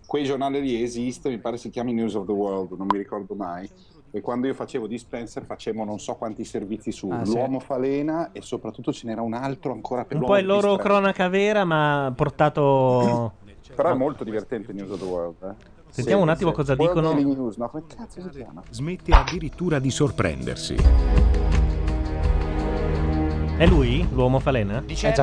Speaker 12: Quei giornali lì esistono, mi pare si chiami News of the World, non mi ricordo mai. E quando io facevo Dispenser facevo non so quanti servizi su
Speaker 1: Ah, sì.
Speaker 12: l'uomo falena e soprattutto ce n'era un altro ancora per
Speaker 1: Un po'
Speaker 12: l'uomo
Speaker 1: è loro
Speaker 12: distrutto.
Speaker 1: cronaca vera, ma portato.
Speaker 15: Cioè,
Speaker 12: Però è molto divertente News of the World. eh.
Speaker 1: Sentiamo un attimo cosa
Speaker 12: World
Speaker 1: dicono.
Speaker 12: Daily News, no? Come cazzo si chiama?
Speaker 27: Smette addirittura di sorprendersi.
Speaker 1: È lui, l'uomo falena?
Speaker 25: Dice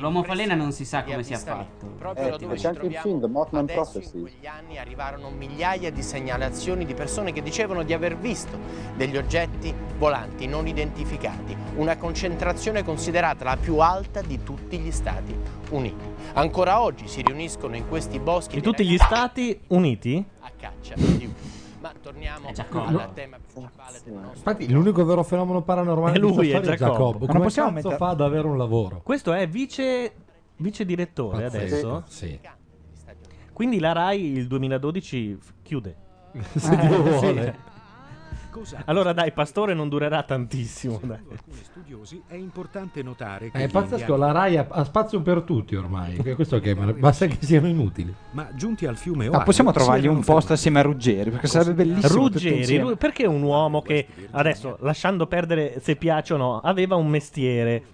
Speaker 25: L'uomo falena non si sa come sia fatto.
Speaker 15: Proprio là dove
Speaker 12: c'è
Speaker 15: ci
Speaker 12: anche il
Speaker 15: troviamo
Speaker 12: film The Mothman
Speaker 15: adesso, in
Speaker 12: Prophecy.
Speaker 15: quegli anni arrivarono migliaia di segnalazioni di persone che dicevano di aver visto degli oggetti volanti non identificati, una concentrazione considerata la più alta di tutti gli Stati Uniti. Ancora oggi si riuniscono in questi boschi
Speaker 1: Di
Speaker 15: di
Speaker 1: tutti gli
Speaker 15: ragazzi
Speaker 1: stati uniti?
Speaker 15: a caccia di UFO. Ma torniamo
Speaker 25: Giacomo.
Speaker 15: al tema principale del nostro
Speaker 8: Infatti, l'unico vero fenomeno paranormale
Speaker 1: È lui,
Speaker 8: di
Speaker 1: è
Speaker 8: questa storia
Speaker 1: Giacobbo.
Speaker 8: Giacobbo.
Speaker 1: Ma
Speaker 8: Come
Speaker 1: possiamo
Speaker 8: cazzo
Speaker 1: mettere-
Speaker 8: fa ad avere un lavoro?
Speaker 1: Questo è vice, vice direttore
Speaker 8: Pazzesco,
Speaker 1: adesso.
Speaker 8: sì.
Speaker 1: Quindi la Rai il 2012 f- chiude.
Speaker 8: Se Dio
Speaker 1: Eh, sì.
Speaker 8: vuole.
Speaker 1: Allora dai, Pastore non durerà tantissimo. dai.
Speaker 27: Alcuni studiosi è importante notare che
Speaker 8: Ah, È
Speaker 27: gli
Speaker 8: pazzesco,
Speaker 27: indiani-
Speaker 8: la Rai ha, ha spazio per tutti ormai. che Questo che basta che siano inutili.
Speaker 27: ma giunti al fiume Ohio,
Speaker 26: Ma possiamo trovargli
Speaker 27: siano
Speaker 26: un posto assieme a Ruggeri? Perché sarebbe bellissimo. tutti
Speaker 1: Ruggeri,
Speaker 26: insieme.
Speaker 1: lui- perché un uomo che adesso, lasciando perdere se piace o no, aveva un mestiere,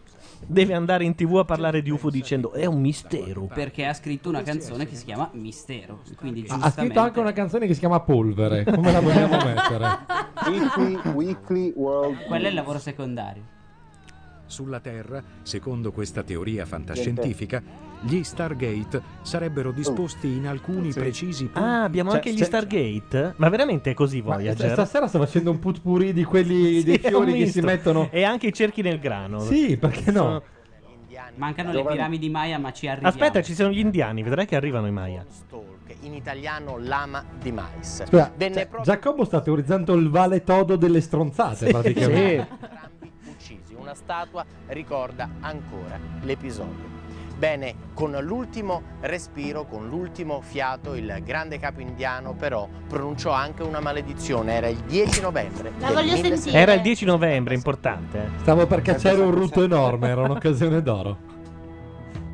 Speaker 1: deve andare in tv a parlare di UFO dicendo è un mistero.
Speaker 25: Perché ha scritto una canzone che si chiama Mistero. Quindi
Speaker 8: Ha- Ha scritto anche
Speaker 25: giustamente.
Speaker 8: una canzone che si chiama Polvere. Come la vogliamo mettere?
Speaker 12: Weekly, Weekly World
Speaker 25: Quello è il
Speaker 27: News.
Speaker 25: lavoro secondario.
Speaker 27: Sulla Terra, secondo questa teoria fantascientifica, gli Stargate sarebbero disposti in alcuni precisi punti.
Speaker 1: Ah, abbiamo
Speaker 27: Cioè,
Speaker 1: anche gli
Speaker 27: c'è-
Speaker 1: Stargate? Ma veramente è così,
Speaker 8: Ma st-
Speaker 1: Voyager?
Speaker 8: stasera sto facendo un putpurì di quelli dei
Speaker 1: Sì, è un Eh,
Speaker 8: fiori che si
Speaker 1: misto.
Speaker 8: mettono.
Speaker 1: E anche i cerchi nel grano.
Speaker 8: Sì, perché no?
Speaker 25: Mancano le
Speaker 1: Giovanni.
Speaker 25: piramidi Maya, ma ci arriviamo.
Speaker 1: Aspetta, ci sono gli indiani, vedrai che arrivano i Maya.
Speaker 15: Stalk, in italiano lama di mais.
Speaker 8: Scusa,
Speaker 15: Venne
Speaker 8: cioè,
Speaker 15: proprio
Speaker 8: Giacobbo sta teorizzando il vale todo delle
Speaker 1: Ah,
Speaker 8: stronzate,
Speaker 15: Sì.
Speaker 8: praticamente.
Speaker 15: entrambi uccisi. Una statua ricorda ancora l'episodio. Bene, con l'ultimo respiro, con l'ultimo fiato, il grande capo indiano però pronunciò anche una maledizione. Era il 10 novembre. del 1700.
Speaker 1: Era il 10 novembre, importante. eh.
Speaker 8: Stavo per cacciare un rutto enorme, era un'occasione d'oro.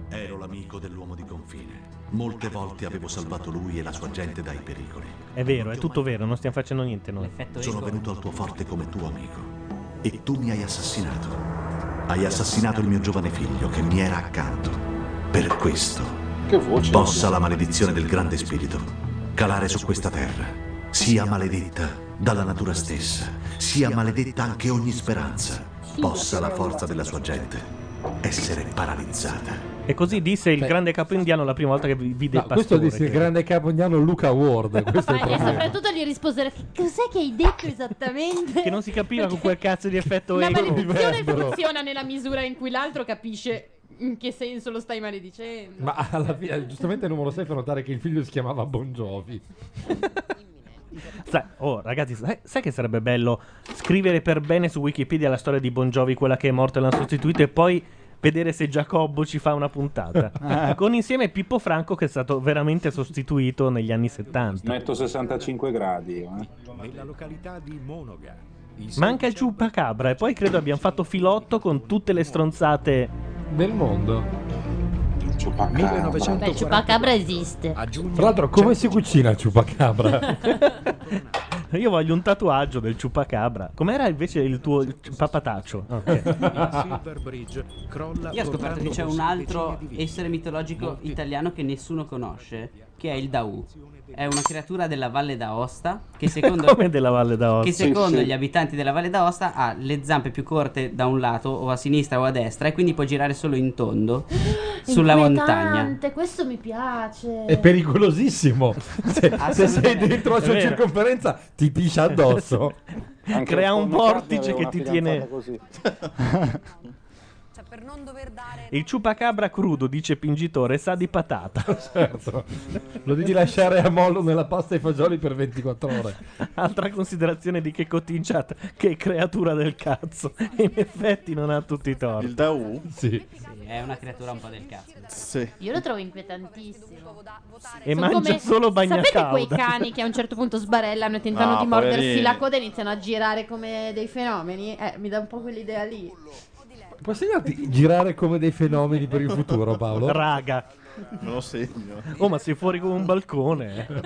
Speaker 28: Ero l'amico dell'uomo di confine. Molte volte avevo salvato lui e la sua gente dai pericoli.
Speaker 1: È vero, è tutto vero, non stiamo facendo niente noi.
Speaker 28: Sono
Speaker 1: ecco.
Speaker 28: venuto al tuo forte come tuo amico. E tu mi hai assassinato. Hai assassinato il mio giovane figlio che mi era accanto. Per questo.
Speaker 12: Che voce.
Speaker 28: Possa la maledizione del grande spirito calare su questa terra. Sia maledetta dalla natura stessa. Sia maledetta anche ogni speranza. Possa la forza della sua gente essere paralizzata.
Speaker 1: E così disse il grande capo indiano la prima volta che vi- vide
Speaker 8: Cioè- No,
Speaker 1: il
Speaker 8: questo
Speaker 1: pastore.
Speaker 8: disse il
Speaker 1: credo.
Speaker 8: grande capo indiano Luca Ward. Questo è il
Speaker 17: Ma- e
Speaker 8: problema.
Speaker 17: soprattutto gli risposero: Che cos'è che hai detto esattamente?
Speaker 1: Che non si capiva con quel cazzo di effetto
Speaker 17: La
Speaker 1: eco.
Speaker 17: maledizione funziona nella misura in cui l'altro capisce in che senso lo stai maledicendo.
Speaker 8: Ma alla fine, giustamente numero 6 fa notare che il figlio si chiamava Bongiovi.
Speaker 1: Sai- oh, ragazzi, sai, sai che sarebbe bello scrivere per bene su Wikipedia la storia di Bon Jovi, quella che è morta e l'hanno sostituito, e poi vedere se Giacobbo ci fa una
Speaker 8: Ah.
Speaker 1: puntata. con insieme Pippo Franco che è stato veramente sostituito negli anni 70.
Speaker 12: Metto 65 gradi. io, eh.
Speaker 8: Nella località di Monoga,
Speaker 1: Manca il ciupacabra e poi credo abbiamo fatto filotto con tutte le stronzate
Speaker 8: del mondo. 1900.
Speaker 3: Beh, il ciupacabra esiste.
Speaker 8: Tra l'altro, come si cucina il ciupacabra?
Speaker 1: Io voglio un tatuaggio del ciupacabra. Com'era invece il tuo il c- papataccio? Ah, ok.
Speaker 8: Silver Bridge crolla
Speaker 25: Io ho scoperto che
Speaker 8: portando
Speaker 25: c'è un
Speaker 8: con sé
Speaker 25: altro
Speaker 8: decine di vite.
Speaker 25: essere mitologico italiano che nessuno conosce, che è il Daù. È una creatura della Valle d'Aosta che secondo
Speaker 1: Come della Valle d'Aosta.
Speaker 25: che secondo gli abitanti della Valle d'Aosta ha le zampe più corte da un lato o a sinistra o a destra e quindi può girare solo in tondo sulla montagna.
Speaker 3: Inquietante, Questo mi piace. Ah,
Speaker 8: È pericolosissimo. Se, se sei
Speaker 1: Assolutamente.
Speaker 8: dentro la sua
Speaker 1: Ah, È vero.
Speaker 8: circonferenza, ti piscia addosso.
Speaker 1: Anche Crea un Paul McCartney vortice aveva che una ti tiene- Il ciupacabra crudo, dice Pingitore, sa di patata.
Speaker 8: Certo. Lo devi lasciare a mollo nella pasta ai fagioli per 24 ore.
Speaker 1: Altra considerazione di che in chat, che creatura del cazzo. In effetti non ha tutti i torti. Il
Speaker 14: Daù?
Speaker 8: Sì.
Speaker 25: È una creatura un po' del cazzo.
Speaker 14: Sì.
Speaker 3: Io lo trovo inquietantissimo.
Speaker 1: E
Speaker 3: Sono
Speaker 1: mangia solo bagnacauda.
Speaker 3: Sapete quei cani che a un certo punto sbarellano e tentano
Speaker 1: No,
Speaker 3: di mordersi
Speaker 1: poverini.
Speaker 3: la coda e iniziano a girare come dei fenomeni? Eh, mi dà un po' quell'idea lì.
Speaker 8: Puoi segnarti girare come dei fenomeni per il futuro, Paolo?
Speaker 1: Raga.
Speaker 14: Non lo segno.
Speaker 1: Oh, ma sei fuori come un balcone. eh.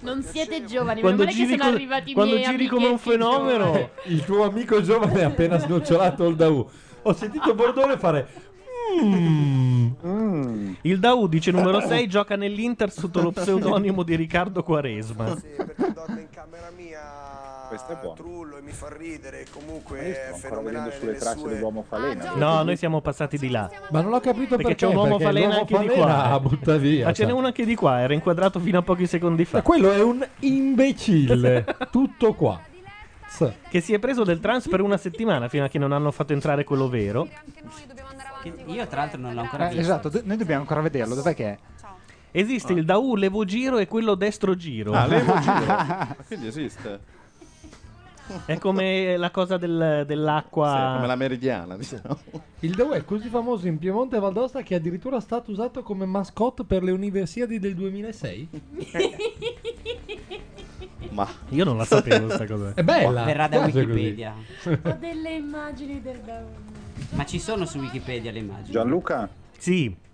Speaker 3: Non siete giovani,
Speaker 1: Quando
Speaker 3: meno male che
Speaker 1: giri
Speaker 3: sono
Speaker 1: co-
Speaker 3: arrivati i
Speaker 1: quando
Speaker 3: miei
Speaker 1: giri come un
Speaker 3: amichetti
Speaker 1: fenomeno.
Speaker 3: giovani.
Speaker 8: Il tuo amico giovane ha appena snocciolato il Daù. Ho sentito Bordone fare. "Mm".
Speaker 1: Il Daù dice numero 6 gioca nell'Inter sotto lo pseudonimo di Riccardo Quaresma.
Speaker 12: Questo è buono.
Speaker 11: Ah, e mi fa ridere comunque
Speaker 12: Ma io
Speaker 11: è
Speaker 12: sto ancora
Speaker 11: fenomenale
Speaker 12: vedendo sulle
Speaker 11: nelle
Speaker 12: tracce
Speaker 11: sue-
Speaker 12: dell'uomo falena.
Speaker 1: No, noi siamo passati di là.
Speaker 8: Ma non l'ho capito
Speaker 1: Perché
Speaker 8: perché.
Speaker 1: c'è un uomo
Speaker 8: perché
Speaker 1: falena
Speaker 8: l'uomo
Speaker 1: anche di
Speaker 8: falena
Speaker 1: qua.
Speaker 8: la butta via.
Speaker 1: Ma ce n'è
Speaker 8: cioè.
Speaker 1: uno anche di qua, era inquadrato fino a pochi secondi fa.
Speaker 8: Quello è un imbecille. Tutto qua. Sì.
Speaker 1: Che si è preso del trans per una settimana fino a che non hanno fatto entrare quello vero.
Speaker 25: Io tra l'altro non l'ho ancora
Speaker 26: Eh,
Speaker 25: visto.
Speaker 26: esatto, do- noi dobbiamo ancora vederlo. Dov'è che è?
Speaker 1: Esiste il Daù levogiro e quello destro giro.
Speaker 26: Ah, levogiro.
Speaker 14: Ma quindi esiste.
Speaker 1: È come la cosa del- dell'acqua.
Speaker 14: Sì, come la meridiana, diciamo.
Speaker 8: Il Daù è così famoso in Piemonte e Valdosta che addirittura è stato usato come mascotte per le Universiadi del 2006.
Speaker 14: Ma
Speaker 1: io non la sapevo sta cosa.
Speaker 8: È bella.
Speaker 25: Verrà da
Speaker 8: Mi piace
Speaker 25: Wikipedia.
Speaker 3: Ho delle immagini del
Speaker 25: Ma ci sono su Wikipedia le immagini.
Speaker 12: Gianluca?
Speaker 1: Sì.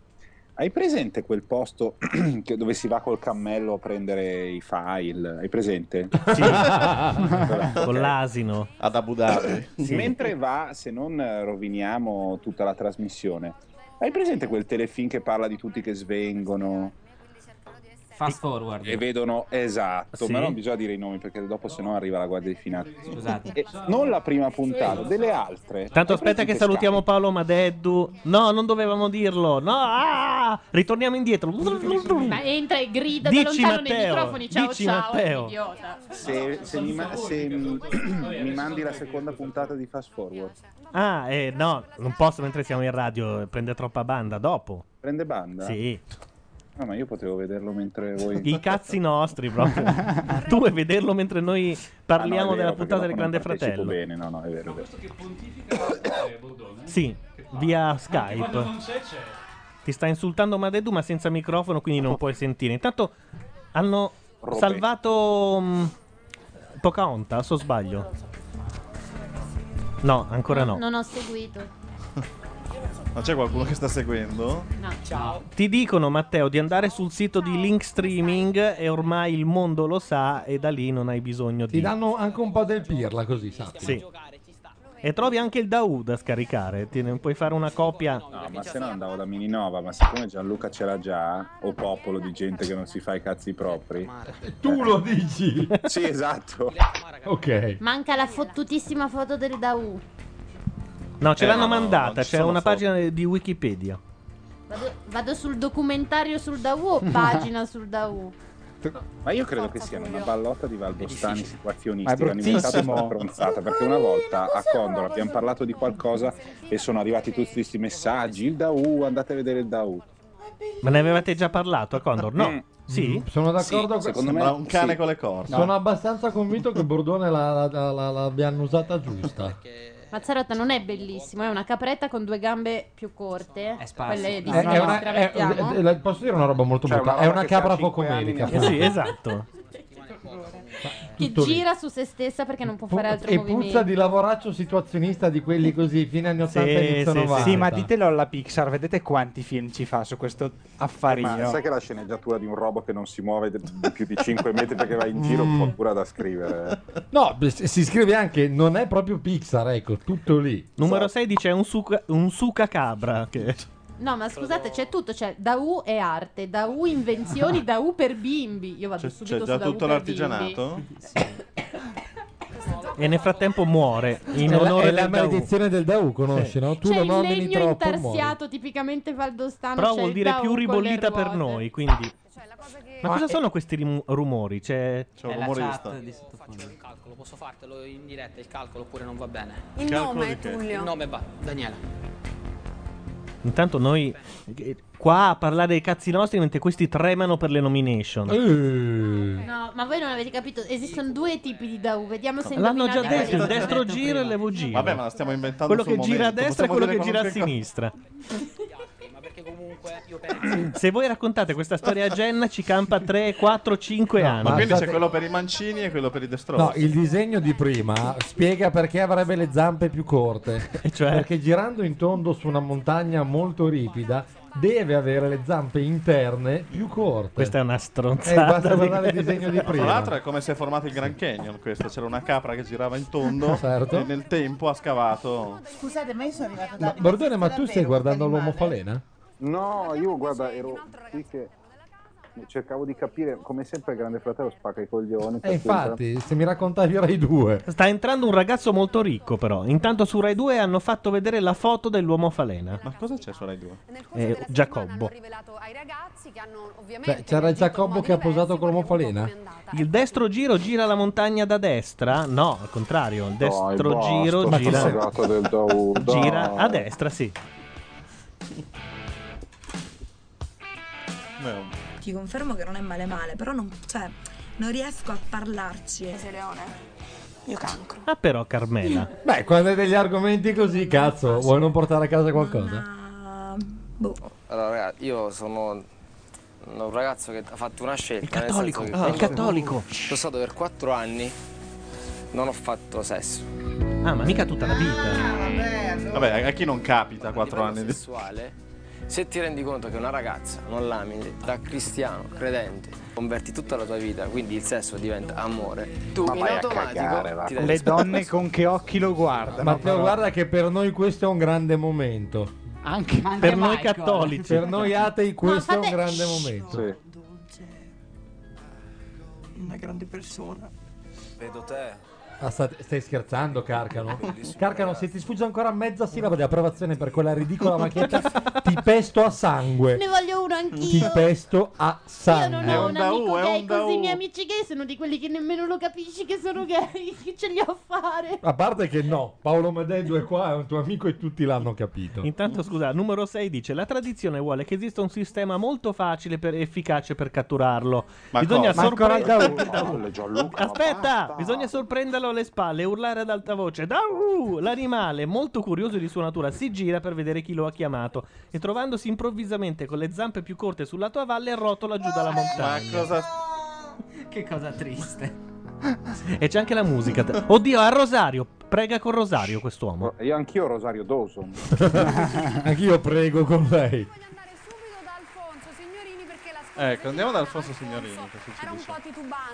Speaker 12: Hai presente quel posto che- dove si va col cammello a prendere i file? Hai presente? Sì.
Speaker 1: Con l'asino.
Speaker 14: Ad Abu Dhabi.
Speaker 12: Mentre va, se non eh, roviniamo tutta la trasmissione, hai presente quel telefilm che parla di tutti che svengono?
Speaker 25: Fast forward.
Speaker 12: E vedono esatto,
Speaker 25: Sì.
Speaker 12: ma non bisogna dire i nomi perché dopo sennò arriva la guardia di finanza.
Speaker 25: Scusate.
Speaker 12: E non la prima puntata, delle altre.
Speaker 1: Tanto
Speaker 12: Hai
Speaker 1: aspetta che
Speaker 12: presente
Speaker 1: salutiamo Paolo Madeddu. No, non dovevamo dirlo. No, ah! ritorniamo indietro.
Speaker 3: Ma entra e grida da
Speaker 1: Dici,
Speaker 3: lontano nei
Speaker 1: Matteo.
Speaker 3: microfoni. Ciao,
Speaker 1: Dici,
Speaker 3: ciao,
Speaker 1: Matteo.
Speaker 3: idiota.
Speaker 12: Se, se mi, ma- se mi- mi mandi la seconda puntata di Fast Forward,
Speaker 1: Ah, eh, no, non posso mentre siamo in radio. Prende troppa banda dopo.
Speaker 12: prende banda?
Speaker 1: Sì.
Speaker 12: Ah, ma io potevo vederlo mentre voi.
Speaker 1: I cazzi nostri proprio. tu vuoi vederlo mentre noi parliamo
Speaker 12: Ah, no, è vero,
Speaker 1: della
Speaker 12: perché
Speaker 1: puntata del
Speaker 12: dopo non
Speaker 1: Grande
Speaker 12: partecipo
Speaker 1: Fratello?
Speaker 12: Bene, no, no, è vero. è vero. eh,
Speaker 1: Sì, via
Speaker 6: Quando non
Speaker 1: Skype.
Speaker 6: c'è, c'è.
Speaker 1: Ti sta insultando Madeddu ma senza microfono, quindi non puoi sentire. Intanto hanno
Speaker 12: Robe.
Speaker 1: salvato mh, Pocahontas, o sbaglio? No, ancora no.
Speaker 3: Non ho seguito.
Speaker 14: Ma c'è qualcuno che sta seguendo?
Speaker 3: No. Ciao.
Speaker 1: Ti dicono, Matteo, di andare sul sito di Link Streaming e ormai il mondo lo sa e da lì non hai bisogno
Speaker 8: Ti
Speaker 1: di...
Speaker 8: danno anche un po' del pirla così, sappi.
Speaker 1: Sì. E trovi anche il Daù da scaricare, ti ne puoi fare una copia.
Speaker 12: No, ma se no andavo da Mininova, ma siccome Gianluca c'era già, o popolo di gente che non si fa i cazzi propri. Eh.
Speaker 8: Tu lo dici!
Speaker 12: Sì, esatto.
Speaker 8: ok.
Speaker 3: Manca la fottutissima foto del Daù.
Speaker 1: No, ce
Speaker 12: Eh,
Speaker 1: l'hanno
Speaker 12: no,
Speaker 1: mandata,
Speaker 12: non ci
Speaker 1: c'è
Speaker 12: sono
Speaker 1: una
Speaker 12: foto.
Speaker 1: pagina di Wikipedia.
Speaker 3: Vado, vado sul documentario sul Daù o pagina sul Daù?
Speaker 12: Ma io credo che siano una ballotta di Valbostani
Speaker 26: Ma
Speaker 12: situazionisti
Speaker 26: è
Speaker 12: che hanno inventato
Speaker 26: bruttissimo.
Speaker 12: questa stronzata. Perché una volta a Condor abbiamo parlato di qualcosa e sono arrivati tutti questi messaggi. Il DAU, andate a vedere il DAU.
Speaker 1: Ma ne avevate già parlato a Condor?
Speaker 12: Mm.
Speaker 1: No. Sì?
Speaker 8: Mm-hmm. Sono d'accordo con-
Speaker 12: secondo
Speaker 14: Sembra
Speaker 12: me
Speaker 14: un cane
Speaker 12: sì.
Speaker 14: con le corna.
Speaker 8: Sono abbastanza convinto che Bordone la- la- la- la- l'abbia annusata giusta.
Speaker 3: Mazzarotta non è bellissimo, è una capretta con due gambe più corte. È
Speaker 25: spazio.
Speaker 3: Quelle di
Speaker 8: È- è
Speaker 3: sinistra,
Speaker 8: una- è-
Speaker 3: mettiamo.
Speaker 8: eh, la- posso dire una roba molto
Speaker 1: Cioè,
Speaker 8: brutta?
Speaker 1: una
Speaker 8: È
Speaker 1: roba
Speaker 8: una
Speaker 1: che c'ha
Speaker 8: capra
Speaker 1: cinque
Speaker 8: poco
Speaker 1: anni
Speaker 8: medica.
Speaker 1: nella- Sì, esatto.
Speaker 3: Che
Speaker 8: tutto lì.
Speaker 3: gira su se stessa perché non può fare altro
Speaker 8: e
Speaker 3: movimento.
Speaker 8: puzza di lavoraccio situazionista di quelli così fine anni 80 inizio 90.
Speaker 26: Sì, ma ditelo alla Pixar, vedete quanti film ci fa su questo affarino.
Speaker 12: Eh, Ma sai che la sceneggiatura di un robot che non si muove di di più di 5 metri perché va in giro è un
Speaker 1: Mm.
Speaker 12: po' dura da scrivere.
Speaker 8: No, beh, si si scrive anche non è proprio Pixar, ecco, tutto lì.
Speaker 1: Numero 6 dice un, suca, un sucacabra. Che...
Speaker 3: No, ma scusate, c'è tutto, c'è da U è arte, da U invenzioni, da U per bimbi. Io vado
Speaker 1: C'è-
Speaker 3: subito
Speaker 1: c'è
Speaker 3: su
Speaker 1: già
Speaker 3: da U
Speaker 1: tutto
Speaker 3: per
Speaker 1: l'artigianato?
Speaker 3: bimbi.
Speaker 1: E nel frattempo muore in
Speaker 8: è la,
Speaker 1: onore
Speaker 8: è la
Speaker 1: del Daù.
Speaker 8: maledizione del Dau, conosci, no? Tu
Speaker 3: C'è
Speaker 8: non
Speaker 3: il
Speaker 8: nomini
Speaker 3: legno
Speaker 8: troppo, muori.
Speaker 3: intarsiato, tipicamente valdostano.
Speaker 1: Però
Speaker 3: c'è
Speaker 1: vuol
Speaker 3: il
Speaker 1: dire
Speaker 3: Daù
Speaker 1: più
Speaker 3: con le
Speaker 1: ribollita per
Speaker 3: ruote.
Speaker 1: noi, quindi... Ma
Speaker 3: Ma
Speaker 1: cosa
Speaker 3: è-
Speaker 1: sono questi rimu- rumori? C'è,
Speaker 14: un È la rumorista. chat
Speaker 7: Faccio il calcolo, posso fartelo in diretta il calcolo oppure non va bene?
Speaker 5: Il Calcolo nome di è che? Tullio.
Speaker 7: Il nome va, Daniela.
Speaker 1: Intanto noi eh, qua a parlare dei cazzi nostri mentre questi tremano per le nomination.
Speaker 8: Eh.
Speaker 3: No, ma voi non avete capito, esistono due tipi di Dau, vediamo se
Speaker 1: L'hanno già
Speaker 3: indovinate
Speaker 1: detto, il
Speaker 3: quello.
Speaker 1: destro gira e il levo gira.
Speaker 14: Vabbè, ma la stiamo inventando
Speaker 1: Quello
Speaker 14: sul
Speaker 1: che gira a
Speaker 14: momento,
Speaker 1: destra e
Speaker 14: possiamo dire
Speaker 1: quello che gira a
Speaker 14: qualunque
Speaker 1: sinistra.
Speaker 7: Ma perché comunque io penso...
Speaker 1: Se voi raccontate questa storia a Jenna ci campa 3, 4, 5 anni.
Speaker 14: Ma quindi c'è quello per i mancini e quello per i destrozzi.
Speaker 8: No, il disegno di prima spiega perché avrebbe le zampe più corte.
Speaker 1: Cioè?
Speaker 8: Perché girando in tondo su una montagna molto ripida deve avere le zampe interne più corte.
Speaker 1: Questa è una
Speaker 8: Eh,
Speaker 1: stronzata.
Speaker 8: basta guardare il
Speaker 1: di-
Speaker 8: disegno di
Speaker 14: Ma Tra
Speaker 8: prima.
Speaker 14: l'altro è come se è formato il Grand Canyon questo, c'era una capra che girava in tondo
Speaker 8: Certo.
Speaker 14: e nel tempo ha scavato.
Speaker 2: Scusate, ma io sono arrivato
Speaker 8: Ma,
Speaker 2: da.
Speaker 8: Bordone, ma tu stai guardando l'uomo falena?
Speaker 12: No, io guarda, ero qui che cercavo di capire, come sempre il Grande Fratello spacca i coglioni. per
Speaker 8: Eh,
Speaker 12: cui-
Speaker 8: infatti, se mi raccontavi Rai 2.
Speaker 1: Sta entrando un ragazzo molto ricco però. Intanto su Rai 2 hanno fatto vedere la foto dell'uomo falena.
Speaker 14: Ma cosa c'è su Rai 2?
Speaker 1: Eh, Giacobbo.
Speaker 8: Beh, c'era il Giacobbo che ha posato con l'uomo falena?
Speaker 1: Il
Speaker 12: ecco.
Speaker 1: destro giro gira la montagna da destra? No, al contrario, il
Speaker 12: oh,
Speaker 1: destro
Speaker 12: basta,
Speaker 1: giro
Speaker 12: ma
Speaker 1: gira,
Speaker 12: che cagata boh, del Daù, dai.
Speaker 1: gira a destra, sì.
Speaker 18: Ti confermo che non è male male, però non, cioè, non riesco a parlarci. Sei leone? Io cancro.
Speaker 1: Ah però Carmela.
Speaker 8: Beh, quando hai degli argomenti così, cazzo, vuoi non portare a casa qualcosa?
Speaker 11: Allora, ragazzi, io sono un ragazzo che ha fatto una scelta. nel
Speaker 1: cattolico,
Speaker 11: senso che
Speaker 1: ah,
Speaker 11: quando-
Speaker 1: il cattolico.
Speaker 11: Sono stato per quattro anni, non ho fatto sesso.
Speaker 1: Ah, ma mica tutta la vita.
Speaker 14: Vabbè, a chi non capita 4
Speaker 11: livello
Speaker 14: anni di...
Speaker 11: sessuale, se ti rendi conto che una ragazza non l'ami da cristiano, credente, converti tutta la tua vita, quindi il sesso diventa amore, tu
Speaker 18: Ma
Speaker 11: in
Speaker 18: vai a
Speaker 11: automatico
Speaker 18: cagare, va.
Speaker 11: ti dai
Speaker 18: Dai,
Speaker 11: le
Speaker 26: Le donne con che occhi lo guardano.
Speaker 8: Matteo,
Speaker 26: però.
Speaker 8: guarda che per noi questo è un grande momento.
Speaker 26: Anche-
Speaker 8: Ma
Speaker 26: anche per noi Michael. cattolici.
Speaker 8: Per noi atei questo
Speaker 18: No,
Speaker 8: è un
Speaker 18: fate-
Speaker 8: grande
Speaker 18: Shh.
Speaker 8: momento.
Speaker 18: Una grande persona.
Speaker 11: Vedo te.
Speaker 8: Ah, sta- stai scherzando, Carcano? Carcano, se ti sfugge ancora mezza sillaba di approvazione per quella ridicola macchietta, ti pesto a sangue.
Speaker 3: Ne voglio uno
Speaker 8: Ti
Speaker 3: anch'io.
Speaker 8: pesto a sangue.
Speaker 3: Io non ho un amico gay, così i miei amici gay sono di quelli che nemmeno lo capisci che sono gay, che ce li ho a fare.
Speaker 8: A parte che no, Paolo Mededo è qua, è un tuo amico e tutti l'hanno capito.
Speaker 1: Intanto, scusa, numero 6 dice: La tradizione vuole che esista un sistema molto facile e efficace per catturarlo.
Speaker 12: Ma
Speaker 1: bisogna
Speaker 12: cosa? Ma ancora il
Speaker 1: sorprenderlo.
Speaker 12: Daù? Palle, Gianluca, ma
Speaker 1: Aspetta,
Speaker 12: basta.
Speaker 1: bisogna sorprenderlo alle spalle e urlare ad alta voce: Daù! L'animale, molto curioso di sua natura, si gira per vedere chi lo ha chiamato. E trovandosi improvvisamente con le zampe più corte sul lato a valle, rotola giù dalla montagna.
Speaker 25: Ma cosa- Che cosa triste.
Speaker 1: E c'è anche la musica. Oddio, a Rosario. Prega con Rosario quest'uomo.
Speaker 12: Io anch'io Rosario Dawson.
Speaker 8: Anch'io prego con lei.
Speaker 14: Ecco, andiamo da Alfonso Signorini. che ci dice.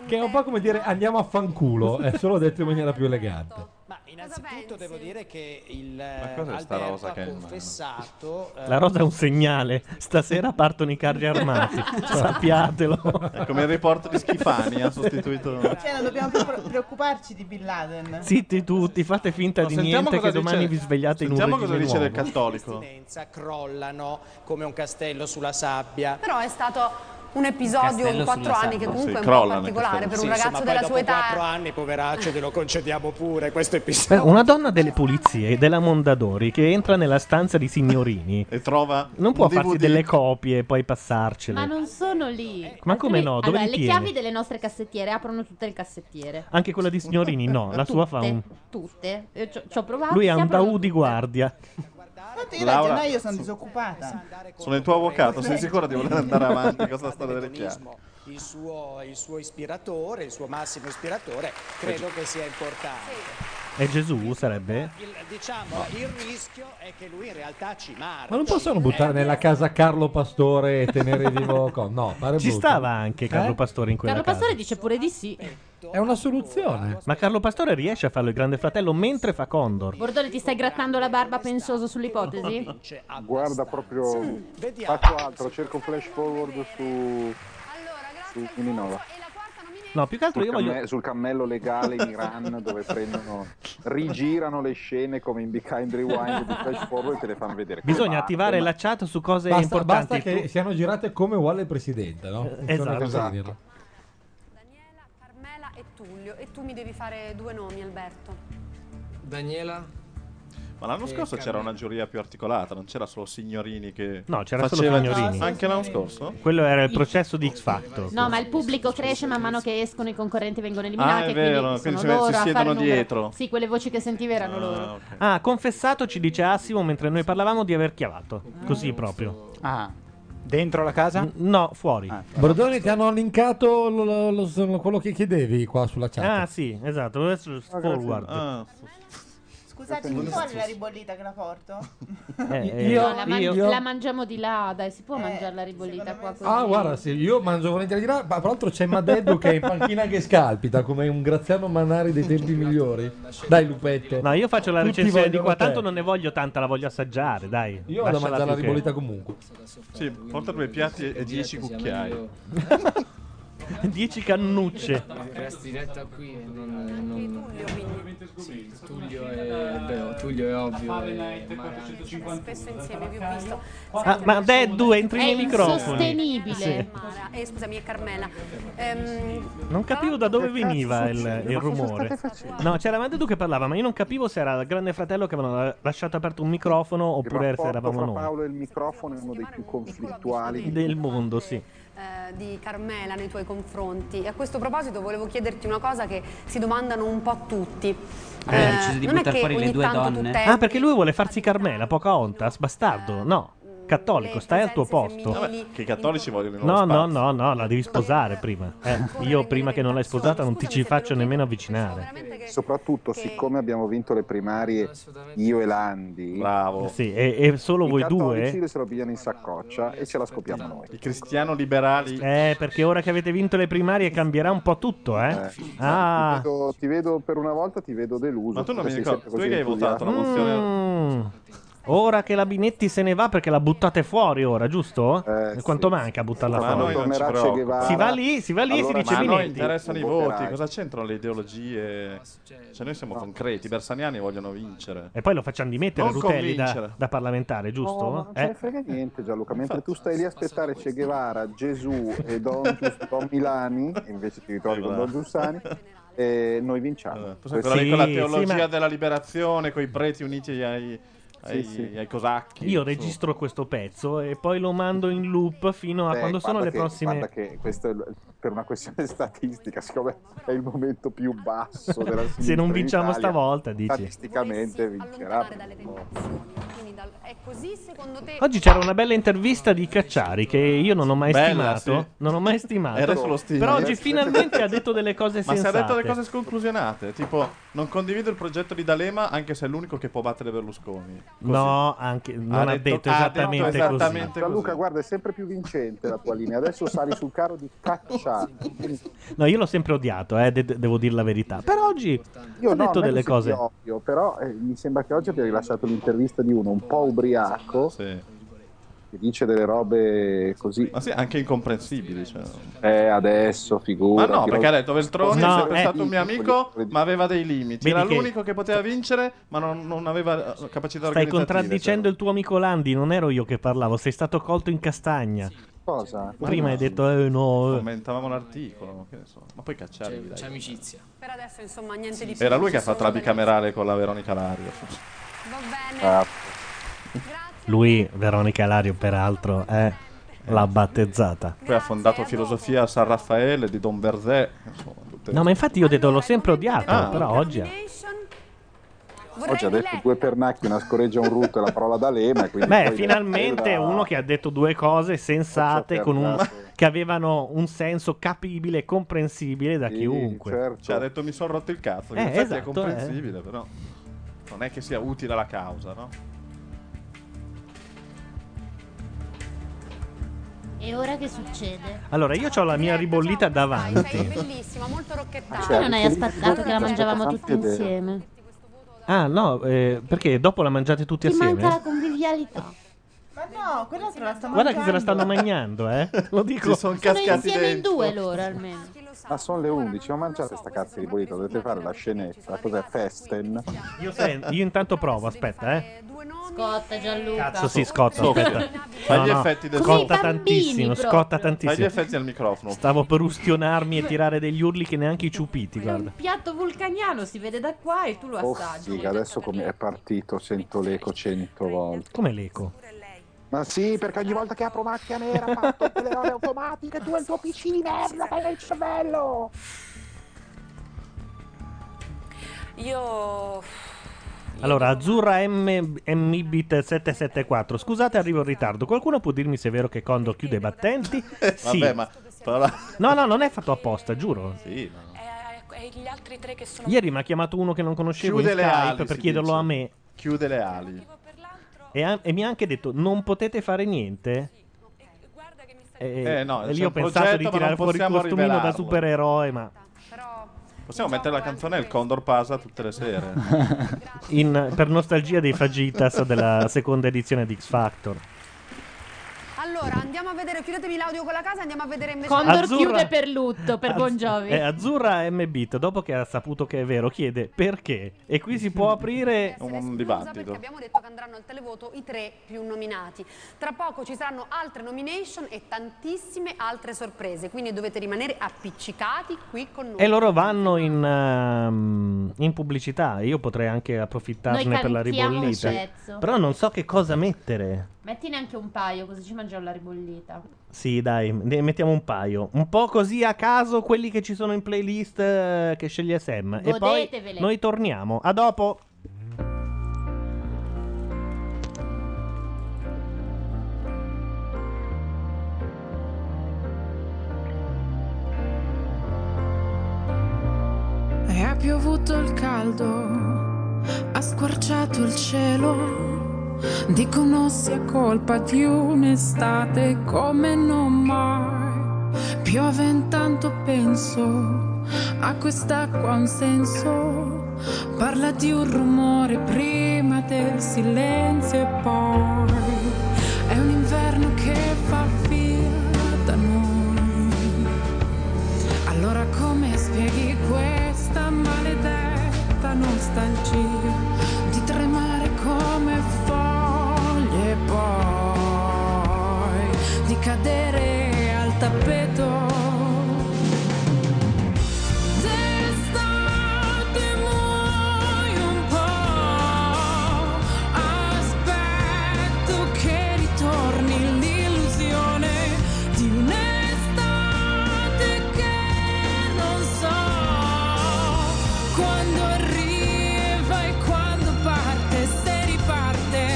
Speaker 8: Che è un po' come dire andiamo a fanculo, è solo detto in maniera più elegante.
Speaker 19: Ma innanzitutto devo dire che il
Speaker 14: Ma
Speaker 19: eh,
Speaker 14: cos'è sta
Speaker 19: Alberto
Speaker 14: rosa che
Speaker 19: ha
Speaker 14: è in mano?
Speaker 19: confessato eh,
Speaker 1: La rosa è un segnale. Stasera partono i carri armati. Sappiatelo.
Speaker 14: È come il report di Schifani, ha sostituito...
Speaker 2: Cioè, non dobbiamo più pre- preoccuparci di Bin Laden.
Speaker 1: Zitti tutti, fate finta
Speaker 14: No,
Speaker 1: di
Speaker 14: sentiamo
Speaker 1: niente
Speaker 14: cosa
Speaker 1: che
Speaker 14: dice-
Speaker 1: domani vi svegliate in un
Speaker 14: sentiamo cosa
Speaker 1: regime
Speaker 14: dice del
Speaker 1: nuovo.
Speaker 14: cattolico.
Speaker 19: Crollano come un castello sulla sabbia.
Speaker 5: Però è stato un episodio
Speaker 25: Castello
Speaker 5: in quattro
Speaker 25: sulla
Speaker 5: anni che
Speaker 25: sabbia.
Speaker 5: comunque è
Speaker 25: Sì,
Speaker 5: un po'
Speaker 25: crollano i
Speaker 5: particolare per un
Speaker 25: castelli. Sì,
Speaker 5: ragazzo
Speaker 25: insomma,
Speaker 5: della
Speaker 25: poi
Speaker 5: sua
Speaker 25: dopo
Speaker 5: età.
Speaker 25: quattro
Speaker 19: anni, poveraccio, te lo concediamo pure questo
Speaker 1: Beh,
Speaker 19: episodio.
Speaker 1: Una donna delle pulizie della Mondadori che entra nella stanza di signorini
Speaker 14: e trova
Speaker 1: non può
Speaker 14: un
Speaker 1: farsi
Speaker 14: DVD.
Speaker 1: delle copie e poi passarcele.
Speaker 17: Ma non sono lì.
Speaker 1: Ma come no? Dove
Speaker 17: allora,
Speaker 1: li
Speaker 17: le
Speaker 1: tiene?
Speaker 17: chiavi delle nostre cassettiere aprono tutte le cassettiere.
Speaker 1: Anche quella di signorini no, la sua fa
Speaker 17: Tutte, Ah,
Speaker 1: un
Speaker 17: Tutte. Io Ci ho- ci ho provato.
Speaker 1: Lui ha
Speaker 17: si
Speaker 1: un
Speaker 17: aprono
Speaker 1: baù di guardia.
Speaker 2: Io da
Speaker 14: Laura,
Speaker 2: gennaio sono disoccupata.
Speaker 14: sono il tuo avvocato, sei sicura di voler andare avanti con questa storia delle chiavi?
Speaker 19: Il suo, il suo ispiratore, il suo massimo ispiratore, credo che sia importante.
Speaker 1: E Gesù sarebbe?
Speaker 19: Il- diciamo, il rischio è che lui in realtà ci marci.
Speaker 8: Ma non possono buttare nella casa Carlo Pastore e tenere vivo. co- No, pare
Speaker 1: Ci
Speaker 8: brutto.
Speaker 1: stava anche Carlo
Speaker 8: Eh?
Speaker 1: Pastore in quella
Speaker 17: Carlo
Speaker 1: casa.
Speaker 17: Pastore dice pure di sì.
Speaker 8: È una soluzione.
Speaker 1: Ma Carlo Pastore riesce a farlo il grande fratello mentre fa Condor.
Speaker 17: Bordone, ti stai grattando la barba pensoso sull'ipotesi?
Speaker 12: Guarda proprio. Faccio altro, cerco flash forward su. su Mininova.
Speaker 1: No, più che altro
Speaker 12: sul,
Speaker 1: io voglio-
Speaker 12: camme- sul cammello legale in Iran dove prendono. rigirano le scene come in Behind Rewind di flash forward e te le fanno vedere. come
Speaker 1: Bisogna
Speaker 12: vanno,
Speaker 1: attivare
Speaker 12: ma-
Speaker 1: la chat su cose
Speaker 8: Basta,
Speaker 1: importanti.
Speaker 8: basta che
Speaker 1: Tu-
Speaker 8: siano girate come vuole il presidente, no? Funziona
Speaker 1: Esatto.
Speaker 8: così,
Speaker 1: Esatto.
Speaker 8: dirlo.
Speaker 5: Carmela e Tullio e tu mi devi fare due nomi Alberto.
Speaker 11: Daniela,
Speaker 14: Ma l'anno
Speaker 11: Che
Speaker 14: scorso c'era
Speaker 11: cavolo.
Speaker 14: una giuria più articolata, non c'era solo signorini che.
Speaker 1: No, c'era solo
Speaker 14: faceva-
Speaker 1: signorini.
Speaker 14: Anche l'anno scorso?
Speaker 1: Quello era il processo di X Factor.
Speaker 17: No, ma il pubblico cresce man mano che escono i concorrenti vengono eliminati.
Speaker 1: Ah, è
Speaker 17: e
Speaker 1: vero,
Speaker 17: quindi
Speaker 1: quindi
Speaker 17: sono
Speaker 1: si-
Speaker 17: loro
Speaker 1: si
Speaker 17: a fare
Speaker 1: siedono
Speaker 17: il numero.
Speaker 1: dietro.
Speaker 17: Sì, quelle voci che sentivi erano loro.
Speaker 1: Ah, confessato ci dice Assimo mentre noi parlavamo di aver chiavato. Così proprio.
Speaker 26: Ah, dentro la casa? Ah,
Speaker 1: no, fuori. Ah,
Speaker 8: Esatto. Bordoni, ti hanno linkato lo- lo- lo- quello che chiedevi qua sulla chat.
Speaker 26: certo.
Speaker 1: Ah, sì, esatto. adesso
Speaker 26: Ah,
Speaker 1: Forward.
Speaker 14: Ah,
Speaker 2: Scusate, mi vuole la ribollita che la porto?
Speaker 8: eh, Io-
Speaker 17: No, la, man-
Speaker 8: io-
Speaker 17: la mangiamo di là, dai, si può mangiare la ribollita qua così.
Speaker 8: Ah, guarda, sì, io mangio volentieri di là, ma tra l'altro c'è Madeddu che è in panchina che scalpita come un Graziano Manari dei tempi migliori. Dai, Lupetto.
Speaker 1: No, io faccio la
Speaker 8: Tutti
Speaker 1: recensione di
Speaker 8: vogliono
Speaker 1: qua,
Speaker 8: te.
Speaker 1: tanto non ne voglio tanta, la voglio assaggiare, dai.
Speaker 8: Io vado a
Speaker 1: Lasciala
Speaker 8: mangiare la
Speaker 1: più che-
Speaker 8: ribollita comunque.
Speaker 14: Sì, porta due piatti e dieci cucchiai.
Speaker 1: 10 cannucce.
Speaker 11: resti diretta qui. Non, non... Sì, Tullio è. Beh, Tullio è ovvio. eh, e Manara.
Speaker 5: Spesso insieme vi ho visto.
Speaker 1: Ah, ma Deddu, entri
Speaker 5: È
Speaker 1: nei microfoni.
Speaker 5: insostenibile.
Speaker 1: Sì.
Speaker 5: Mara, eh, scusami, è Carmela. Ehm,
Speaker 1: Non capivo da dove veniva il,
Speaker 5: succede?
Speaker 1: il
Speaker 5: Ma cosa
Speaker 1: rumore.
Speaker 5: state facendo?
Speaker 1: No, c'era Mandedu che parlava, ma io non capivo se era il grande fratello che avevano la- lasciato aperto un microfono
Speaker 12: Il
Speaker 1: oppure se
Speaker 12: rapporto
Speaker 1: eravamo
Speaker 12: fra
Speaker 1: noi.
Speaker 12: Paolo e il microfono è uno dei più conflittuali.
Speaker 1: Del mondo, sì.
Speaker 5: eh, di Carmela nei tuoi confronti. E a questo proposito volevo chiederti una cosa che si domandano un po' tutti.
Speaker 1: Abbiamo
Speaker 5: Eh, non è che ogni tanto tu tenti
Speaker 1: Ah, perché lui vuole farsi Carmela, poca ontas,
Speaker 5: Ah,
Speaker 1: bastardo. No, cattolico, stai al tuo posto.
Speaker 14: Vabbè, che i cattolici vogliono il loro
Speaker 1: No, no,
Speaker 14: spazio.
Speaker 1: no, no, la devi sposare prima. Eh, io prima che non l'hai sposata non ti ci faccio nemmeno avvicinare.
Speaker 12: Soprattutto siccome abbiamo vinto le primarie io e Landi.
Speaker 14: Bravo.
Speaker 1: Eh Sì,
Speaker 5: Oh.
Speaker 1: e, e solo voi due? eh.
Speaker 12: se lo pigliano in saccoccia e ce la scopiamo noi.
Speaker 14: I cristiano liberali.
Speaker 1: Eh, perché ora che avete vinto le primarie cambierà un po' tutto, eh? Ah,
Speaker 12: Ti, vedo, ti vedo per una volta, ti vedo deluso.
Speaker 14: Ma tu non mi
Speaker 12: Sei
Speaker 14: ricordi-
Speaker 12: sempre
Speaker 14: tu
Speaker 12: così
Speaker 14: che hai
Speaker 12: entusiasta.
Speaker 14: votato la mozione?
Speaker 1: Mm. Ora che la Binetti se ne va perché la buttate fuori ora, giusto? Quanto manca a buttarla
Speaker 14: Ma a
Speaker 1: fuori?
Speaker 14: noi non ci Tornerà Che preoccupa. Guevara.
Speaker 1: Si va lì, si va lì
Speaker 14: Allora,
Speaker 1: e si dice
Speaker 14: ma a noi
Speaker 1: Binetti.
Speaker 14: interessano i
Speaker 1: Voterai.
Speaker 14: voti, cosa c'entrano le ideologie? Cioè noi siamo concreti, i bersaniani vogliono vincere.
Speaker 1: E poi lo facciamo dimettere
Speaker 14: Non
Speaker 1: Rutelli da,
Speaker 14: convincere.
Speaker 1: da parlamentare, giusto?
Speaker 12: No, Oh, ma non ce
Speaker 1: Eh?
Speaker 12: ne frega niente Gianluca, mentre tu stai lì a aspettare Che Guevara, Gesù e Don, Gius- Don Milani, e invece ti ritrovi con Don Giussani, e noi vinciamo.
Speaker 14: Sai, quella, lì con la teologia della liberazione, con i preti uniti ai, ai-
Speaker 12: sì.
Speaker 14: ai cosacchi.
Speaker 1: Io
Speaker 14: su.
Speaker 1: registro questo pezzo e poi lo mando in loop fino a
Speaker 12: Eh,
Speaker 1: quando sono
Speaker 12: guarda
Speaker 1: le
Speaker 12: che-
Speaker 1: prossime.
Speaker 12: Guarda che questo è l- per una questione statistica, siccome è il momento più basso della
Speaker 1: Se non
Speaker 12: sinistra in
Speaker 1: vinciamo
Speaker 12: Italia,
Speaker 1: stavolta, dici.
Speaker 12: Statisticamente vincerà.
Speaker 5: Quindi dal- è così secondo te?
Speaker 1: Oggi c'era una bella intervista di Cacciari che io non ho mai
Speaker 14: Bella,
Speaker 1: stimato.
Speaker 14: sì.
Speaker 1: Non ho mai stimato.
Speaker 14: Era solo stile.
Speaker 1: Però oggi finalmente ha detto delle cose
Speaker 14: eh. Ma si è
Speaker 1: sensate.
Speaker 14: detto delle cose sconclusionate, tipo non condivido il progetto di D'Alema anche se è l'unico che può battere Berlusconi. Così.
Speaker 1: No, anche, non ha, detto esatto.
Speaker 14: ha
Speaker 1: esattamente
Speaker 14: detto esattamente
Speaker 1: così.
Speaker 14: così.
Speaker 12: Luca, guarda, è sempre più vincente la tua linea. Adesso sali sul carro di caccia.
Speaker 1: No, io l'ho sempre odiato, eh, de- de- devo dire la verità. Però oggi
Speaker 12: Io
Speaker 1: ha
Speaker 12: no,
Speaker 1: detto
Speaker 12: non è
Speaker 1: delle
Speaker 12: che sia
Speaker 1: cose.
Speaker 12: ovvio, però eh, mi sembra che oggi abbia rilasciato l'intervista di uno un po' ubriaco che dice delle robe così.
Speaker 14: Ma sì, anche incomprensibili. Cioè.
Speaker 12: Eh, adesso figura.
Speaker 14: Ma no, perché ha detto Veltroni
Speaker 1: No,
Speaker 14: è sempre
Speaker 1: eh.
Speaker 14: stato un mio amico, ma aveva dei limiti.
Speaker 1: Vedi
Speaker 14: Era
Speaker 1: che-
Speaker 14: l'unico che poteva vincere, ma non, non aveva eh, capacità
Speaker 1: Stai
Speaker 14: organizzative.
Speaker 1: contraddicendo il tuo amico Landi, non ero io che parlavo, sei stato colto in castagna.
Speaker 12: Cosa?
Speaker 1: Prima hai detto, eh no. eh.
Speaker 14: cioè. Commentavamo l'articolo, ma che ne so. Ma poi cacciarli, dai.
Speaker 5: amicizia. Per adesso, insomma, niente di più.
Speaker 14: Era lui che ha
Speaker 5: Ci
Speaker 14: fatto la
Speaker 5: sono
Speaker 14: bicamerale con la Veronica Lario.
Speaker 1: Lui, Veronica Lario, peraltro, è l'ha battezzata.
Speaker 14: Poi ha fondato Filosofia a San Raffaele di Don Verzè. Insomma, tutte-
Speaker 1: No, ma infatti io ho detto l'ho sempre odiato,
Speaker 14: Ah.
Speaker 1: però oggi... è-
Speaker 12: Oggi ha detto due pernacchi, una scoreggia, un rutto e la parola da lema. quindi
Speaker 1: Beh,
Speaker 12: poi-
Speaker 1: finalmente uno che ha detto due cose sensate con un- che avevano un senso capibile e comprensibile da chiunque.
Speaker 14: Ci Cioè, ha detto mi sono rotto il cazzo. Che
Speaker 1: Eh,
Speaker 14: in effetti è
Speaker 1: esatto,
Speaker 8: eh.
Speaker 14: comprensibile, però. Non è che sia utile alla causa, no?
Speaker 17: E ora che succede?
Speaker 1: Allora, io ho la mia ribollita davanti.
Speaker 5: Bellissima, molto rocchettata.
Speaker 1: Cioè,
Speaker 17: non hai
Speaker 1: riferisci-
Speaker 17: aspettato che la
Speaker 1: Aspetta,
Speaker 17: mangiavamo
Speaker 1: fammi
Speaker 17: tutti
Speaker 1: vedere.
Speaker 17: insieme?
Speaker 1: Ah, no, eh, perché dopo la mangiate tutti
Speaker 17: Ti manca la
Speaker 1: assieme?
Speaker 17: convivialità.
Speaker 2: Ma no, quella se la sta
Speaker 1: Guarda che se la
Speaker 2: mangiando.
Speaker 1: stanno mangiando, eh. Te Lo dico.
Speaker 12: Ci
Speaker 17: Sono
Speaker 12: son Cascati
Speaker 17: insieme in
Speaker 12: dentro.
Speaker 17: due loro almeno.
Speaker 12: Ma sono le 11, ma mangiate sta cazzo di burrito, dovete fare la scenetta. Cos'è Festen?
Speaker 1: Io, sen- io intanto provo, aspetta, eh.
Speaker 17: Scotta Gianluca.
Speaker 1: Cazzo, si scotta,
Speaker 14: Soffia.
Speaker 1: aspetta.
Speaker 14: Fai gli effetti del- Come i
Speaker 1: Scotta
Speaker 14: bambini,
Speaker 1: tantissimo,
Speaker 14: proprio.
Speaker 1: scotta
Speaker 14: Fai gli
Speaker 1: tantissimo.
Speaker 14: effetti al microfono.
Speaker 1: Stavo per ustionarmi e tirare degli urli che neanche i ciupiti, guarda.
Speaker 3: Piatto vulcaniano si vede da qua e tu lo
Speaker 12: Oh,
Speaker 3: assaggi.
Speaker 12: figa, adesso come è partito, sento l'eco cento volte.
Speaker 1: Come l'eco?
Speaker 12: Ma sì, perché ogni volta che apro macchina nera fatto le robe automatiche, tu e il tuo PC di merda che hai nel cervello!
Speaker 7: Oh,
Speaker 5: Io
Speaker 1: Allora, Azzurra M- MBit774. Scusate, arrivo in ritardo. Qualcuno può dirmi se è vero che Condor chiude i battenti? Sì.
Speaker 14: Vabbè, ma.
Speaker 1: No, no, non è fatto apposta, giuro.
Speaker 14: Sì,
Speaker 12: eh,
Speaker 5: e gli altri tre che sono
Speaker 1: Ieri mi ha chiamato uno che non conoscevo
Speaker 14: Chiude
Speaker 1: in
Speaker 14: le
Speaker 1: Skype
Speaker 14: ali,
Speaker 1: per
Speaker 14: si
Speaker 1: chiederlo
Speaker 14: dice.
Speaker 1: a me.
Speaker 14: Chiude le ali.
Speaker 1: E, ha- e mi ha anche detto: Non potete fare niente? E,
Speaker 14: Eh, no,
Speaker 1: e lì
Speaker 14: c'è
Speaker 1: ho
Speaker 14: un
Speaker 1: pensato
Speaker 14: progetto,
Speaker 1: di
Speaker 14: ma
Speaker 1: tirare
Speaker 14: non
Speaker 1: fuori il
Speaker 14: possiamo
Speaker 1: costumino da
Speaker 14: rivelarlo.
Speaker 1: supereroe, ma
Speaker 14: Possiamo mettere la canzone Il Condor pasa tutte le sere.
Speaker 1: in- per nostalgia dei Fagitas della seconda edizione di X Factor.
Speaker 5: Allora, andiamo a vedere, chiudetevi l'audio con la casa, andiamo a vedere invece
Speaker 1: Condor Azzurra. chiude
Speaker 3: per lutto, per Bon Jovi.
Speaker 1: E Azzurra MBit, dopo che ha saputo che è vero, chiede perché. E qui si può aprire
Speaker 14: un
Speaker 5: perché abbiamo detto che andranno al televoto i tre più nominati. Tra poco ci saranno altre nomination e tantissime altre sorprese, quindi dovete rimanere appiccicati qui con noi.
Speaker 1: E loro vanno in, ehm, in pubblicità. Io potrei anche approfittarne
Speaker 3: Noi
Speaker 1: per la
Speaker 3: cantiamo un
Speaker 1: ribollita.
Speaker 3: pezzo.
Speaker 1: Però non so che cosa mettere.
Speaker 3: Mettine anche un paio così ci mangiamo la ribollita.
Speaker 1: Sì, dai, ne mettiamo un paio. Un po' così a caso quelli che ci sono in playlist eh, che sceglie Sam. E poi
Speaker 3: Godetevele.
Speaker 1: noi torniamo. A dopo.
Speaker 4: E ha piovuto il caldo, ha squarciato il cielo. Dicono sia colpa di un'estate come non mai. Piove intanto penso a quest'acqua un senso. Parla di un rumore prima del silenzio e poi è un inverno che va via da noi. Allora come spieghi questa maledetta nostalgia di tremare come foglie e poi di cadere al tappeto? D'estate muoio un po', aspetto che ritorni l'illusione di un'estate che non so quando arriva e quando parte, se riparte.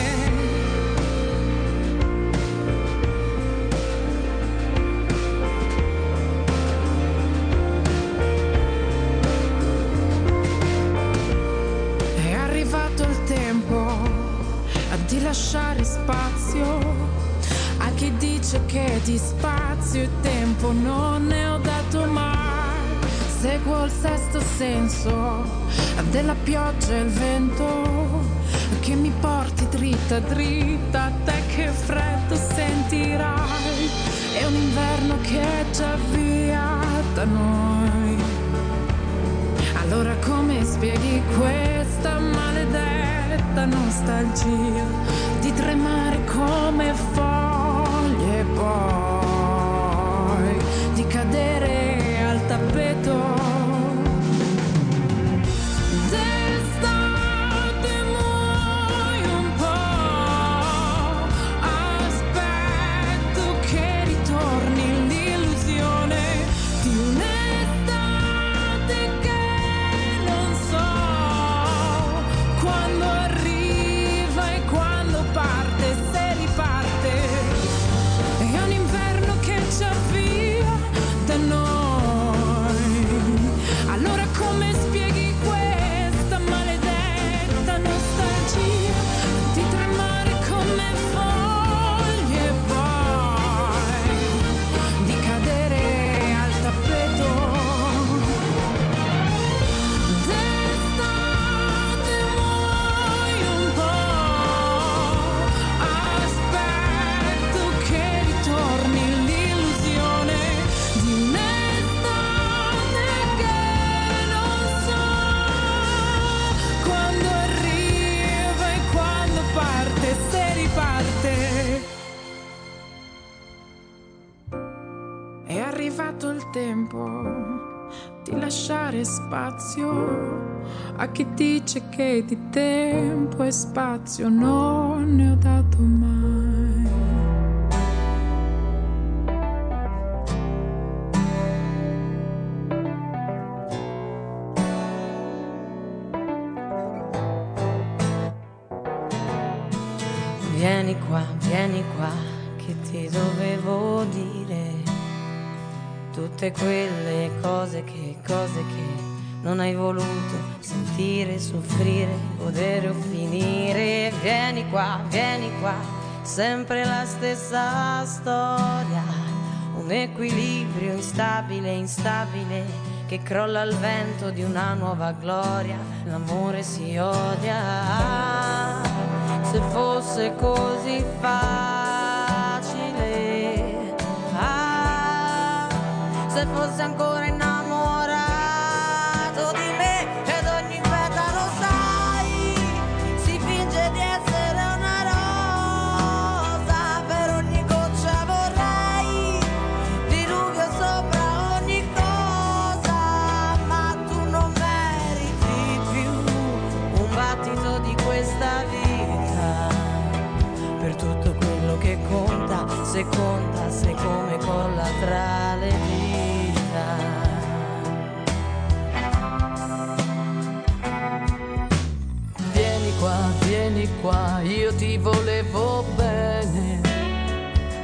Speaker 4: È arrivato il tempo di lasciare spazio a chi dice che di spazio e tempo non ne ho dato mai. Seguo il sesto senso della pioggia e il vento che mi porti dritta, dritta, te che freddo sentirai. È un inverno che è già via da noi. Allora come spieghi questa maledetta nostalgia di tremare come foglie e poi È arrivato il tempo di lasciare spazio a chi dice che di tempo e spazio non ne ho dato mai.
Speaker 10: Vieni qua, vieni qua, che ti dovevo dire tutte quelle cose che, cose che non hai voluto sentire, soffrire, godere o finire. Vieni qua, vieni qua, sempre la stessa storia. Un equilibrio instabile, instabile, che crolla al vento di una nuova gloria. L'amore si odia. Se fosse così facile, ah, se fosse ancora innamorato di me ed ogni fetta lo sai, si finge di essere una rosa, per ogni goccia vorrei diluvio sopra ogni cosa, ma tu non meriti più un battito di questa vita, per tutto quello che conta, se conta, se come colla tra le dita. Vieni qua, vieni qua, io ti volevo bene,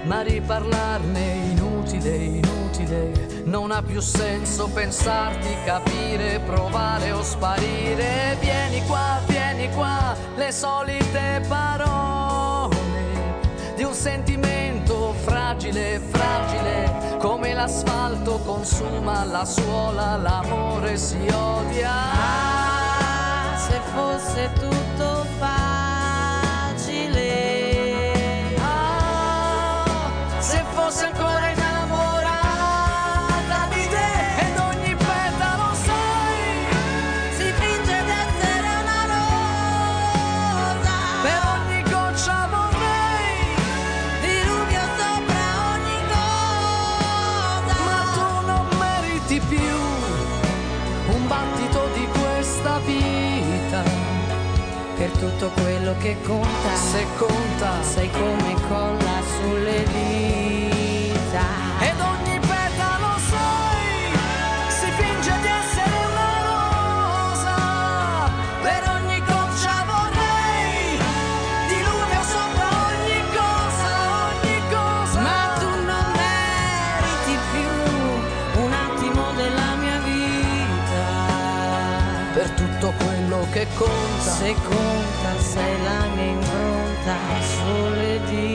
Speaker 10: ma riparlarne inutile, inutile, non ha più senso pensarti, capire, provare o sparire. Vieni qua, vieni qua, le solite parole di un sentimento fragile, fragile, come l'asfalto consuma la suola, l'amore si odia. Ah, se fosse tutto facile, ah, se fosse ancora innamorata di te ed ogni petalo sai, si finge di essere una rosa, per ogni goccia vorrei Diluvio sopra ogni cosa Ma tu non meriti più Un battito di questa vita Per tutto quello che conta Se conta Sei come colla sulle dita Ed ogni petalo sai Si finge di essere una rosa Per ogni goccia vorrei Diluvio sopra ogni cosa, ogni cosa. Ma tu non meriti più un attimo della mia vita. Per tutto quello che conta. Se conta, sei la mia impronta sulle dita.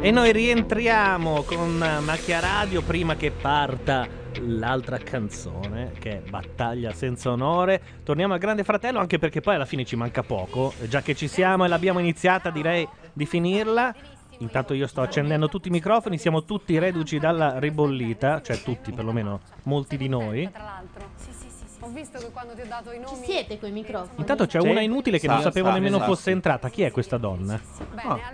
Speaker 1: E noi rientriamo con Macchia Radio prima che parta l'altra canzone che è Battaglia senza onore. Torniamo al Grande Fratello anche perché poi alla fine ci manca poco, già che ci siamo e l'abbiamo iniziata, direi di finirla. Intanto io sto accendendo tutti i microfoni, siamo tutti reduci dalla ribollita, cioè tutti perlomeno, molti di noi.
Speaker 5: Tra l'altro. Sì, sì, sì, Ho visto che quando ti ho dato i nomi.
Speaker 17: Ci siete coi microfoni?
Speaker 1: Intanto c'è
Speaker 8: Sì.
Speaker 1: una inutile che non
Speaker 8: Sa-
Speaker 1: sapevo
Speaker 8: sa-
Speaker 1: nemmeno
Speaker 8: sa-
Speaker 1: fosse entrata. Chi è questa donna?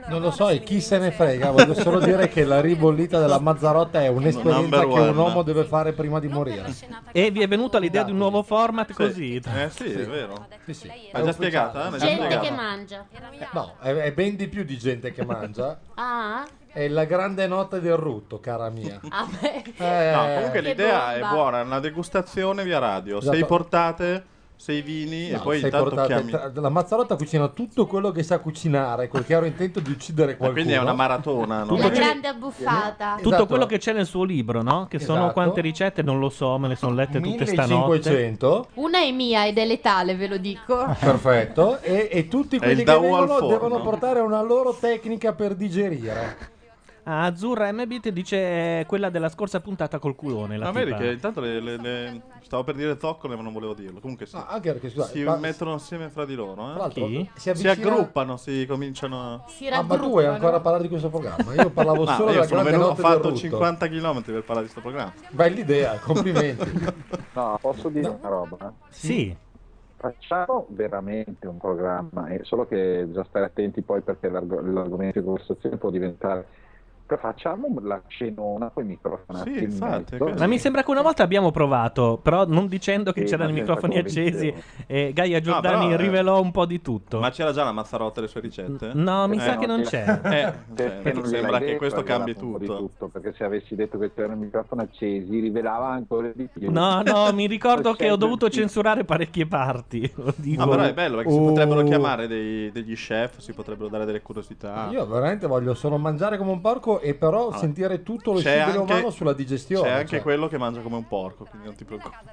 Speaker 8: Non lo so, e chi se ne frega? Voglio solo dire che la ribollita della Mazzarotta è un'esperienza
Speaker 1: Number
Speaker 8: che un
Speaker 1: one.
Speaker 8: uomo deve fare prima di morire.
Speaker 1: E vi è venuta l'idea di un nuovo format così?
Speaker 14: Eh sì, è vero.
Speaker 8: Sì, sì.
Speaker 14: L'hai già spiegata? L'hai già
Speaker 17: Gente che
Speaker 14: spiegata?
Speaker 17: mangia.
Speaker 8: No, è, è ben di più di gente che mangia.
Speaker 17: Ah,
Speaker 8: È la grande notte del rutto, cara mia.
Speaker 17: ah beh.
Speaker 8: Eh,
Speaker 14: No, comunque
Speaker 8: Che
Speaker 14: l'idea è
Speaker 8: bomba.
Speaker 14: buona, è una degustazione via radio.
Speaker 8: Esatto.
Speaker 14: Sei portate, sei vini e
Speaker 8: No,
Speaker 14: poi
Speaker 8: sei
Speaker 14: intanto
Speaker 8: portato-
Speaker 14: chiami.
Speaker 8: tra- La Mazzarotta cucina tutto quello che sa cucinare, col chiaro intento di uccidere qualcuno.
Speaker 14: quindi è una maratona, no?
Speaker 17: La grande abbuffata.
Speaker 1: Tutto
Speaker 14: Esatto.
Speaker 1: quello che c'è nel suo libro, no? Che sono
Speaker 8: Esatto.
Speaker 1: quante ricette, non lo so, me le sono lette tutte stanotte.
Speaker 8: 1500.
Speaker 17: Una è mia ed è letale, ve lo dico.
Speaker 8: Perfetto. E, e tutti
Speaker 1: È
Speaker 8: quelli
Speaker 1: il
Speaker 8: che
Speaker 1: Dao al
Speaker 8: vengono
Speaker 1: forno.
Speaker 8: devono portare una loro tecnica per digerire.
Speaker 1: Ah, Azzurra MB ti dice eh, quella della scorsa puntata col culone. La
Speaker 14: Ma vedi
Speaker 1: tipa.
Speaker 14: che intanto le, le- le- stavo per dire zoccole, ma non volevo dirlo. Comunque sì.
Speaker 8: anche perché, scusate,
Speaker 14: si
Speaker 8: ma-
Speaker 14: mettono assieme fra di loro. Eh?
Speaker 8: Tra l'altro, Chi? si
Speaker 14: Si,
Speaker 8: avvicina-
Speaker 14: aggruppano, si cominciano. a-
Speaker 17: Si
Speaker 8: Ah, ma tu vuoi ancora parlare di questo programma? Io parlavo
Speaker 14: No,
Speaker 8: solo
Speaker 14: io
Speaker 8: della
Speaker 14: sono
Speaker 8: grande
Speaker 14: venuto- ho
Speaker 8: notte del
Speaker 14: fatto
Speaker 8: rutto.
Speaker 14: 50 km per parlare di questo programma.
Speaker 8: Bell'idea, complimenti.
Speaker 12: No, posso dire una roba?
Speaker 1: Sì.
Speaker 12: Facciamo veramente un programma, eh, solo che bisogna stare attenti poi perché l'arg- l'argomento di conversazione può diventare... Però Facciamo la cenona con i microfoni.
Speaker 1: Sì, Ma mi sembra che una volta abbiamo provato, però non dicendo che
Speaker 12: Sì,
Speaker 1: c'erano
Speaker 12: ma
Speaker 1: i
Speaker 12: senza
Speaker 1: microfoni accesi, e Gaia
Speaker 14: No,
Speaker 1: Giordani
Speaker 14: però, eh,
Speaker 1: rivelò un po' di tutto.
Speaker 14: Ma c'era già la Mazzarotta e le sue ricette?
Speaker 1: No, mi sa che non c'è.
Speaker 14: Eh,
Speaker 12: Perché
Speaker 14: cioè,
Speaker 12: non gliel'hai
Speaker 14: sembra che
Speaker 12: detto,
Speaker 14: questo
Speaker 12: hai
Speaker 14: cambi
Speaker 12: rivelato un po' di
Speaker 14: tutto.
Speaker 12: Perché se avessi detto che c'erano i microfoni accesi, cioè, rivelava ancora di più.
Speaker 1: No, no, mi ricordo che ho dovuto
Speaker 12: Sì.
Speaker 1: censurare parecchie parti. Lo dico.
Speaker 14: No, Ah, però è bello perché si
Speaker 1: Oh.
Speaker 14: potrebbero chiamare dei- degli chef, si potrebbero dare delle curiosità.
Speaker 8: Io veramente voglio solo mangiare come un porco e però
Speaker 14: Vabbè.
Speaker 8: sentire tutto lo
Speaker 14: C'è
Speaker 8: scibile
Speaker 14: anche-
Speaker 8: umano sulla digestione.
Speaker 14: C'è anche
Speaker 8: cioè.
Speaker 14: quello che mangia come un porco, quindi non ti preoccupare.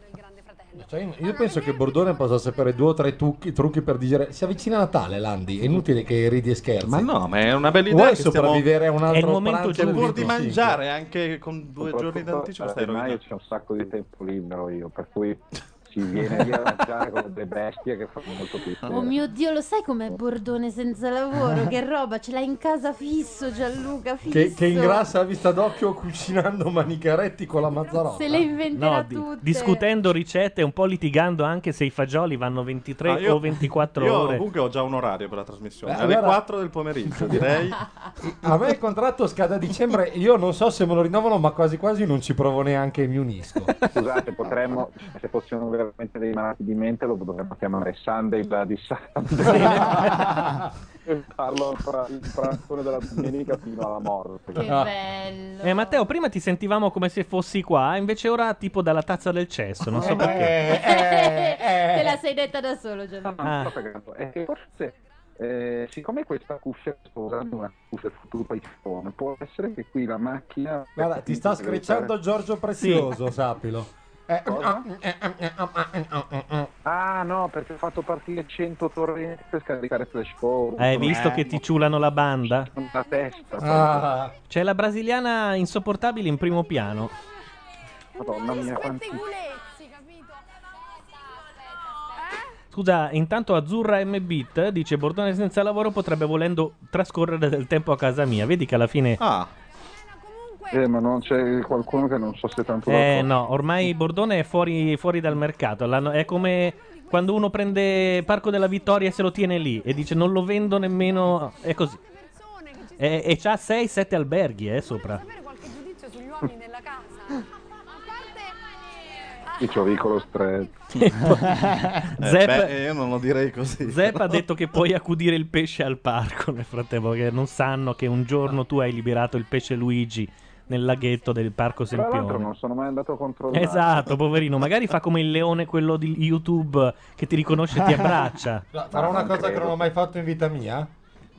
Speaker 8: Cioè, io- io penso che Bordone possa sapere due o tre trucchi, trucchi per digerire. Si avvicina Natale, Landi, è inutile che ridi e scherzi. Ma
Speaker 14: no, ma è una bella idea
Speaker 8: Vuoi
Speaker 14: che stiamo-
Speaker 8: sopravvivere a un altro
Speaker 14: È il momento
Speaker 8: pranzo
Speaker 14: giusto.
Speaker 8: del
Speaker 14: Pur di
Speaker 8: 25?
Speaker 14: mangiare anche con due giorni
Speaker 12: Soprattutto eh,
Speaker 14: d'anticipo
Speaker 12: per
Speaker 14: stai
Speaker 12: Di Maio
Speaker 14: rovinando.
Speaker 12: c'è un sacco di tempo libero io, per cui si viene lì a mangiare con delle bestie che fanno molto piacere.
Speaker 17: Oh mio dio, lo sai com'è Bordone senza lavoro? Che roba, ce l'ha in casa fisso Gianluca, fisso.
Speaker 8: Che, che ingrassa a vista d'occhio cucinando manicaretti con la mazzarotta.
Speaker 17: Se le inventerà
Speaker 1: No, di-
Speaker 17: tutte.
Speaker 1: discutendo ricette e un po' litigando anche se i fagioli vanno 23
Speaker 14: Ah, io-
Speaker 1: o 24
Speaker 14: io
Speaker 1: ore.
Speaker 14: comunque ho già un orario per la trasmissione,
Speaker 8: Beh,
Speaker 14: alle
Speaker 8: allora-
Speaker 14: 4 del pomeriggio direi.
Speaker 8: A me il contratto scade a dicembre, io non so se me lo rinnovano, ma quasi quasi non ci provo neanche e mi unisco.
Speaker 12: Scusate, potremmo, se fossimo veramente dei malati di mente, lo potremmo chiamare Sunday Bloody Sunday. E Parlo ancora il pranzo della domenica fino alla morte.
Speaker 1: Che bello. Eh, Matteo, prima ti sentivamo come se fossi qua, invece ora tipo dalla tazza del cesso,
Speaker 14: Eh,
Speaker 1: non so perché. Eh.
Speaker 17: Te la sei detta da solo Gianluca.
Speaker 12: Non
Speaker 1: Ah.
Speaker 12: so perché, è che forse eh, siccome questa cuffia è sposando una cuffia futura iPhone, può essere che qui la macchina.
Speaker 8: Guarda, ti sta scricciando Giorgio Prezioso, sappilo. Eh,
Speaker 12: Cosa? Ah no, perché ho fatto partire 100 torrenti per scaricare Flash Forward. Eh,
Speaker 1: Hai visto che ti ciulano la banda?
Speaker 12: La testa.
Speaker 1: Ah. C'è la brasiliana insopportabile in primo piano.
Speaker 12: Madonna mia, quanti...
Speaker 1: Scusa, intanto Azzurra M Beat dice Bordone senza lavoro potrebbe volendo trascorrere del tempo a casa mia. Vedi che alla fine
Speaker 14: Ah.
Speaker 12: Eh, ma non c'è qualcuno che non so se è tanto
Speaker 1: Eh
Speaker 12: d'accordo.
Speaker 1: no, ormai Bordone è fuori, fuori dal mercato. L'hanno- è come quando uno prende Parco della Vittoria e se lo tiene lì e dice non lo vendo nemmeno. È così. E, e c'ha 6-7 alberghi eh, sopra.
Speaker 5: Qualche giudizio sugli uomini nella casa?
Speaker 12: Sì, c'ho vicolo stress.
Speaker 1: Zep-
Speaker 14: Eh, beh, io non lo direi così.
Speaker 1: Zep ha detto che puoi accudire il pesce al parco nel frattempo, che non sanno che un giorno tu hai liberato il pesce Luigi nel laghetto del parco
Speaker 12: Tra l'altro
Speaker 1: Sempione.
Speaker 12: non sono mai andato a controllare.
Speaker 1: Esatto, poverino, magari fa come il leone quello di YouTube che ti riconosce e ti abbraccia.
Speaker 8: No, Farò una cosa che non ho mai fatto in vita mia.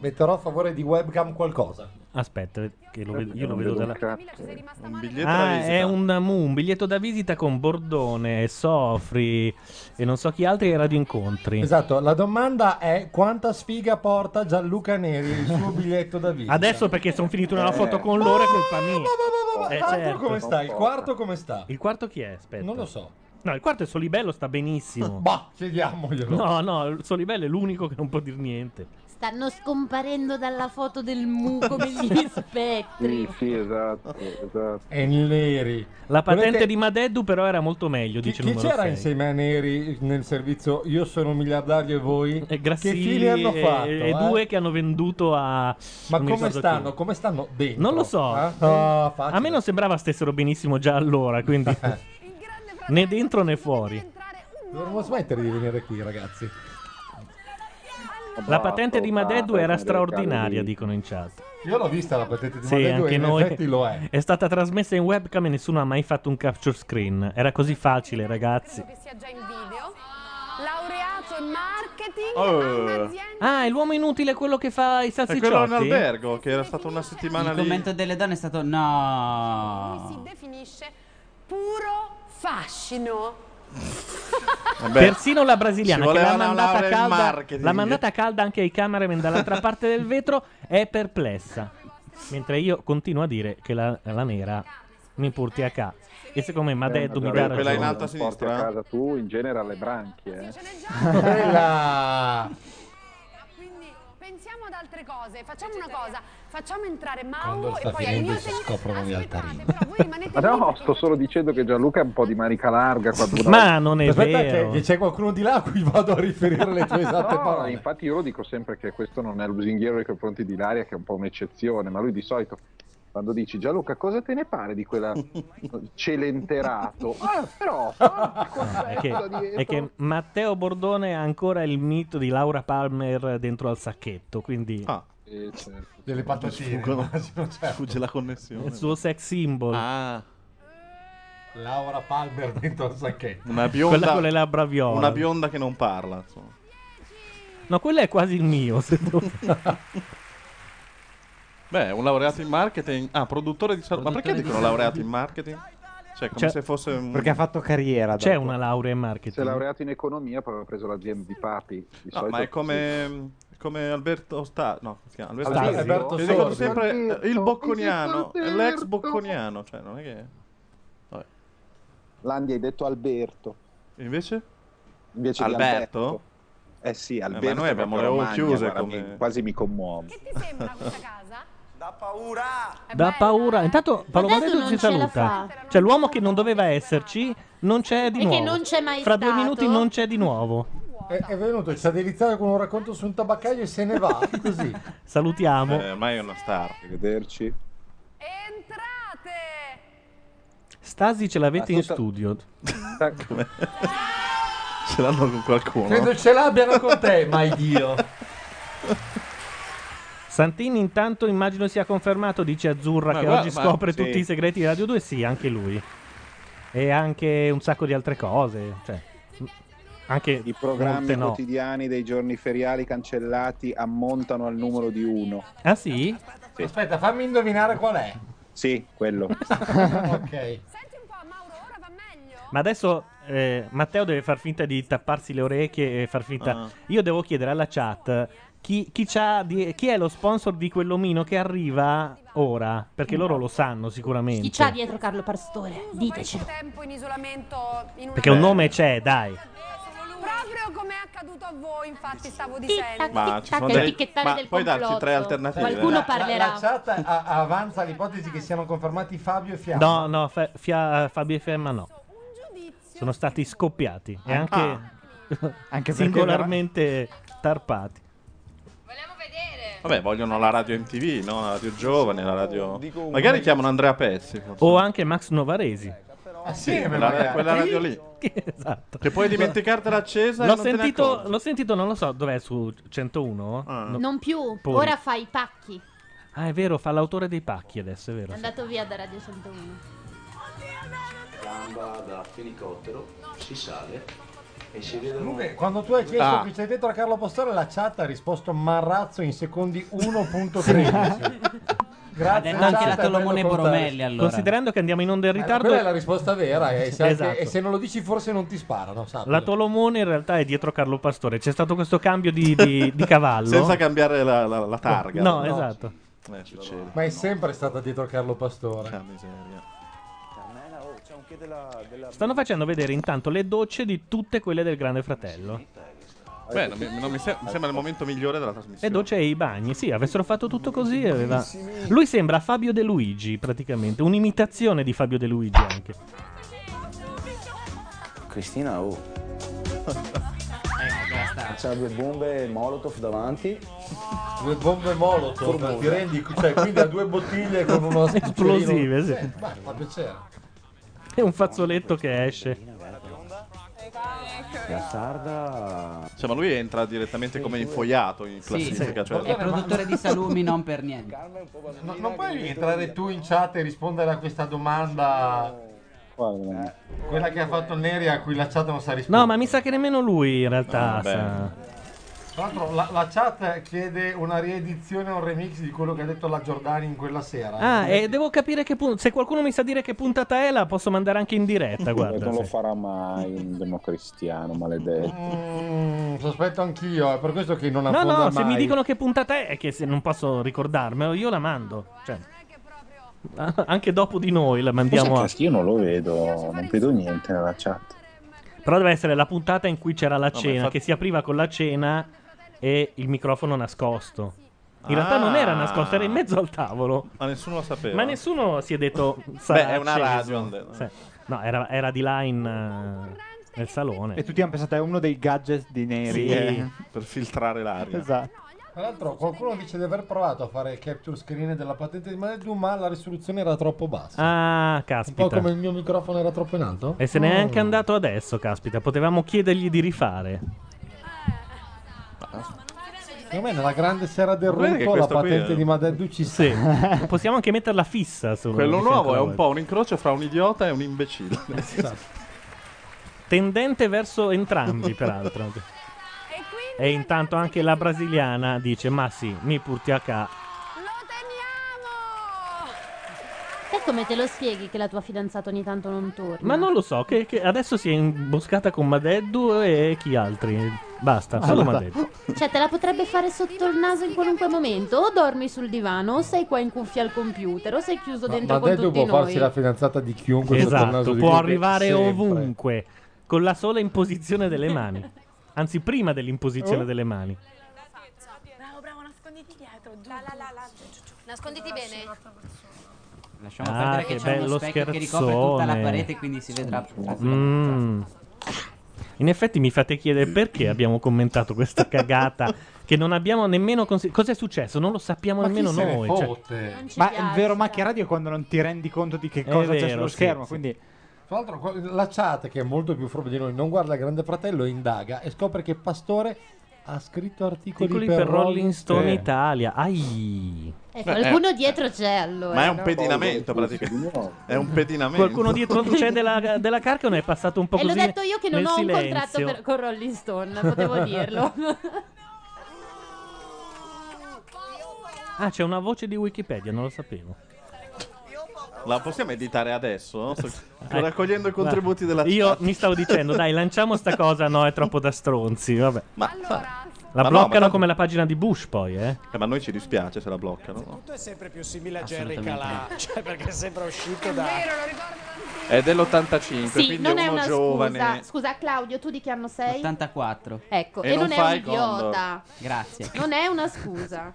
Speaker 8: Metterò a favore di webcam qualcosa.
Speaker 1: Aspetta, che lo vedo- io lo vedo dalla...
Speaker 14: Un biglietto da
Speaker 1: Ah,
Speaker 14: visita.
Speaker 1: è un, mu, un biglietto da visita con Bordone, Sofri e non so chi altri ai radioincontri.
Speaker 8: Esatto, la domanda è quanta sfiga porta Gianluca Neri il suo biglietto da visita?
Speaker 1: Adesso perché sono finito una foto con loro è colpa mia. Eh,
Speaker 8: Il quarto
Speaker 1: certo.
Speaker 8: come sta? Il quarto come sta?
Speaker 1: Il quarto chi è? Aspetta.
Speaker 8: Non lo so.
Speaker 1: No, il quarto è Solibello, sta benissimo.
Speaker 8: Bah, chiediamoglielo.
Speaker 1: No, no, il Solibello è l'unico che non può dir niente.
Speaker 17: Stanno scomparendo dalla foto del mu come gli spettri.
Speaker 12: Sì, esatto, esatto.
Speaker 8: E neri.
Speaker 1: La patente
Speaker 8: Volete-
Speaker 1: di Madeddu però era molto meglio, dice
Speaker 8: Chi
Speaker 1: numero
Speaker 8: c'era
Speaker 1: 6.
Speaker 8: insieme a Neri nel servizio Io sono un miliardario e
Speaker 1: Eh,
Speaker 8: voi? che
Speaker 1: Grassini
Speaker 8: fine hanno
Speaker 1: e-
Speaker 8: fatto?
Speaker 1: E,
Speaker 8: eh?
Speaker 1: due che hanno venduto a...
Speaker 8: Ma
Speaker 1: non mi
Speaker 8: come
Speaker 1: ricordo
Speaker 8: stanno?
Speaker 1: chi.
Speaker 8: Come stanno dentro?
Speaker 1: Non lo so.
Speaker 8: Eh? Ah, facile. Eh.
Speaker 1: a me non sembrava stessero benissimo già allora, quindi... né dentro né fuori.
Speaker 8: Dovremmo smettere di venire qui, ragazzi.
Speaker 1: La patente di Madeddu era straordinaria, dicono in chat.
Speaker 8: Io l'ho vista la patente di
Speaker 1: Sì,
Speaker 8: Madeddu e
Speaker 1: anche
Speaker 8: in
Speaker 1: noi.
Speaker 8: effetti lo è.
Speaker 1: È stata trasmessa in webcam e nessuno ha mai fatto un capture screen. Era così facile, ragazzi.
Speaker 5: Che sia già in video. Laureato in marketing.
Speaker 1: Ah, è l'uomo inutile quello che fa i
Speaker 14: Oh. È
Speaker 1: salsicciotti.
Speaker 14: quello in albergo che era stato una settimana
Speaker 25: Il
Speaker 14: lì.
Speaker 25: commento delle donne è stato
Speaker 14: Ah.
Speaker 25: no.
Speaker 5: Definisce puro fascino.
Speaker 12: Eh
Speaker 1: Persino la brasiliana
Speaker 14: Ci
Speaker 1: che l'ha
Speaker 14: voleva una
Speaker 1: mandata,
Speaker 14: laurea in
Speaker 1: calda,
Speaker 14: marketing.
Speaker 1: l'ha mandata calda anche ai cameraman dall'altra parte del vetro è perplessa. Mentre io continuo a dire che la, la nera mi porti a casa. E
Speaker 14: Eh,
Speaker 1: secondo me
Speaker 12: Eh,
Speaker 1: Madeddu mi dà ragione.
Speaker 12: Quella in alto a sinistra. Porti a casa tu, in genere alle branchie. eh.
Speaker 8: Quella...
Speaker 5: Pensiamo ad altre cose. cose, facciamo una cosa, facciamo entrare
Speaker 8: Quando
Speaker 5: Mauro e
Speaker 8: sta
Speaker 5: poi al
Speaker 8: finendo
Speaker 5: mio
Speaker 8: si scoprono gli altarini.
Speaker 12: Ma no, sto solo dicendo che Gianluca è un po' di manica larga. Quando
Speaker 1: Ma non è
Speaker 28: Aspetta
Speaker 1: vero.
Speaker 28: che- che c'è
Speaker 12: qualcuno di là a cui vado a riferire
Speaker 28: le tue esatte parole.
Speaker 12: Infatti, io lo dico sempre che questo non è lusinghiero nei confronti di Ilaria, che è un po' un'eccezione, ma lui di solito. Quando dici Gianluca, cosa te ne pare di quella celenterato? Ah, però, ah,
Speaker 1: È che,
Speaker 12: cosa dietro?
Speaker 1: è che Matteo Bordone ha ancora il mito di Laura Palmer dentro al sacchetto, quindi
Speaker 12: Eh, certo.
Speaker 8: Delle patatine,
Speaker 14: Ah. Sfuggono-
Speaker 8: immagino, certo.
Speaker 14: Sfugge la connessione.
Speaker 1: il suo sex symbol.
Speaker 8: Laura Palmer dentro al sacchetto.
Speaker 14: Una bionda,
Speaker 1: Quella con le labbra viola.
Speaker 14: Una bionda che non parla. Insomma.
Speaker 1: No, quello è quasi il mio. se devo-
Speaker 14: Beh, un laureato in marketing. Ah, produttore di salute. Ma perché
Speaker 1: Produttore di
Speaker 14: dicono laureato
Speaker 1: salute.
Speaker 14: in marketing? Cioè, come
Speaker 1: Cioè,
Speaker 14: se fosse un.
Speaker 28: Perché ha fatto carriera.
Speaker 1: C'è
Speaker 28: dopo.
Speaker 1: una laurea in
Speaker 12: Si è
Speaker 1: marketing.
Speaker 12: laureato in economia, poi aveva preso l'azienda di Papi. Di
Speaker 14: No,
Speaker 12: solito-
Speaker 14: ma è come, come Alberto Sta... No, come si chiama? Alberto
Speaker 12: Alberto
Speaker 14: Sordi.
Speaker 12: Alberto
Speaker 14: Che dicono
Speaker 12: Sordi.
Speaker 14: sempre eh, il bocconiano,
Speaker 12: Alberto.
Speaker 14: l'ex bocconiano. Cioè, non è che... Vabbè.
Speaker 12: Landi hai detto Alberto.
Speaker 14: Invece?
Speaker 12: Invece di
Speaker 14: Alberto?
Speaker 12: Alberto? Eh sì, Alberto.
Speaker 14: ma noi abbiamo le
Speaker 12: proprio
Speaker 14: O
Speaker 12: Romagna,
Speaker 14: chiuse
Speaker 12: guarda,
Speaker 14: come-
Speaker 12: mi- quasi mi commuovo.
Speaker 1: Da paura. Intanto Paolo
Speaker 3: Adesso
Speaker 1: Barreto
Speaker 3: non
Speaker 1: ci
Speaker 3: ce la
Speaker 1: saluta. Cioè, l'uomo che non doveva esserci non c'è di
Speaker 3: E che
Speaker 1: nuovo.
Speaker 3: non c'è mai
Speaker 1: Fra due
Speaker 3: stato.
Speaker 1: minuti non c'è di nuovo.
Speaker 8: È, è venuto, ci ha deliziato con un racconto su un tabaccaio e se ne va. Così.
Speaker 1: Salutiamo.
Speaker 14: Eh, ormai è una star.
Speaker 12: Arrivederci.
Speaker 1: Stasi ce l'avete in
Speaker 12: Ascolta-
Speaker 1: studio.
Speaker 14: Come? Ce l'hanno con qualcuno.
Speaker 8: Credo ce l'abbiano con te, mai Dio.
Speaker 1: Santini intanto immagino sia confermato, dice Azzurra
Speaker 14: Ma
Speaker 1: che
Speaker 14: guarda,
Speaker 1: oggi
Speaker 14: ma-
Speaker 1: scopre
Speaker 14: sì.
Speaker 1: tutti i segreti di Radio 2, sì, anche lui. E anche un sacco di altre cose, cioè m- anche
Speaker 12: I programmi
Speaker 1: molte no.
Speaker 12: quotidiani dei giorni feriali cancellati ammontano al numero di uno.
Speaker 1: Ah sì?
Speaker 8: Aspetta, fammi indovinare qual è.
Speaker 12: Sì, quello.
Speaker 8: ok.
Speaker 1: Ma adesso eh, Matteo deve far finta di tapparsi le orecchie e far finta.
Speaker 14: Ah.
Speaker 1: Io devo chiedere alla chat chi, chi c'ha di- chi è lo sponsor di quell'omino che arriva ora, perché loro lo sanno sicuramente.
Speaker 3: Chi c'ha dietro Carlo Pastore? Ditecelo.
Speaker 5: tempo in isolamento in una
Speaker 1: Perché un nome c'è, dai.
Speaker 5: proprio come è accaduto a voi, infatti stavo dicendo.
Speaker 14: Ma ci sono delle... Ma puoi darci tre alternative? eh.
Speaker 8: La- La, la chat a- avanza l'ipotesi che siano confermati Fabio e Fiamma.
Speaker 1: No, no, Fe- Fia- Fabio e Femma no. Sono stati scoppiati e anche,
Speaker 28: Ah. Anche perché
Speaker 1: singolarmente tarpati.
Speaker 14: Vabbè, vogliono la radio MTV, no? La radio giovane, la radio... Magari chiamano Andrea Pezzi. forse.
Speaker 1: O anche Max Novaresi.
Speaker 8: Ah, sì,
Speaker 14: Sì,
Speaker 8: ma
Speaker 14: quella,
Speaker 8: magari.
Speaker 14: quella radio lì.
Speaker 1: esatto.
Speaker 14: Che puoi dimenticartela accesa e
Speaker 1: L'ho
Speaker 14: non te ne
Speaker 1: sentito,
Speaker 14: accorgi. Ah.
Speaker 1: l'ho sentito, non lo so, dov'è su 101? No.
Speaker 3: Non più.
Speaker 1: Poi.
Speaker 3: Ora fa i pacchi.
Speaker 1: Ah, è vero, fa l'autore dei pacchi adesso, è vero.
Speaker 3: È andato via da Radio 101.
Speaker 11: gamba da fenicottero, si sale e si vede
Speaker 8: Comunque, quando tu hai chiesto
Speaker 11: Ah.
Speaker 8: chi c'è dentro a Carlo Pastore, la chat ha risposto Marrazzo in secondi 1.13. Grazie,
Speaker 25: detto anche
Speaker 8: chat,
Speaker 25: la
Speaker 8: è bello
Speaker 25: Tolomone
Speaker 8: contare.
Speaker 25: Bromelli, allora.
Speaker 1: Considerando che andiamo in onda in
Speaker 8: Eh, ma
Speaker 1: ritardo...
Speaker 8: Quella è la risposta vera, eh, se anche-
Speaker 1: Esatto.
Speaker 8: e se non lo dici forse non ti sparano, sappilo.
Speaker 1: La Tolomone in realtà è dietro Carlo Pastore. C'è stato questo cambio di, di- di cavallo.
Speaker 14: Senza cambiare la, la- la targa.
Speaker 1: No, esatto.
Speaker 14: Eh, succede.
Speaker 8: Ma è sempre stata dietro Carlo Pastore.
Speaker 14: Ah, miseria.
Speaker 28: oh,
Speaker 1: Stanno facendo vedere intanto le docce di tutte quelle del Grande Fratello.
Speaker 14: Beh, non mi, non mi se- mi sembra il momento migliore della trasmissione.
Speaker 1: Le docce e i bagni. Sì, avessero fatto tutto così. Aveva... Lui sembra Fabio De Luigi, praticamente. Un'imitazione di Fabio De Luigi anche.
Speaker 11: Cristina, oh. C'ha due bombe molotov davanti.
Speaker 8: Due bombe molotov, ti rendi, cioè, quindi ha due bottiglie con uno spicciolino.
Speaker 1: Esplosive, sì.
Speaker 8: Eh, ma fa piacere.
Speaker 1: È un fazzoletto che esce.
Speaker 14: La sarda... Cioè, ma lui entra direttamente come infoiato in classifica. Cioè...
Speaker 25: È produttore di salumi, non per niente.
Speaker 8: No, non puoi entrare tu in chat e rispondere a questa domanda, quella che ha fatto Neri a cui la chat non sa rispondere.
Speaker 1: No, ma mi sa che nemmeno lui in realtà
Speaker 14: No, Ah, vabbè.
Speaker 1: sa.
Speaker 8: Tra l'altro la, la chat chiede una riedizione, un remix di quello che ha detto la Giordani in quella sera.
Speaker 1: Ah, e devo capire che pun- Se qualcuno mi sa dire che puntata è, la posso mandare anche in diretta. Guarda.
Speaker 12: non lo
Speaker 1: sì.
Speaker 12: farà mai un democristiano maledetto.
Speaker 8: Mm, sospetto anch'io, eh, è per questo che non
Speaker 1: No,
Speaker 8: affonda
Speaker 1: no,
Speaker 8: mai.
Speaker 1: se mi dicono che puntata è, è che se non posso ricordarmelo, io la mando. Cioè, a- anche dopo di noi la mandiamo.
Speaker 12: Andiamo
Speaker 1: A...
Speaker 12: io non lo vedo, non vedo niente nella chat.
Speaker 1: Però deve essere la puntata in cui c'era la
Speaker 12: ma
Speaker 1: cena,
Speaker 12: infatti-
Speaker 1: che si apriva con la cena e il microfono nascosto. In realtà non era
Speaker 14: Ah.
Speaker 1: nascosta, era in mezzo al tavolo.
Speaker 14: Ma nessuno lo sapeva.
Speaker 1: Ma nessuno si è detto. "Sarà
Speaker 14: Beh, è una
Speaker 1: acceso".
Speaker 14: radio, hanno detto.
Speaker 1: Sì. No, era, era di là in, eh, nel salone.
Speaker 26: E tutti hanno pensato è uno dei gadget di Neri.
Speaker 1: Sì, eh,
Speaker 14: per filtrare l'aria.
Speaker 26: Esatto.
Speaker 8: Tra l'altro qualcuno dice di aver provato a fare il capture screen della patente di Maledu, ma la risoluzione era troppo bassa.
Speaker 1: Ah,
Speaker 8: Un po' come
Speaker 1: caspita.
Speaker 8: il Mm. mio microfono era troppo in alto.
Speaker 1: E se n'è anche andato adesso, caspita. Potevamo chiedergli di rifare.
Speaker 8: Mm. Secondo me nella grande sera del
Speaker 1: Guarda che
Speaker 8: rutto la
Speaker 1: questo qui
Speaker 8: patente
Speaker 1: è-
Speaker 8: di Madeddu ci sta.
Speaker 1: Sì. Possiamo anche metterla fissa. Su,
Speaker 14: Quello
Speaker 1: di
Speaker 14: nuovo
Speaker 1: fianco
Speaker 14: è
Speaker 1: alla
Speaker 14: un
Speaker 1: volta.
Speaker 14: po' un incrocio fra un idiota e un imbecille.
Speaker 1: Esatto. Tendente verso entrambi, peraltro. e intanto anche la brasiliana dice: Ma sì, mi purti a ca.
Speaker 3: Te come te lo spieghi che la tua fidanzata ogni tanto non torna?
Speaker 1: Ma non lo so, che, che adesso si è imboscata con Madeddu e chi altri.
Speaker 8: Ah,
Speaker 1: Basta, solo
Speaker 26: Allora.
Speaker 1: Madeddu.
Speaker 29: Cioè, te la potrebbe fare sotto il naso in qualunque momento. O dormi sul divano, o sei qua in cuffia al computer, o sei chiuso dentro con
Speaker 8: Madeddu
Speaker 29: tutti
Speaker 8: può
Speaker 29: noi.
Speaker 8: farsi la fidanzata di chiunque sotto il naso
Speaker 1: Esatto,
Speaker 8: di
Speaker 1: può
Speaker 8: chiunque,
Speaker 1: arrivare
Speaker 8: sempre.
Speaker 1: ovunque con la sola imposizione delle mani. Anzi, prima dell'imposizione
Speaker 30: Oh.
Speaker 1: delle mani.
Speaker 30: Bravo, bravo, nasconditi dietro. Nasconditi bene.
Speaker 25: Lasciamo
Speaker 1: Ah,
Speaker 25: perdere
Speaker 1: che
Speaker 25: che c'è uno
Speaker 1: bello
Speaker 25: specchio che ricopre tutta la
Speaker 1: scherzone.
Speaker 25: parete, quindi si vedrà.
Speaker 1: Mm. In effetti mi fate chiedere perché abbiamo commentato questa cagata che non abbiamo nemmeno considerato. Cos'è successo? Non lo sappiamo nemmeno noi. cioè-
Speaker 26: Ma il vero macchia radio è quando non ti rendi conto di che cosa c'è
Speaker 1: vero,
Speaker 26: sullo
Speaker 1: sì,
Speaker 26: schermo.
Speaker 1: sì.
Speaker 26: Quindi
Speaker 8: Tra l'altro que- la chat che è molto più furba di noi non guarda il Grande Fratello, indaga e scopre che Pastore ha scritto articoli,
Speaker 1: Articoli
Speaker 8: per,
Speaker 1: per Rolling Stone
Speaker 8: Eh.
Speaker 1: Italia. Ai.
Speaker 3: Eh,
Speaker 14: Beh,
Speaker 3: qualcuno
Speaker 14: eh.
Speaker 3: dietro c'è allora.
Speaker 14: Ma è un pedinamento praticamente. È un pedinamento.
Speaker 1: Qualcuno dietro c'è della, della Carcano è passato un po'
Speaker 3: E l'ho
Speaker 1: così.
Speaker 3: detto io che non
Speaker 1: nel
Speaker 3: ho un
Speaker 1: silenzio.
Speaker 3: contratto per- con Rolling Stone, potevo dirlo.
Speaker 1: Ah, c'è una voce di Wikipedia, non lo sapevo.
Speaker 14: La possiamo editare adesso?
Speaker 1: Eh,
Speaker 14: Sto sto raccogliendo i
Speaker 1: Ecco. Guarda,
Speaker 14: contributi della chat.
Speaker 1: Io mi stavo dicendo, dai, lanciamo sta cosa. No, è troppo da stronzi. Vabbè.
Speaker 14: Ma
Speaker 1: La
Speaker 14: Ma no, ma
Speaker 1: bloccano
Speaker 14: tanto-
Speaker 1: come la pagina di Bush, poi, eh.
Speaker 14: Eh, ma a noi ci dispiace se la bloccano. no?
Speaker 31: Tutto è sempre più simile a Jerry
Speaker 14: Assolutamente.
Speaker 31: Calà, cioè perché sembra uscito da...
Speaker 14: È dell'85,
Speaker 3: sì, non è una scusa. Scusa Claudio, tu di che anno sei?
Speaker 25: 84.
Speaker 3: Ecco, e, non, è un
Speaker 25: fai
Speaker 3: idiota.
Speaker 25: Grazie.
Speaker 3: Non è una scusa.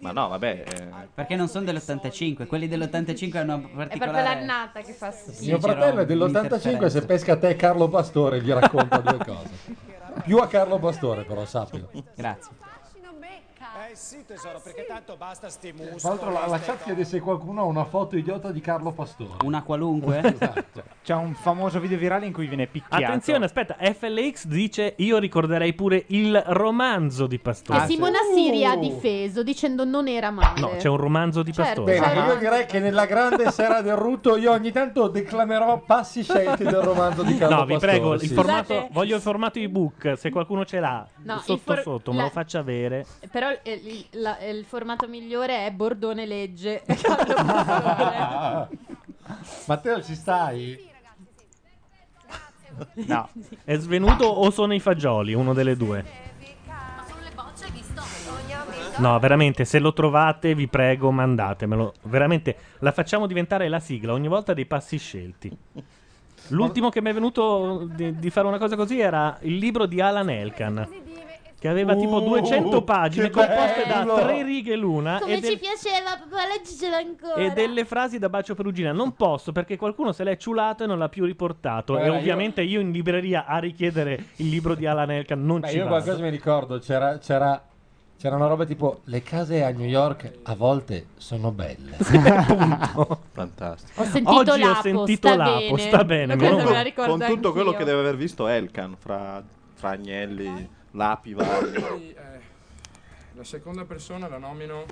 Speaker 25: Ma no, vabbè.
Speaker 14: eh.
Speaker 25: Perché non sono dell'85, quelli dell'85 hanno una
Speaker 3: È proprio
Speaker 25: particolare...
Speaker 3: l'annata che fa schifo.
Speaker 8: Mio fratello è dell'85 se pesca te Carlo Pastore gli racconta due cose. Più a Carlo Pastore però, sappilo.
Speaker 25: Grazie.
Speaker 31: Eh sì tesoro,
Speaker 6: Ah,
Speaker 31: perché tanto basta sti muscoli.
Speaker 8: Tra l'altro la, la chat chiede se qualcuno ha una foto idiota di Carlo Pastore. Esatto.
Speaker 25: Una qualunque?
Speaker 26: c'è un famoso video virale in cui viene picchiato.
Speaker 1: Attenzione, aspetta. FLX dice: Io ricorderei pure il romanzo di Pastore.
Speaker 3: Che Simona Siri
Speaker 1: Uh.
Speaker 3: ha difeso dicendo non era male.
Speaker 1: No, c'è un romanzo di
Speaker 3: Certo.
Speaker 1: Pastore.
Speaker 8: Bene, io direi che nella grande sera del rutto io ogni tanto declamerò passi scelti del romanzo di Carlo
Speaker 1: No, vi
Speaker 8: Pastore,
Speaker 1: prego, il
Speaker 8: sì.
Speaker 1: formato, voglio il formato ebook. Se qualcuno ce l'ha
Speaker 3: No, il
Speaker 1: sotto
Speaker 3: for-
Speaker 1: sotto, me
Speaker 3: la-
Speaker 1: lo faccia avere.
Speaker 3: Però eh, il, la- eh, il formato migliore è Bordone Legge.
Speaker 1: Cioè,
Speaker 8: Matteo, ci stai?
Speaker 1: No, è svenuto o sono i fagioli? Uno delle due. No, veramente, se lo trovate, vi prego, mandatemelo. Veramente, la facciamo diventare la sigla ogni volta dei passi scelti. L'ultimo che mi è venuto di, di fare una cosa così era il libro di Alan Elkan, che aveva tipo
Speaker 26: Uh,
Speaker 1: 200 pagine
Speaker 26: che
Speaker 1: composte
Speaker 3: bello!
Speaker 1: da tre righe l'una.
Speaker 3: Come
Speaker 1: e del-
Speaker 3: ci piaceva, papà, leggicela ancora.
Speaker 1: e delle frasi da bacio perugina. Non posso perché qualcuno se l'è ciulato e non l'ha più riportato.
Speaker 8: Guarda,
Speaker 1: e
Speaker 8: io-
Speaker 1: ovviamente io... in libreria a richiedere il libro di Alan Elkan non
Speaker 8: Beh,
Speaker 1: ci
Speaker 8: io
Speaker 1: vado.
Speaker 8: qualcosa mi ricordo, certo. c'era, c'era, c'era una roba tipo le case a New York a volte sono belle.
Speaker 14: Fantastico.
Speaker 3: Ho sentito
Speaker 1: Oggi ho
Speaker 3: l'apo,
Speaker 1: sentito
Speaker 3: sta
Speaker 1: l'apo,
Speaker 3: bene.
Speaker 1: sta bene.
Speaker 3: Ma questa
Speaker 14: Con,
Speaker 3: me la ricordo
Speaker 14: con tutto
Speaker 3: anch'io.
Speaker 14: quello che deve aver visto Elkan, fra, fra agnelli, lapi vari.
Speaker 31: eh,
Speaker 11: La seconda persona la nomino,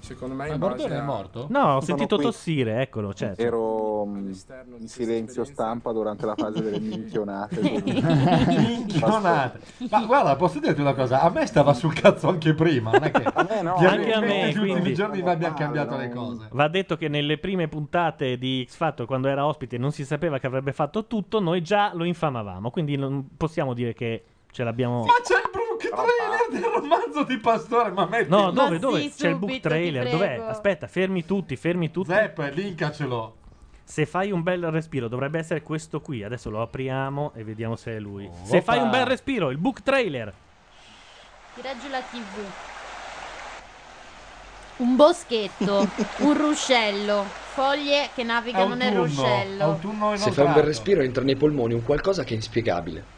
Speaker 11: secondo me,
Speaker 8: Ma
Speaker 11: in
Speaker 8: Bordone
Speaker 11: base
Speaker 8: è
Speaker 11: a-
Speaker 8: morto?
Speaker 1: No, ho
Speaker 11: Sono
Speaker 1: sentito
Speaker 11: qui.
Speaker 1: tossire, eccolo. Certo.
Speaker 12: Ero mm, in silenzio stampa durante la fase delle minchionate.
Speaker 8: Minchionate. Ma guarda, posso dirti una cosa? A me stava sul cazzo anche prima. Non è che
Speaker 1: Anche a me,
Speaker 8: Gli ultimi
Speaker 1: quindi.
Speaker 8: giorni mi abbiamo cambiato le cose.
Speaker 1: Va detto che nelle prime puntate di X Factor, quando era ospite, non si sapeva che avrebbe fatto tutto. Noi già lo infamavamo. Quindi non possiamo dire che ce l'abbiamo.
Speaker 8: Ma c'è il book trailer del romanzo di Pastore, ma metti...
Speaker 1: No, dove? dove? C'è il book trailer. Dov'è? Aspetta, fermi tutti, fermi tutti.
Speaker 8: Zepp, linkacelo.
Speaker 1: Se fai un bel respiro, dovrebbe essere questo qui. Adesso lo apriamo e vediamo se è lui.
Speaker 8: Oh,
Speaker 1: se fai un bel respiro, il book trailer.
Speaker 3: Tira giù la TV. un boschetto, un ruscello, foglie che navigano nel ruscello.
Speaker 32: Se fai un bel respiro entra nei polmoni un qualcosa che è inspiegabile.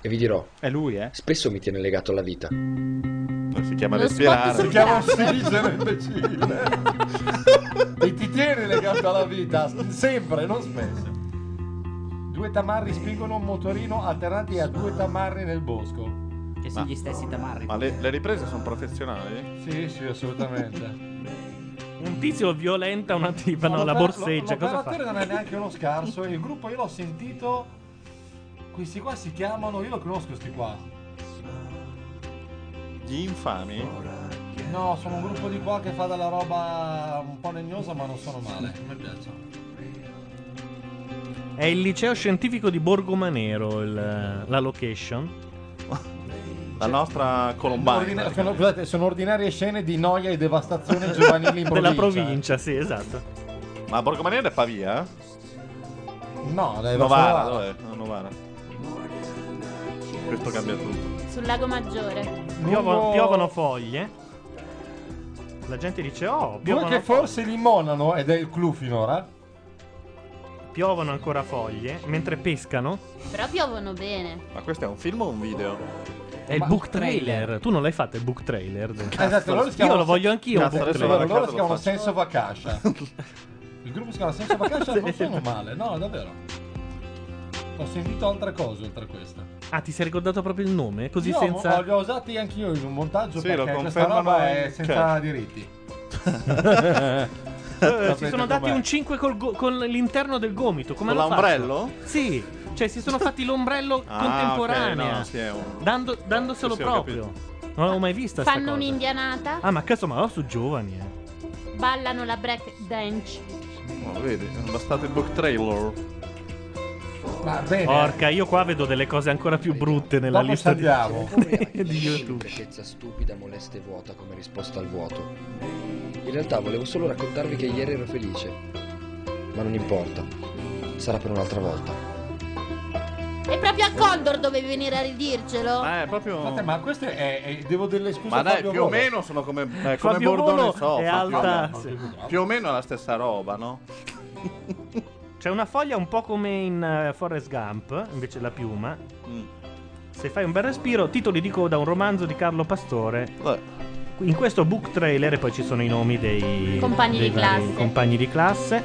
Speaker 32: E vi dirò, è lui, eh? Spesso mi tiene legato alla vita.
Speaker 14: Si chiama respirare.
Speaker 8: Si chiama ossigeno imbecille. e ti tiene legato alla vita, sempre, non spesso. Due tamarri spingono un motorino atterrati a due tamarri nel bosco.
Speaker 25: Che sono gli stessi tamarri.
Speaker 14: Ma le, le riprese sono professionali?
Speaker 8: Sì, sì, assolutamente.
Speaker 1: Un tizio violenta una tipa, no, la
Speaker 8: L'opera-
Speaker 1: borseggia,
Speaker 8: lo-
Speaker 1: cosa
Speaker 8: L'operatore non è
Speaker 1: fa?
Speaker 8: neanche uno scarso. Il gruppo io l'ho sentito. Questi qua si chiamano, io lo conosco sti qua.
Speaker 14: Gli infami?
Speaker 8: No, sono un gruppo di qua che fa della roba un po' legnosa ma non sono male. Mi piace.
Speaker 1: È il liceo scientifico di Borgomanero, il- la location.
Speaker 14: La nostra
Speaker 8: Ordina- sono, scusate, sono ordinarie scene di noia e devastazione giovanili in provincia.
Speaker 1: Della provincia, sì, esatto.
Speaker 14: Ma Borgomanera è Pavia?
Speaker 8: No, dai,
Speaker 14: Novara,
Speaker 8: verso
Speaker 14: dov'è? No, Novara. Questo cambia tutto.
Speaker 3: Sul lago Maggiore.
Speaker 1: Piovono, piovono foglie. La gente dice, oh,
Speaker 8: Due
Speaker 1: piovono,
Speaker 8: che forse limonano, ed è il clou finora.
Speaker 1: piovono ancora foglie, mentre pescano.
Speaker 3: Però piovono bene.
Speaker 14: Ma questo è un film o un video?
Speaker 1: È il book trailer. Tu non l'hai fatto il book trailer.
Speaker 8: Esatto, loro si
Speaker 1: Io
Speaker 8: chiamano-
Speaker 1: lo voglio anch'io.
Speaker 8: Cazzo,
Speaker 1: un book
Speaker 8: adesso
Speaker 1: trailer.
Speaker 8: loro si chiamano Senso Vacascia. Il gruppo si chiama Senso Vacascia, non sono male, no, davvero. Ho sentito altre cose oltre a questa.
Speaker 1: Ah, ti sei ricordato proprio il nome? Così
Speaker 8: Io
Speaker 1: senza.
Speaker 8: ho- li ho usati anch'io in un montaggio
Speaker 1: Sì,
Speaker 8: perché
Speaker 1: lo
Speaker 8: cioè, questa
Speaker 1: confermano
Speaker 8: roba è
Speaker 1: in
Speaker 8: senza
Speaker 32: cioè.
Speaker 1: chat.
Speaker 8: diritti.
Speaker 1: Eh, si sono dati un 5 col go- con l'interno del gomito. Come
Speaker 14: Con
Speaker 1: hanno
Speaker 14: l'ombrello?
Speaker 1: fatto? Sì, cioè si sono fatti l'ombrello
Speaker 14: Ah,
Speaker 1: contemporanea.
Speaker 14: ok, no, sì, è un-
Speaker 1: dando- dandoselo
Speaker 14: Sì, sì, ho
Speaker 1: proprio. Non l'avevo mai vista sta
Speaker 3: Fanno
Speaker 1: cosa.
Speaker 3: un'indianata,
Speaker 1: Ah, ma cazzo, ma oh, su giovani. eh.
Speaker 3: ballano la break dance.
Speaker 14: No, vedi, è bastato il book trailer.
Speaker 8: Ma bene.
Speaker 1: Porca, io qua vedo delle cose ancora più brutte nella
Speaker 32: Dopo
Speaker 1: lista
Speaker 32: ci andiamo.
Speaker 1: di, di YouTube.
Speaker 32: Semplicezza stupida, molesta e vuota come risposta al vuoto. In realtà volevo solo raccontarvi che ieri ero felice. Ma non importa. Sarà per un'altra volta.
Speaker 3: E proprio a Condor dovevi venire a ridircelo.
Speaker 1: Ah,
Speaker 14: Ma è proprio.
Speaker 8: Aspetta, ma questo è, è- Devo delle scuse
Speaker 14: Ma
Speaker 8: a
Speaker 14: dai,
Speaker 8: Fabio
Speaker 14: più o
Speaker 8: Volo.
Speaker 14: meno sono come, eh, come
Speaker 8: Fabio Volo
Speaker 14: Bordone Sofa.
Speaker 8: è
Speaker 14: più o
Speaker 8: alta-
Speaker 14: meno.
Speaker 8: sì.
Speaker 14: Più o meno è la stessa roba, no?
Speaker 1: C'è una foglia un po' come in eh, Forrest Gump, invece la piuma.
Speaker 14: Mm.
Speaker 1: Se fai un bel respiro, titoli di coda un romanzo di Carlo Pastore. In questo book trailer e poi ci sono i nomi dei
Speaker 3: Compagni
Speaker 1: dei
Speaker 3: di
Speaker 1: vari
Speaker 3: classe.
Speaker 1: Compagni di classe.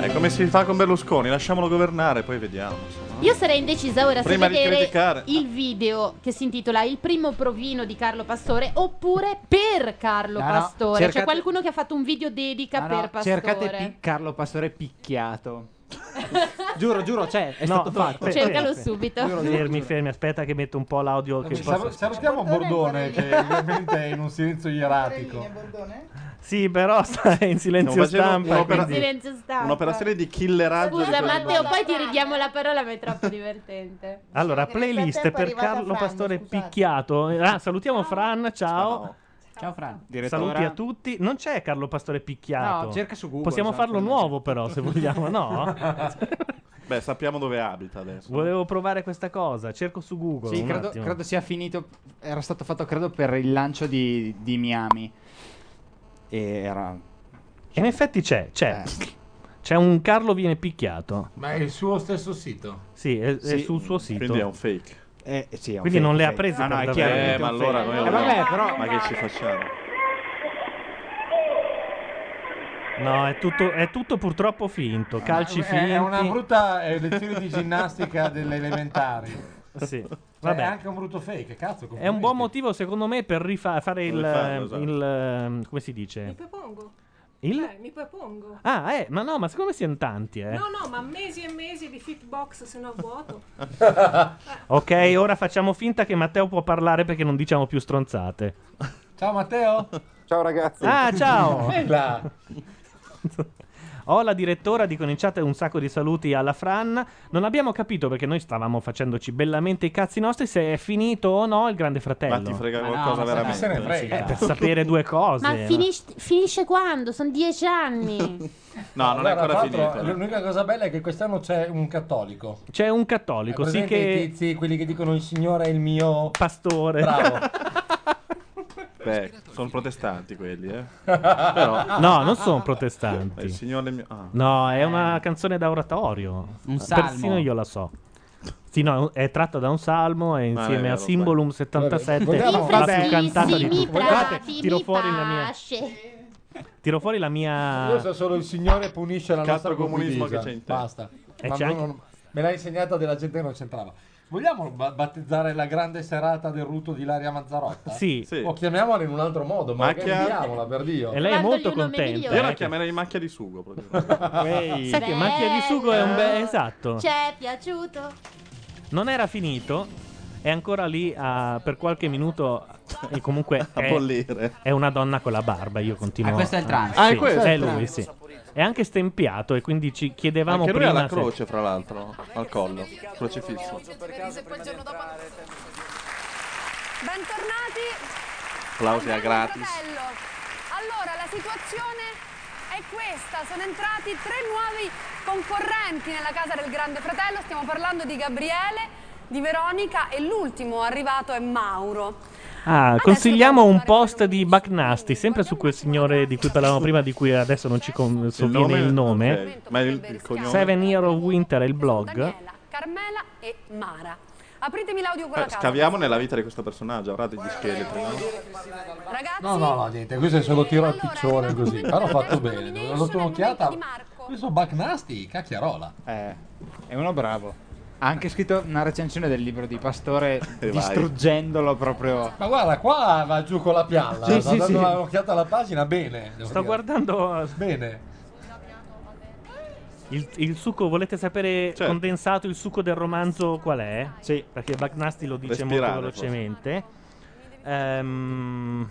Speaker 14: È Eh, come si fa con Berlusconi, lasciamolo governare, poi vediamo. insomma.
Speaker 3: Io sarei indecisa ora
Speaker 14: Prima
Speaker 3: se
Speaker 14: di
Speaker 3: vedere
Speaker 14: criticare.
Speaker 3: il video che si intitola Il primo provino di Carlo Pastore oppure per Carlo
Speaker 26: No, no,
Speaker 33: Pastore.
Speaker 26: C'è
Speaker 33: C'è
Speaker 26: cercate-
Speaker 33: qualcuno
Speaker 3: qualcuno che ha fatto un video dedica
Speaker 26: Ah, no,
Speaker 33: per Pastore.
Speaker 26: cercate Pi- Carlo Pastore picchiato. giuro, giuro, c'è. È stato fatto.
Speaker 1: Fermi, fermi, aspetta che metto un po' l'audio che
Speaker 8: Sal-
Speaker 1: possa-
Speaker 8: salutiamo Bordone che ovviamente è in un silenzio ieratico.
Speaker 1: Sì, però sta in silenzio
Speaker 14: Non facevo
Speaker 1: stampa.
Speaker 14: un'opera-
Speaker 1: quindi-
Speaker 3: Silenzio stampa.
Speaker 14: Un'operazione di killeraggio. di
Speaker 3: Scusa
Speaker 14: quella-
Speaker 3: Matteo, poi ti ridiamo la parola ma è troppo divertente.
Speaker 1: Allora,
Speaker 3: Perché nel
Speaker 1: playlist
Speaker 3: frattempo è
Speaker 1: per
Speaker 3: arrivata
Speaker 1: Carlo
Speaker 3: Fran,
Speaker 1: Pastore
Speaker 3: scusate.
Speaker 1: picchiato. Ah, salutiamo Fran, ciao.
Speaker 25: Ciao Fran.
Speaker 1: Saluti a tutti. Non c'è Carlo Pastore picchiato.
Speaker 25: No, cerca su Google, esatto.
Speaker 1: Possiamo
Speaker 25: sa,
Speaker 14: esatto.
Speaker 1: farlo nuovo però, se vogliamo, no?
Speaker 14: Beh, sappiamo dove abita adesso.
Speaker 1: Volevo provare questa cosa. Cerco su Google.
Speaker 26: Sì,
Speaker 1: un
Speaker 26: credo,
Speaker 1: attimo.
Speaker 26: credo sia finito. Era stato fatto, credo, per il lancio di, di Miami. E era.
Speaker 8: Cioè.
Speaker 1: E in effetti c'è, c'è.
Speaker 8: Eh.
Speaker 1: C'è un Carlo viene picchiato.
Speaker 8: Ma è il suo stesso sito.
Speaker 1: Sì, è, è
Speaker 26: Sì,
Speaker 1: sul suo sito.
Speaker 14: Quindi è un fake.
Speaker 26: Eh, sì, è un
Speaker 1: Quindi
Speaker 26: fake,
Speaker 1: non le ha
Speaker 26: fake.
Speaker 1: prese
Speaker 26: No, no,
Speaker 1: per
Speaker 26: è
Speaker 1: davvero.
Speaker 26: chiaramente
Speaker 14: Eh, ma
Speaker 26: un
Speaker 14: allora
Speaker 26: fake.
Speaker 14: noi
Speaker 26: Eh, vabbè,
Speaker 14: dobbiamo-
Speaker 26: però.
Speaker 14: Ma che ci facciamo?
Speaker 1: No, è tutto, è tutto purtroppo finto. Calci
Speaker 8: è,
Speaker 1: finti.
Speaker 8: È una brutta eh, lezione di ginnastica delle elementari.
Speaker 1: Sì.
Speaker 8: Cioè, è
Speaker 1: Vabbè.
Speaker 8: anche un brutto fake, cazzo.
Speaker 1: È un buon motivo, secondo me, per rifare il,
Speaker 8: Rifarlo, esatto.
Speaker 1: il, ehm, come si dice?
Speaker 11: Propongo.
Speaker 1: Il?
Speaker 11: Eh, mi propongo.
Speaker 1: Ah, eh, ma no, ma secondo me siano tanti, eh.
Speaker 11: No, no, ma mesi e mesi di fitbox se no vuoto.
Speaker 1: Ok, ora facciamo finta che Matteo può parlare perché non diciamo più stronzate.
Speaker 8: Ciao Matteo.
Speaker 28: Ciao ragazzi.
Speaker 1: Ah, ciao.
Speaker 8: Ehi là.
Speaker 1: Ho la direttora, dicono in chat un sacco di saluti alla Fran. Non abbiamo capito perché noi stavamo facendoci bellamente i cazzi nostri se è finito o no il Grande Fratello.
Speaker 14: Ma ti frega Ma no, qualcosa ma se- veramente? se ne frega.
Speaker 1: Eh, per sapere due cose.
Speaker 3: Ma finis- finisce quando? Sono dieci anni.
Speaker 14: No, non è
Speaker 8: Guarda,
Speaker 14: ancora
Speaker 8: tra l'altro,
Speaker 14: finito.
Speaker 8: L'unica cosa bella è che quest'anno c'è un cattolico.
Speaker 1: C'è un
Speaker 8: È
Speaker 1: cattolico, sì
Speaker 8: presente
Speaker 1: che
Speaker 8: i tizi, quelli che dicono il Signore è il mio
Speaker 1: pastore.
Speaker 8: Bravo.
Speaker 14: Beh, sono protestanti quelli, eh. Però-
Speaker 1: No, non sono protestanti.
Speaker 14: Il Signore mio- ah.
Speaker 1: No, è una canzone da oratorio.
Speaker 14: Un salmo.
Speaker 1: Persino io la so. Sì, no, è tratta da un salmo e
Speaker 14: Ma
Speaker 1: insieme
Speaker 14: è
Speaker 1: a
Speaker 14: vero,
Speaker 1: Symbolum
Speaker 14: beh. Vabbè,
Speaker 1: 77
Speaker 14: vogliamo
Speaker 1: la
Speaker 14: fare-
Speaker 1: più cantata di tutti.
Speaker 6: Guardate,
Speaker 1: tiro fuori la mia tiro fuori la mia
Speaker 6: Io so solo il Signore punisce la
Speaker 14: Cazzo
Speaker 6: nostra
Speaker 14: comunismo
Speaker 6: condivisa.
Speaker 14: che c'è in te.
Speaker 6: Basta.
Speaker 14: E
Speaker 6: Ma
Speaker 14: c'è
Speaker 6: non-
Speaker 14: anche-
Speaker 6: Me l'ha insegnata della gente che non c'entrava. Vogliamo ba- battezzare la grande serata del ruto di Ilaria Mazzarotta?
Speaker 1: Sì. Sì.
Speaker 6: O chiamiamola in un altro modo, ma
Speaker 14: Macchia-
Speaker 6: chiamiamola per Dio.
Speaker 1: E lei è Mandogli molto un nome contenta, migliore.
Speaker 14: Io la chiamerei macchia di sugo.
Speaker 1: Ehi.
Speaker 14: Cioè,
Speaker 1: Sai che macchia di sugo è un
Speaker 14: eh.
Speaker 1: bel esatto.
Speaker 17: Ci è piaciuto.
Speaker 1: Non era finito, è ancora lì a- per qualche minuto e comunque
Speaker 14: A
Speaker 1: è,
Speaker 14: bollire.
Speaker 1: è una donna con la barba, io continuo.
Speaker 14: Ah, questo è il trans.
Speaker 1: Sì,
Speaker 14: Ah, è questo?
Speaker 1: è lui, sì. È anche stempiato e quindi ci chiedevamo
Speaker 14: Anche lui
Speaker 1: prima
Speaker 14: ha la
Speaker 1: se-
Speaker 14: croce, fra l'altro, al collo. Crocifisso.
Speaker 5: Bentornati.
Speaker 14: Applausi a gratis.
Speaker 5: Fratello. Allora, la situazione è questa. Sono entrati tre nuovi concorrenti nella casa del Grande Fratello. Stiamo parlando di Gabriele, di Veronica e l'ultimo arrivato è Mauro.
Speaker 1: Ah, consigliamo un post di Bagnasti, sempre su quel signore di cui parlavamo prima, di cui adesso non ci con- sovviene il nome.
Speaker 14: ok, Ma il, il cognome.
Speaker 1: Seven Year of Winter è il blog.
Speaker 5: Carmela e Mara. Apritemi l'audio con la
Speaker 14: Eh,
Speaker 5: eh, casa.
Speaker 14: scaviamo nella vita di questo personaggio, avrà degli scheletri, no?
Speaker 5: Ragazzi,
Speaker 6: No, no, no, niente, questo è solo tiro al piccione così. Però ho fatto bene, ho dato un'occhiata. Questo Buck Nasty, cacchiarola.
Speaker 26: Eh, è uno bravo. Ha anche scritto una recensione del libro di Pastore
Speaker 6: vai.
Speaker 26: distruggendolo proprio.
Speaker 6: Ma guarda, qua va giù con la pialla.
Speaker 26: Sì,
Speaker 6: Sto
Speaker 26: sì,
Speaker 6: dando
Speaker 26: sì.
Speaker 6: un'occhiata alla pagina, bene. devo
Speaker 1: Sto
Speaker 6: dire.
Speaker 14: Ah,
Speaker 1: guardando
Speaker 6: Bene.
Speaker 1: Il, il succo, volete sapere condensato il succo del romanzo qual è? Sì. Perché Bagnasti lo dice
Speaker 14: Respirare,
Speaker 1: molto velocemente. Ehm,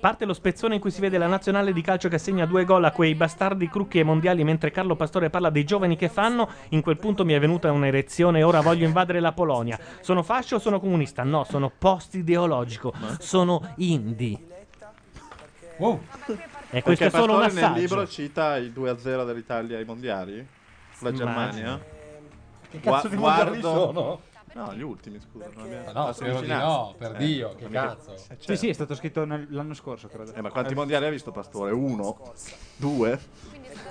Speaker 1: parte lo spezzone in cui si vede la nazionale di calcio che segna due gol a quei bastardi crucchi e mondiali mentre Carlo Pastore parla dei giovani che fanno. In quel punto mi è venuta un'erezione e ora voglio invadere la Polonia. Sono fascio o sono comunista? No, sono post-ideologico. Sono indie. E questo
Speaker 14: Perché
Speaker 1: è solo un
Speaker 14: Pastore nel
Speaker 1: assaggio.
Speaker 14: libro cita il 2-0 dell'Italia ai mondiali, la
Speaker 1: Immagino.
Speaker 14: Germania.
Speaker 6: Che cazzo di mondiali sono?
Speaker 14: No, gli ultimi, scusa. non abbiamo-
Speaker 6: Ah, No,
Speaker 14: la
Speaker 6: spero di
Speaker 14: semifinale.
Speaker 6: no, per Dio, che
Speaker 14: non mica-
Speaker 6: cazzo.
Speaker 14: Eh,
Speaker 6: Sì,
Speaker 14: certo.
Speaker 26: Sì, sì, è stato scritto nel- l'anno scorso, credo.
Speaker 14: Eh, ma quanti mondiali ha visto Pastore? Uno? Due?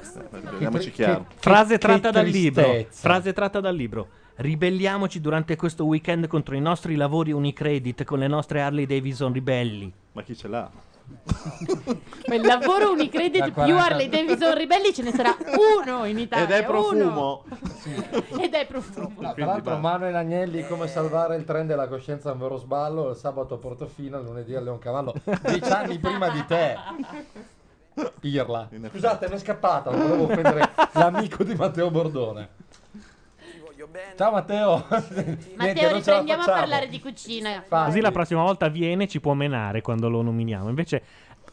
Speaker 14: Eh, Vediamoci
Speaker 1: Che-
Speaker 14: chiaro.
Speaker 1: che- Frase tratta dal libro.
Speaker 14: tristezza.
Speaker 1: Frase tratta dal libro. Ribelliamoci durante questo weekend contro i nostri lavori Unicredit con le nostre Harley Davidson ribelli.
Speaker 14: Ma chi ce l'ha?
Speaker 3: Ma il lavoro
Speaker 1: Da
Speaker 3: Unicredit più
Speaker 1: 40.
Speaker 3: Harley Davidson Ribelli ce ne sarà uno in Italia.
Speaker 14: Ed è profumo.
Speaker 3: uno. Ed è profumo.
Speaker 6: No, tra l'altro Manuel Agnelli come salvare il trend della coscienza è un vero sballo il sabato a Portofino, il lunedì a Leoncavallo dieci anni prima di te Pirla scusate mi è scappata non volevo offendere l'amico di Matteo Bordone ciao Matteo Niente,
Speaker 3: Matteo,
Speaker 6: non ce la
Speaker 3: riprendiamo a
Speaker 6: facciamo.
Speaker 3: parlare di cucina.
Speaker 1: Così la prossima volta viene ci può menare quando lo nominiamo. Invece,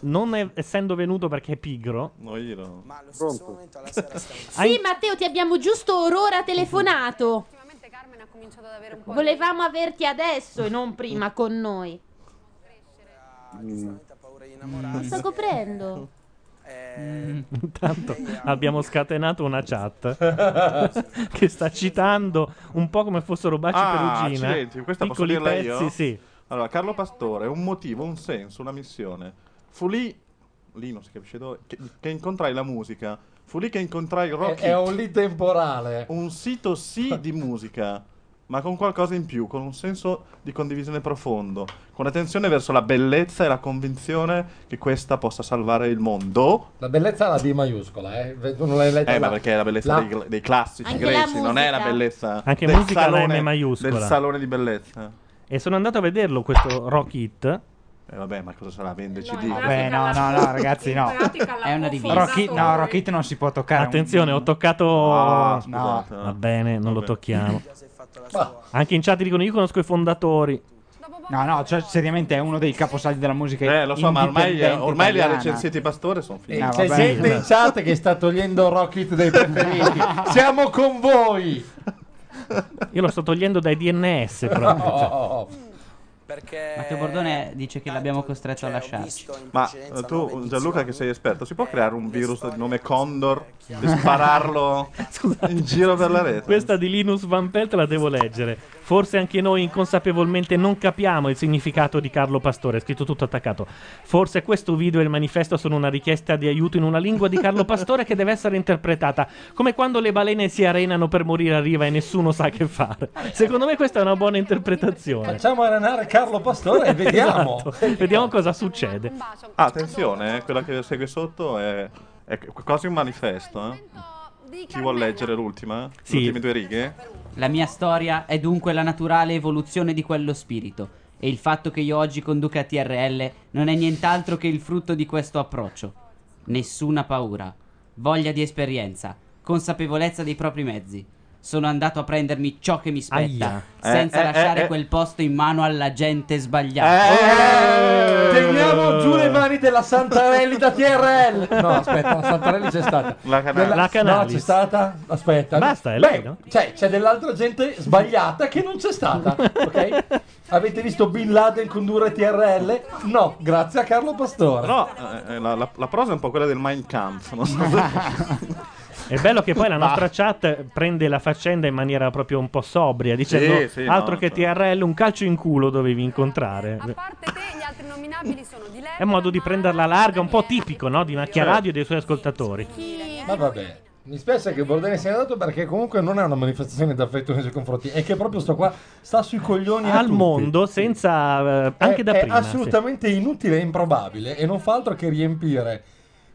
Speaker 1: non è- essendo venuto perché è pigro.
Speaker 14: No, io no.
Speaker 3: Sì, Matteo, ti abbiamo giusto orora telefonato.
Speaker 5: Carmen ha cominciato ad avere un po' di...
Speaker 3: Volevamo averti adesso e non prima con noi.
Speaker 1: Mm.
Speaker 3: Non sto coprendo.
Speaker 14: Eh,
Speaker 1: Intanto abbiamo scatenato una chat che sta citando un po' come fossero baci
Speaker 14: Ah,
Speaker 1: perugina.
Speaker 14: accidenti, questa posso
Speaker 1: piccoli
Speaker 14: dirla
Speaker 1: pezzi,
Speaker 14: io?
Speaker 1: sì.
Speaker 14: Allora, Carlo Pastore, un motivo, un senso, una missione. Fu lì, lì non si capisce dove, che, che incontrai la musica. Fu lì che incontrai Rocky.
Speaker 6: È- è un lì temporale.
Speaker 14: Un sito sì di musica, ma con qualcosa in più, con un senso di condivisione profondo, con attenzione verso la bellezza e la convinzione che questa possa salvare il mondo.
Speaker 6: la bellezza è la D maiuscola eh. tu non l'hai letta
Speaker 14: Eh, ma
Speaker 6: là.
Speaker 14: perché è la bellezza
Speaker 6: La-
Speaker 14: dei, gre- dei classici
Speaker 6: Anche la
Speaker 14: greci, non è la
Speaker 6: musica.
Speaker 14: bellezza
Speaker 1: Anche
Speaker 14: del
Speaker 1: musica alla M
Speaker 14: salone,
Speaker 1: maiuscola.
Speaker 14: del salone di bellezza.
Speaker 1: E sono andato a vederlo questo Rock Hit.
Speaker 14: E Eh, vabbè, ma cosa sarà? Vende CD?
Speaker 26: Vabbè, no, no, no, ragazzi, no. È una
Speaker 14: rivista.
Speaker 26: Rocky, no, Rocky non si può toccare. Mm.
Speaker 1: Attenzione, ho toccato.
Speaker 14: Ah,
Speaker 26: No,
Speaker 1: no.
Speaker 26: scusate,
Speaker 1: Va bene, non lo tocchiamo.
Speaker 26: Ma-
Speaker 1: Anche in chat dicono: Io conosco i fondatori.
Speaker 26: No, no, cioè, seriamente è uno dei caposaldi della musica.
Speaker 14: Eh, lo so, ma ormai,
Speaker 26: indipendente
Speaker 14: ormai li ha
Speaker 26: italiana.
Speaker 14: recensiti Pastore, sono finiti.
Speaker 26: Eh,
Speaker 6: c'è
Speaker 26: vabbè.
Speaker 6: gente in chat che sta togliendo Rocket dai preferiti siamo con voi
Speaker 1: Io lo sto togliendo dai DNS. Proprio.
Speaker 25: Matteo Bordone dice che l'abbiamo costretto a lasciarci.
Speaker 14: Ma eh, tu, Gianluca, che sei esperto, si può creare un virus di nome Condor e spararlo in giro per la rete?
Speaker 1: Questa di Linus Van Pelt la devo leggere. Forse anche noi inconsapevolmente non capiamo il significato di Carlo Pastore, è scritto tutto attaccato. Forse questo video e il manifesto sono una richiesta di aiuto in una lingua di Carlo Pastore che deve essere interpretata, come quando le balene si arenano per morire a riva e nessuno sa che fare. Secondo me questa è una buona interpretazione.
Speaker 8: Facciamo arenare Carlo Pastore e vediamo.
Speaker 1: Esatto. Vediamo cosa succede.
Speaker 14: Ah, attenzione, eh, quella che segue sotto è, è quasi un manifesto. eh. Chi vuol leggere l'ultima? Le ultime due righe?
Speaker 25: La mia storia è dunque la naturale evoluzione di quello spirito. E il fatto che io oggi conduca TRL non è nient'altro che il frutto di questo approccio. Nessuna paura, voglia di esperienza, consapevolezza dei propri mezzi. Sono andato a prendermi ciò che mi spetta,
Speaker 6: Aia. Eh,
Speaker 25: senza
Speaker 6: eh,
Speaker 25: lasciare
Speaker 6: eh, eh.
Speaker 25: quel posto in mano alla gente sbagliata.
Speaker 8: Eh. Teniamo giù le mani della Santarelli da TRL. No, aspetta, la Santarelli c'è stata.
Speaker 14: La
Speaker 8: Della- No, c'è stata. Aspetta.
Speaker 1: Basta, è
Speaker 8: Beh,
Speaker 1: lei, no?
Speaker 8: Cioè, c'è dell'altra gente sbagliata che non c'è stata. Ok? Avete visto Bin Laden condurre TRL? No, grazie a Carlo Pastore.
Speaker 14: Però eh, eh, la, la- la prosa è un po' quella del Mein Kampf. Non so
Speaker 1: È bello che poi la nostra chat prende la faccenda in maniera proprio un po' sobria, dicendo
Speaker 14: sì, no,
Speaker 1: altro che
Speaker 14: no.
Speaker 1: TRL, un calcio in culo dovevi incontrare.
Speaker 5: Gli altri nominabili sono di lei.
Speaker 1: È un modo di prenderla larga, un po' tipico no? di Macchia
Speaker 8: Eh.
Speaker 1: Radio e dei suoi ascoltatori.
Speaker 8: Ma vabbè. Mi spiace che Bordeni sia andato perché comunque non è una manifestazione d'affetto nei suoi confronti. È che proprio sto qua sta sui coglioni a
Speaker 1: Al
Speaker 8: tutti.
Speaker 1: mondo, senza eh, anche
Speaker 8: è,
Speaker 1: da
Speaker 8: è
Speaker 1: prima. sì.
Speaker 8: assolutamente inutile e improbabile e non fa altro che riempire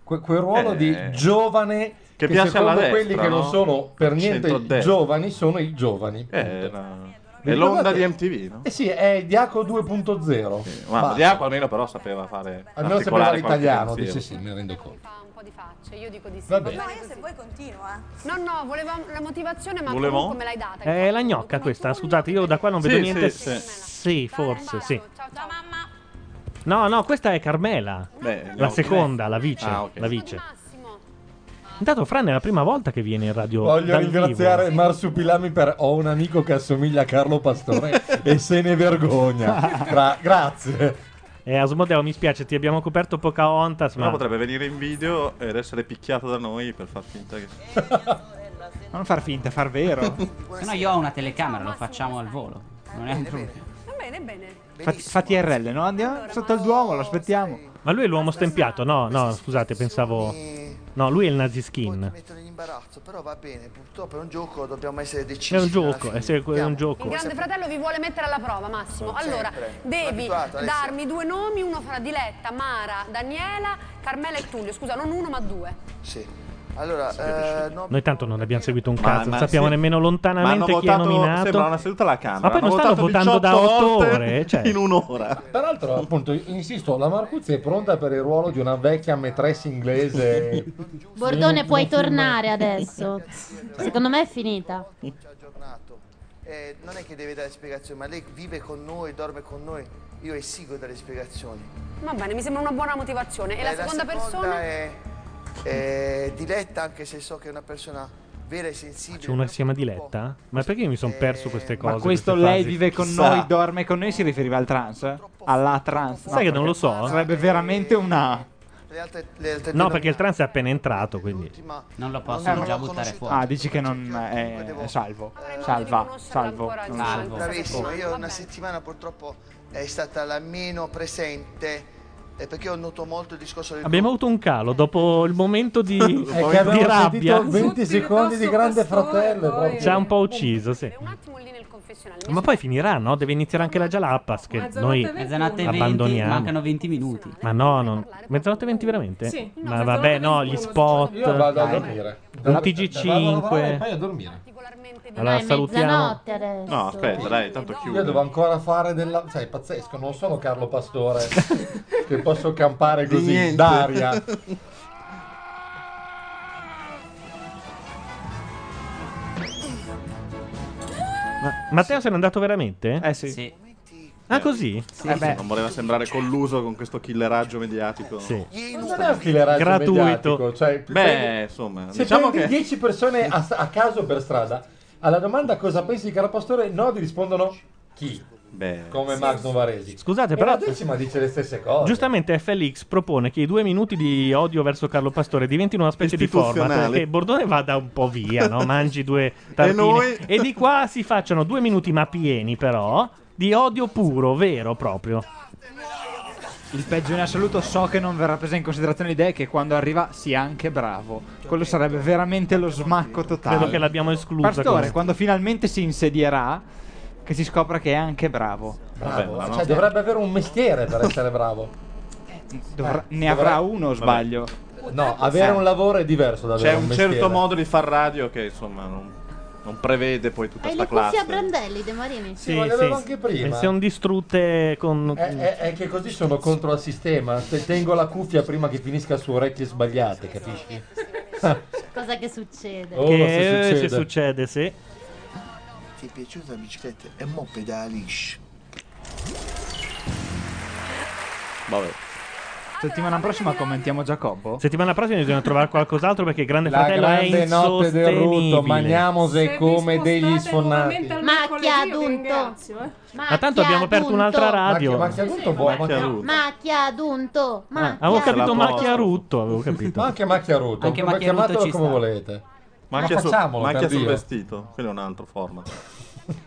Speaker 8: que- quel ruolo
Speaker 14: Eh,
Speaker 8: di giovane
Speaker 14: che
Speaker 8: che,
Speaker 14: piace
Speaker 8: secondo
Speaker 14: alla destra,
Speaker 8: quelli che non
Speaker 14: no?
Speaker 8: sono per niente
Speaker 14: Centrodestra.
Speaker 8: giovani sono i giovani.
Speaker 14: Eh,
Speaker 8: punto.
Speaker 14: la-
Speaker 8: Vi
Speaker 14: È l'onda
Speaker 8: ricordate?
Speaker 14: di MTV, no?
Speaker 8: Eh sì, è Diaco 2.0.
Speaker 14: Ma
Speaker 8: Basta.
Speaker 14: Diaco almeno però sapeva fare...
Speaker 8: Almeno sapeva
Speaker 14: articolare qualche
Speaker 8: l'italiano,
Speaker 14: pensiero.
Speaker 8: dice sì, mi rendo conto.
Speaker 5: Un po' di facce, io dico di sì.
Speaker 8: Va bene.
Speaker 5: No, io se vuoi continua. No, no, volevo la motivazione, ma
Speaker 1: Volevo?
Speaker 5: comunque me l'hai data.
Speaker 1: È Eh, la gnocca questa, scusate, io da qua non
Speaker 14: Sì,
Speaker 1: vedo
Speaker 14: sì,
Speaker 1: niente.
Speaker 14: sì.
Speaker 1: Sì, forse, sì. No, no, questa è Carmela.
Speaker 14: Beh,
Speaker 1: la
Speaker 14: gnocca.
Speaker 1: seconda, la vice.
Speaker 14: Ah, ok.
Speaker 1: La vice. Intanto Fran è la prima volta che viene in radio.
Speaker 8: Voglio
Speaker 1: dal
Speaker 8: ringraziare
Speaker 1: vivo.
Speaker 8: Marsupilami per ho un amico che assomiglia a Carlo Pastore e se ne vergogna. Gra- grazie.
Speaker 1: Eh, Asmodeo, mi spiace, ti abbiamo coperto poca ontas,
Speaker 14: Però
Speaker 1: ma
Speaker 14: potrebbe venire in video ed essere picchiato da noi per far finta che...
Speaker 26: Ma non far finta, far vero.
Speaker 25: Se no io ho una telecamera, lo facciamo al volo. Non è un problema.
Speaker 5: Va bene, bene.
Speaker 26: Fa, fa TRL, no? Andiamo sotto il Duomo, lo aspettiamo.
Speaker 1: Ma lui è l'uomo stempiato? No, no, scusate, pensavo. No, lui è il naziskin.
Speaker 9: mettere in imbarazzo, però va bene, purtroppo è un gioco, dobbiamo essere decisi.
Speaker 1: È un
Speaker 9: alla
Speaker 1: gioco, eh,
Speaker 9: fine.
Speaker 1: è se- è un gioco.
Speaker 5: Il Grande Fratello vi vuole mettere alla prova, Massimo. Allora,
Speaker 9: Sempre.
Speaker 5: devi
Speaker 9: Sono abituato, Alessia.
Speaker 5: darmi due nomi, uno fra Diletta, Mara, Daniela, Carmela e Tullio. Scusa, non uno ma due.
Speaker 9: Sì. Allora, eh, no,
Speaker 1: Noi tanto non abbiamo seguito un
Speaker 14: Ma-
Speaker 1: cazzo,
Speaker 14: ma
Speaker 1: non sappiamo
Speaker 14: sì.
Speaker 1: nemmeno
Speaker 14: Ma hanno
Speaker 1: lontanamente chi ha
Speaker 14: votato- Sembra una
Speaker 1: nominato.
Speaker 14: seduta alla Camera.
Speaker 1: Ma poi non
Speaker 14: Hanno
Speaker 1: stanno
Speaker 14: votato
Speaker 1: votando da
Speaker 14: 18
Speaker 1: otto
Speaker 14: volte
Speaker 1: ore? Cioè.
Speaker 14: In un'ora.
Speaker 8: Peraltro, appunto, insisto, la Marcuzzi è pronta per il ruolo di una vecchia maîtresse inglese. Di
Speaker 3: Bordone,
Speaker 8: un-
Speaker 3: puoi
Speaker 8: di un film-
Speaker 3: tornare adesso. Secondo me è finita.
Speaker 9: ci ha aggiornato. Eh, non è che deve dare spiegazioni, ma lei vive con noi, dorme con noi. Io esigo dalle spiegazioni.
Speaker 5: Va bene, mi sembra una buona motivazione. E la
Speaker 9: Eh,
Speaker 5: seconda persona?
Speaker 9: è, è diletta, anche se so che è una persona vera e sensibile.
Speaker 1: C'è uno insieme di Letta? Ma perché io mi sono perso queste cose?
Speaker 26: Ma questo
Speaker 1: queste
Speaker 26: lei
Speaker 1: fasi?
Speaker 26: vive con
Speaker 1: Chissà.
Speaker 26: noi, dorme con noi, si riferiva al trans? Alla trans.
Speaker 1: Sai che non lo so? eh?
Speaker 26: Sarebbe veramente una...
Speaker 9: Le altre, le altre due
Speaker 1: No, perché il trans è appena entrato, quindi.
Speaker 26: Non lo
Speaker 9: possono non già l'ho buttare conosciuto. fuori.
Speaker 26: Ah, dici che non è, è salvo. Salva, salvo. non lo so.
Speaker 9: Bravissimo, io una settimana purtroppo è stata la meno presente eh, perché ho notato molto il discorso del
Speaker 1: Abbiamo avuto un calo dopo il momento di, eh,
Speaker 8: È
Speaker 1: di
Speaker 8: che abbiamo
Speaker 1: rabbia.
Speaker 8: sentito 20 secondi di Grande Fratello. proprio.
Speaker 1: Ci ha un po' ucciso, sì. Ma poi finirà, no? Deve iniziare anche la Jalapas che
Speaker 25: Mezzanotte
Speaker 1: noi
Speaker 25: venti. Mezzanotte venti,
Speaker 1: abbandoniamo.
Speaker 25: mancano 20 minuti.
Speaker 1: Ma no, non- mezzanotte 20 veramente?
Speaker 25: Sì.
Speaker 1: Ma vabbè, no, gli spot.
Speaker 8: Io vado a
Speaker 1: dai.
Speaker 8: dormire.
Speaker 1: Un
Speaker 8: Vado a lavorare e poi a
Speaker 1: TG5.
Speaker 8: dormire.
Speaker 1: Allora salutiamo.
Speaker 3: adesso.
Speaker 14: No, aspetta, dai, tanto chiudo.
Speaker 8: Io devo ancora fare della. Sai, è pazzesco, non sono Carlo Pastore che posso campare
Speaker 14: Di niente.
Speaker 8: così, d'aria.
Speaker 26: Diciamo
Speaker 1: Ma- Matteo se n'è andato veramente? Eh
Speaker 26: sì.
Speaker 1: Ah, così?
Speaker 14: Eh beh. Non voleva sembrare colluso con questo killeraggio mediatico.
Speaker 1: Sì.
Speaker 8: Non è un fileraggio
Speaker 14: Gratuito.
Speaker 8: mediatico, cioè,
Speaker 14: Beh,
Speaker 8: prendi-
Speaker 14: insomma,
Speaker 8: se
Speaker 14: diciamo
Speaker 8: prendi
Speaker 14: che-
Speaker 8: 10 persone a, a caso per strada, alla domanda cosa pensi di Carlo Pastore, no, ti rispondono chi?
Speaker 14: Beh.
Speaker 8: Come Max Novaresi.
Speaker 1: Scusate,
Speaker 8: E
Speaker 1: però-
Speaker 8: La decima dice le stesse cose.
Speaker 1: Giustamente FLX propone che i due minuti di odio verso Carlo Pastore diventino una specie di format
Speaker 14: Istituzionali.
Speaker 1: e Bordone vada un po' via, no? Mangi due tartine.
Speaker 14: E noi?
Speaker 1: E di qua si facciano due minuti ma pieni però di odio puro, vero proprio.
Speaker 26: Il peggio in assoluto so che non verrà presa in considerazione l'idea che quando arriva sia anche bravo. Quello sarebbe veramente lo smacco totale.
Speaker 1: Credo che l'abbiamo esclusa
Speaker 26: Pastore,
Speaker 1: questa.
Speaker 26: quando finalmente si insedierà, che si scopra che è anche bravo.
Speaker 8: Bravo. Cioè, dovrebbe avere un mestiere per essere bravo.
Speaker 26: Dovrà-
Speaker 8: Eh,
Speaker 26: ne avrà
Speaker 8: dovrebbe-
Speaker 26: uno, o
Speaker 8: Vabbè.
Speaker 26: sbaglio.
Speaker 8: No, avere un lavoro è diverso da avere
Speaker 14: Eh. C'è un,
Speaker 8: mestiere.
Speaker 14: certo modo di far radio che insomma non, non prevede poi tutta
Speaker 3: Hai
Speaker 14: sta
Speaker 3: le cuffie a
Speaker 14: classe.
Speaker 3: brandelli, De Marini?
Speaker 8: Sì, ma le avevo anche prima.
Speaker 1: E sono distrutte con...
Speaker 8: È, è- è che così sono contro al sistema. Te- Tengo la cuffia prima che finisca su orecchie sbagliate, capisci?
Speaker 3: Cosa che succede?
Speaker 8: Oh,
Speaker 1: che
Speaker 8: se
Speaker 1: eh,
Speaker 8: succede.
Speaker 1: se succede, sì.
Speaker 9: Ti è piaciuta la bicicletta? E mo pedalisci.
Speaker 14: Vabbè.
Speaker 26: Settimana prossima commentiamo Giacobbo.
Speaker 1: Settimana prossima bisogna trovare qualcos'altro perché Grande
Speaker 26: La
Speaker 1: Fratello è
Speaker 26: grande notte del
Speaker 1: insostenibile.
Speaker 26: rutto,
Speaker 8: maniamose
Speaker 11: Se vi
Speaker 8: come degli
Speaker 11: spostate
Speaker 8: sfonnati.
Speaker 11: nuovamente al mercoledì,
Speaker 3: Macchia
Speaker 11: io vi
Speaker 3: adunto.
Speaker 11: ringrazio, eh.
Speaker 1: Ma tanto abbiamo aperto un'altra radio.
Speaker 8: Ma anche adulto vuoi? Ma anche adulto.
Speaker 3: Macchia adunto.
Speaker 1: Ah,
Speaker 3: Macchia
Speaker 1: avevo capito
Speaker 3: adunto.
Speaker 1: macchiarutto, avevo capito.
Speaker 8: Ma anche macchiarotto.
Speaker 14: Anche
Speaker 8: come-
Speaker 14: macchiarotto
Speaker 8: Chiamatelo
Speaker 14: ci
Speaker 8: come
Speaker 14: sta.
Speaker 8: volete.
Speaker 14: Ma
Speaker 8: Ma
Speaker 14: anche, su,
Speaker 8: facciamolo,
Speaker 14: ma anche
Speaker 8: per
Speaker 14: sul
Speaker 8: Dio.
Speaker 14: vestito, quello è un altro format.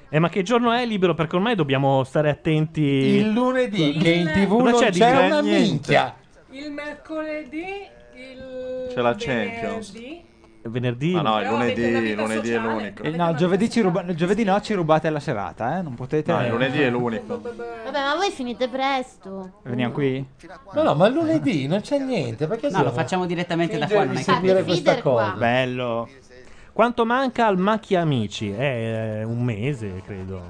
Speaker 1: Eh, ma che giorno è libero? Perché ormai dobbiamo stare attenti.
Speaker 8: Il lunedì, che in TV
Speaker 1: Cosa
Speaker 8: non
Speaker 1: di
Speaker 8: c'è
Speaker 1: gran
Speaker 8: una
Speaker 1: niente?
Speaker 8: minchia.
Speaker 11: Il mercoledì, il
Speaker 14: C'è la Champions.
Speaker 11: venerdì.
Speaker 1: Venerdì.
Speaker 14: Ma no, il
Speaker 11: Però avete una
Speaker 14: lunedì,
Speaker 11: vita
Speaker 14: lunedì è
Speaker 11: sociale.
Speaker 14: l'unico.
Speaker 26: Eh, No, giovedì, ci ruba- giovedì no, ci rubate la serata, eh? Non potete.
Speaker 14: No, il lunedì è l'unico.
Speaker 3: Vabbè, ma voi finite presto.
Speaker 26: Veniamo qui?
Speaker 8: No, no, ma lunedì non c'è niente. Perché
Speaker 26: No,
Speaker 8: siamo-
Speaker 26: lo facciamo
Speaker 34: direttamente
Speaker 8: da qua, non è che- seguire questa Feeder qua. cosa.
Speaker 1: Bello. Quanto manca al Macchia Amici? È eh, un mese, credo.